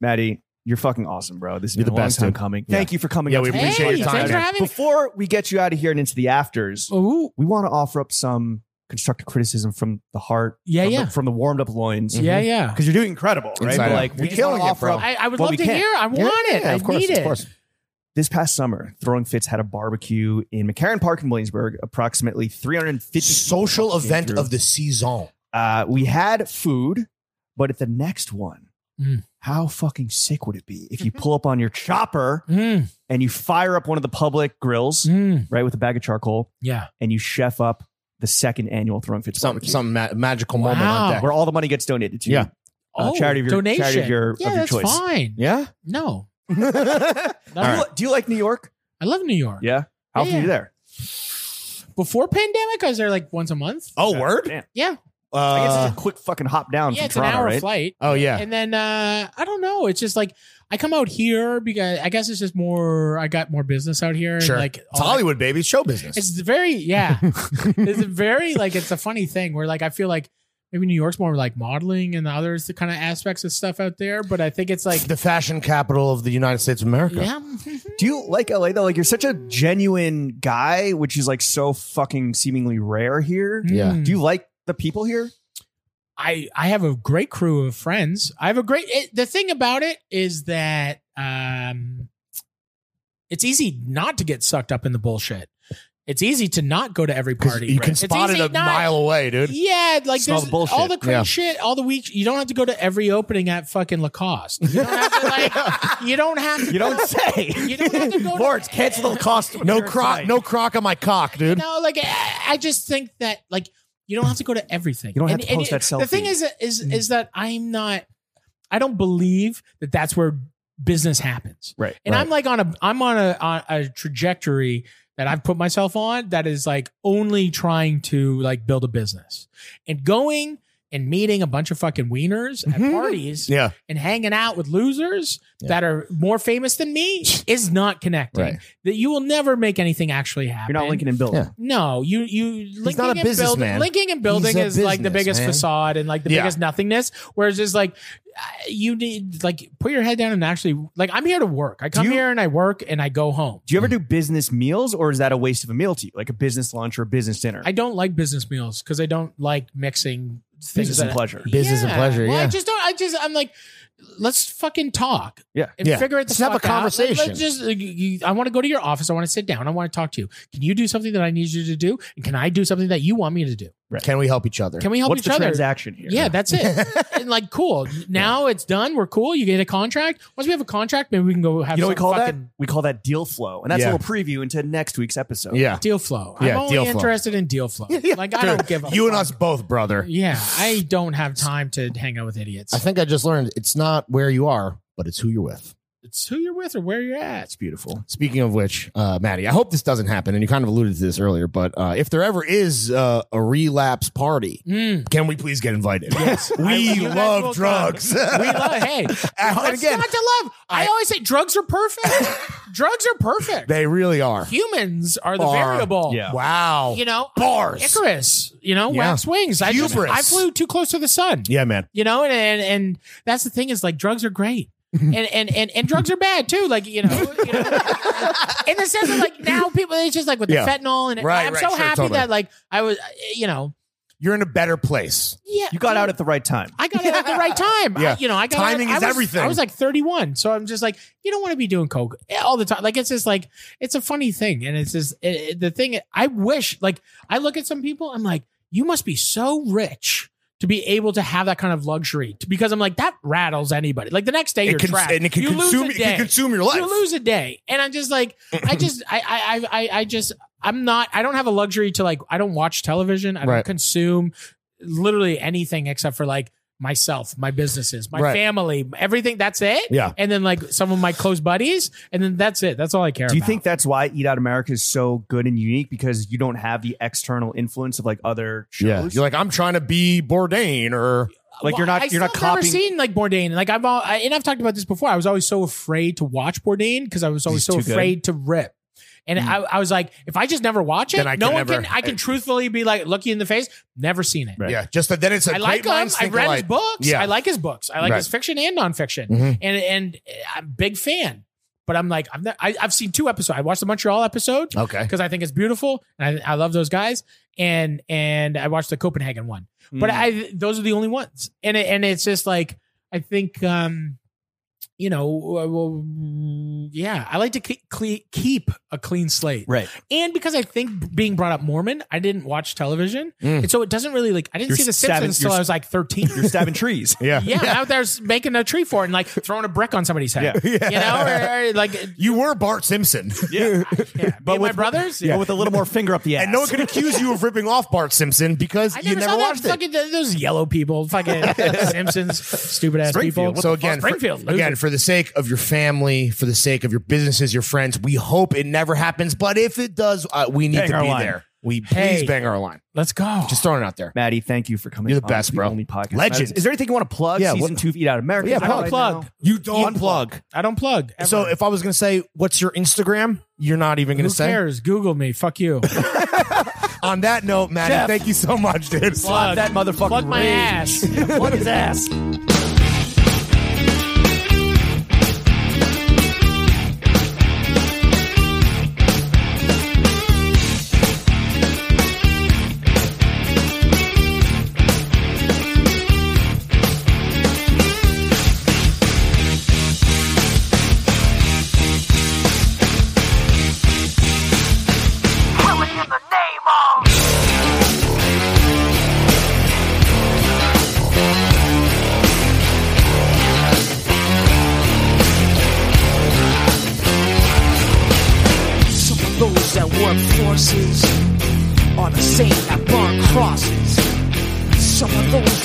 B: Maddie, you're fucking awesome, bro. This has
C: You're
B: been a
C: the
B: long
C: best,
B: time
C: dude.
B: coming.
C: Yeah.
B: Thank you for coming.
C: Yeah,
B: on
C: we
B: to-
C: appreciate
D: Hey,
C: your time.
D: thanks for
C: man.
D: having me.
B: Before we get you out of here and into the afters,
D: Ooh,
B: we want to offer up some constructive criticism from the heart.
D: Yeah,
B: from
D: yeah. Mm-hmm.
B: The, from the warmed up loins.
D: yeah, yeah.
B: Because you're doing incredible, right?
C: Inside
B: But
C: out.
B: like, we
C: You're
B: just
C: killing
B: wanna
C: it,
B: offer
C: bro.
B: up-
D: I, I would
B: Oh. Well,
D: love
B: we
D: to
B: can't.
D: hear. I
C: Yeah,
D: want it.
C: yeah,
D: I
C: of course,
D: need
C: of
D: it.
C: course.
B: This past summer, Throwing Fits had a barbecue in McCarran Park in Williamsburg, approximately 350
C: Social
B: people came
C: event
B: through.
C: of the season.
B: uh, we had food, but at the next one,
D: Mm.
B: How fucking sick would it be if you pull up on your chopper
D: Mm,
B: and you fire up one of the public grills,
D: mm.
B: right, with a bag of charcoal,
D: Yeah.
B: and you chef up the second annual Throwing Fits
C: Some
B: barbecue,
C: some ma- magical
D: Wow.
C: moment on deck.
B: where all the money gets donated to
C: Yeah.
B: uh, charity of your- charity of your- of
D: Oh, yeah,
B: your
D: that's
B: choice.
D: fine.
C: Yeah.
D: No,
B: Do you- Do you like New York?
D: I love New York.
B: Yeah. How often are you
D: Yeah.
B: there?
D: Before pandemic, I was there like once a month.
C: Oh, word.
B: Damn.
D: Yeah.
B: I guess it's
C: Uh,
B: a quick fucking hop down
D: yeah,
B: from
D: it's
B: Toronto,
D: an hour
B: right?
D: flight.
C: oh yeah.
D: And then uh, I don't know. It's just like I come out here because I guess it's just more. I got more business out here. and,
C: Sure.
D: like
C: it's
D: all that
C: Hollywood, baby. It's show business.
D: It's very yeah. it's a very like it's a funny thing where like I feel like maybe New York's more like modeling and the others the kind of aspects of stuff out there, but I think it's like
C: the fashion capital of the United States of America.
D: yeah.
B: Do you like LA though? Like you're such a genuine guy, which is like so fucking seemingly rare here.
C: Yeah.
D: Mm.
B: Do you like the people here?
D: I I have a great crew of friends. I have a great it, the thing about it is that um it's easy not to get sucked up in the bullshit. It's easy to not go to every
C: 'Cause
D: party.
C: you
D: right?
C: can
D: It's
C: spot it
D: easy
C: a
D: not-
C: mile away, dude.
D: Yeah, like
B: Smell
D: there's
B: the bullshit.
D: all the crazy
C: Yeah.
D: shit, all the week. You don't have to go to every opening at fucking Lacoste. You don't have to like. you don't have. To,
B: You don't say.
D: You don't have to go to-
B: Lawrence, cancel the cost.
C: No croc, no croc on my cock, dude.
D: No, like I, I just think that like you don't have to go to everything.
B: You don't have to post that
D: The thing
B: selfie. Mm.
D: is, is is that I'm not. I don't believe that that's where business happens.
B: Right,
D: And I'm like on a I'm on a on a trajectory that I've put myself on that is like only trying to like build a business and going and meeting a bunch of fucking wieners
B: Mm-hmm.
D: at parties
C: Yeah.
D: and hanging out with losers
C: Yeah.
D: that are more famous than me is not connecting.
C: Right.
D: That you will never make anything actually happen.
B: You're not linking and building.
C: Yeah.
D: No, you you linking
C: not a
D: and building,
C: businessman.
D: linking and building
C: He's a
D: is like the
C: business,
D: biggest
C: man.
D: facade and like the
C: Yeah.
D: biggest nothingness. Whereas it's like uh, you need like put your head down and actually like I'm here to work. I come
B: you-
D: here and I work and I go home.
B: Do you ever do business meals or is that a waste of a meal to you? Like a business lunch or a business dinner?
D: I don't like business meals because I don't like mixing things.
B: business
D: that-
B: and pleasure.
C: Business and pleasure,
D: Well, I
C: yeah.
D: just don't. I just I'm like, let's fucking talk.
B: Yeah.
D: and
C: Yeah.
D: figure it the
C: Let's have a
D: fuck out. Let-
C: conversation.
D: let's just. like, you- I want to go to your office. I want to sit down. I want to talk to you. Can you do something that I need you to do? And can I do something that you want me to do?
C: Can we help each other?
D: Can we help
B: What's
D: each
B: the
D: other?
B: transaction here?
D: Yeah, that's it. and like, cool. Now it's done. We're cool. You get a contract. Once we have a contract, maybe we can go have
B: You know
D: some
B: what we call that?
D: fucking
B: We call that deal flow. And that's a
C: Yeah.
B: little preview into next week's episode.
C: yeah.
D: deal flow.
C: Yeah,
D: I'm only
C: deal flow.
D: interested in deal flow. Like,
C: Dude,
D: I don't give a
C: You and
D: fuck.
C: us both, brother.
D: Yeah, I don't have time to hang out with idiots.
C: I think I just learned it's not where you are, but it's who you're with.
D: it's who you're with or where you're at.
B: It's beautiful.
C: Speaking of which, uh, Maddie, I hope this doesn't happen, and you kind of alluded to this earlier. But uh, if there ever is uh, a relapse party,
D: Mm.
C: can we please get invited?
D: Yes. I-
C: we
D: you guys will
C: love
D: come.
C: drugs.
D: We love, hey,
C: and
D: what's
C: again,
D: not to love? I,
C: I-
D: always say drugs are perfect. drugs are perfect.
C: they really are.
D: Humans are the
C: Are-
D: variable.
B: Yeah.
C: Wow.
D: You know,
C: Bars.
D: Icarus, you know,
C: Yeah.
D: wax wings. I, just,
C: Hubris.
D: I flew too close to the sun.
C: Yeah, man.
D: you know and, and and that's the thing is like drugs are great
C: Mm-hmm.
D: and and and, and drugs are bad too like you know, you know in the sense of like now people it's just like with
C: Yeah.
D: the fentanyl and
C: Right,
D: i'm
C: right,
D: so
C: sure,
D: happy
C: totally.
D: that like i was you know
C: You're in a better place.
D: yeah
B: You got out at the right time.
D: I got it at the right time.
C: Yeah.
D: I- you know, I got out-
C: Timing
D: I
C: is
D: was-
C: everything.
D: I was like 31, so I'm just like, you don't want to be doing coke all the time. Like it's just like it's a funny thing, and it's just it, it- the thing. I wish, like, I look at some people, I'm like, you must be so rich to be able to have that kind of luxury. To- Because I'm like, that rattles anybody. Like the next day, you're
C: It can,
D: trapped.
C: and it can
D: you
C: consume.
D: lose
C: It
D: a day.
C: can consume your life.
D: You lose a day, and I'm just like, I just, I, I, I, I- I just, I'm not. I don't have a luxury to like. I don't watch television. I don't
C: Right.
D: consume literally anything except for like myself, my businesses, my
C: Right.
D: family, everything. That's it.
C: Yeah.
D: and then like some of my close buddies, and then that's it. That's all I care.
B: Do you
D: about.
B: think that's why Eat Out America is so good and unique because you don't have the external influence of like other shows?
C: Yeah. You're like, I'm trying to be Bourdain or
B: Like, you're not-
D: I
B: you're not
D: still never
B: copying-
D: seen like Bourdain. Like I've all, I, and I've talked about this before. I was always so afraid to watch Bourdain because I was always
B: He's
D: so
B: too good. Hmm.
D: afraid to rip. And I, I was like, if I just never watch it,
C: Then I
D: no
C: can
D: one
C: never-
D: can. I can truthfully be like, look you in the face. Never seen it.
B: Right.
C: yeah. Just that. Then it's a
D: I like
C: great
D: him.
C: minds
D: I
C: think
D: read his
C: alike.
D: books.
C: Yeah.
D: I like his books. I like
C: Right.
D: his fiction and nonfiction.
C: Mhm.
D: And and I'm a big fan. But I'm like, I'm not, I, I've seen two episodes. I watched the Montreal episode
C: Okay.
D: because I think it's beautiful and I, I love those guys. And and I watched the Copenhagen one. But
B: Mm.
D: I those are the only ones. And it, and it's just like I think um, you know, well, yeah, I like to keep cle- keep a clean slate,
H: Right.
D: and because I think being brought up Mormon, I didn't watch television, and so it doesn't really like I didn't
G: You're
D: see The
G: stabbing-
D: Simpsons until
G: you're-
D: I was like thirteen.
G: You're stabbing trees.
C: Yeah.
D: Yeah, and out there making a tree fort and like throwing a brick on somebody's head. You know, or, or, like
C: You were Bart Simpson.
G: Yeah.
D: yeah, but with my brothers.
G: But with a little more finger up the ass.
C: And no one can accuse you of ripping off Bart Simpson because
D: I
C: you
D: never,
C: never
D: saw
C: watched
D: that.
C: it.
D: Fucking those yellow people, fucking Simpsons, stupid ass people.
C: So again, for-
D: Springfield. losers.
C: again, for the sake of your family, for the sake of your businesses, your friends, we hope it never happens. But if it does, uh, we need
G: Bang
C: to
G: our
C: be
G: line.
C: there. We
D: Hey.
C: please bang our line.
D: let's go.
C: Just throwing it out there.
B: Maddie, thank you for coming.
C: You're the
B: on
C: best,
B: to
C: bro.
B: Only podcast.
C: Legend.
B: Is there anything you want to plug?
C: Yeah,
B: Season
C: what-
B: two of Eat Out America.
C: Yeah,
B: is
D: I
B: out
D: don't
B: right
D: plug.
B: now.
C: You don't
G: unplug.
D: I don't plug. ever.
C: So if I was going to say, what's your Instagram? You're not even going
D: who
C: to say.
D: cares? Google me. Fuck you.
C: On that note, Maddie,
G: Jeff.
C: thank you so much, dude.
D: Plug.
G: that motherfucker.
D: Plug my ass.
G: Plug his ass.
I: Some of those that work forces are the same that burn crosses. Some of those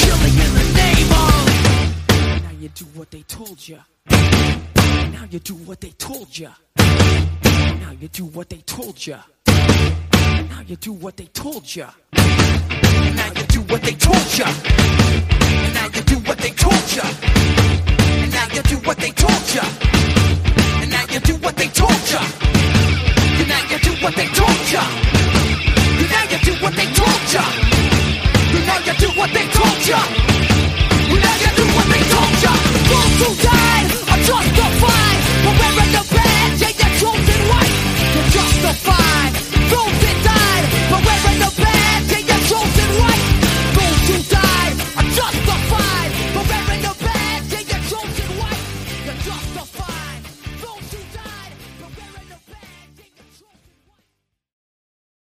I: killing in the name of. Now you do what they told ya. Now you do what they told ya. Now you do what they told ya. Now you do what they told ya. Now you do what they told ya. Now you do what they told ya. And now you do what they told ya. And now you do what they told ya. And now you do what they told ya.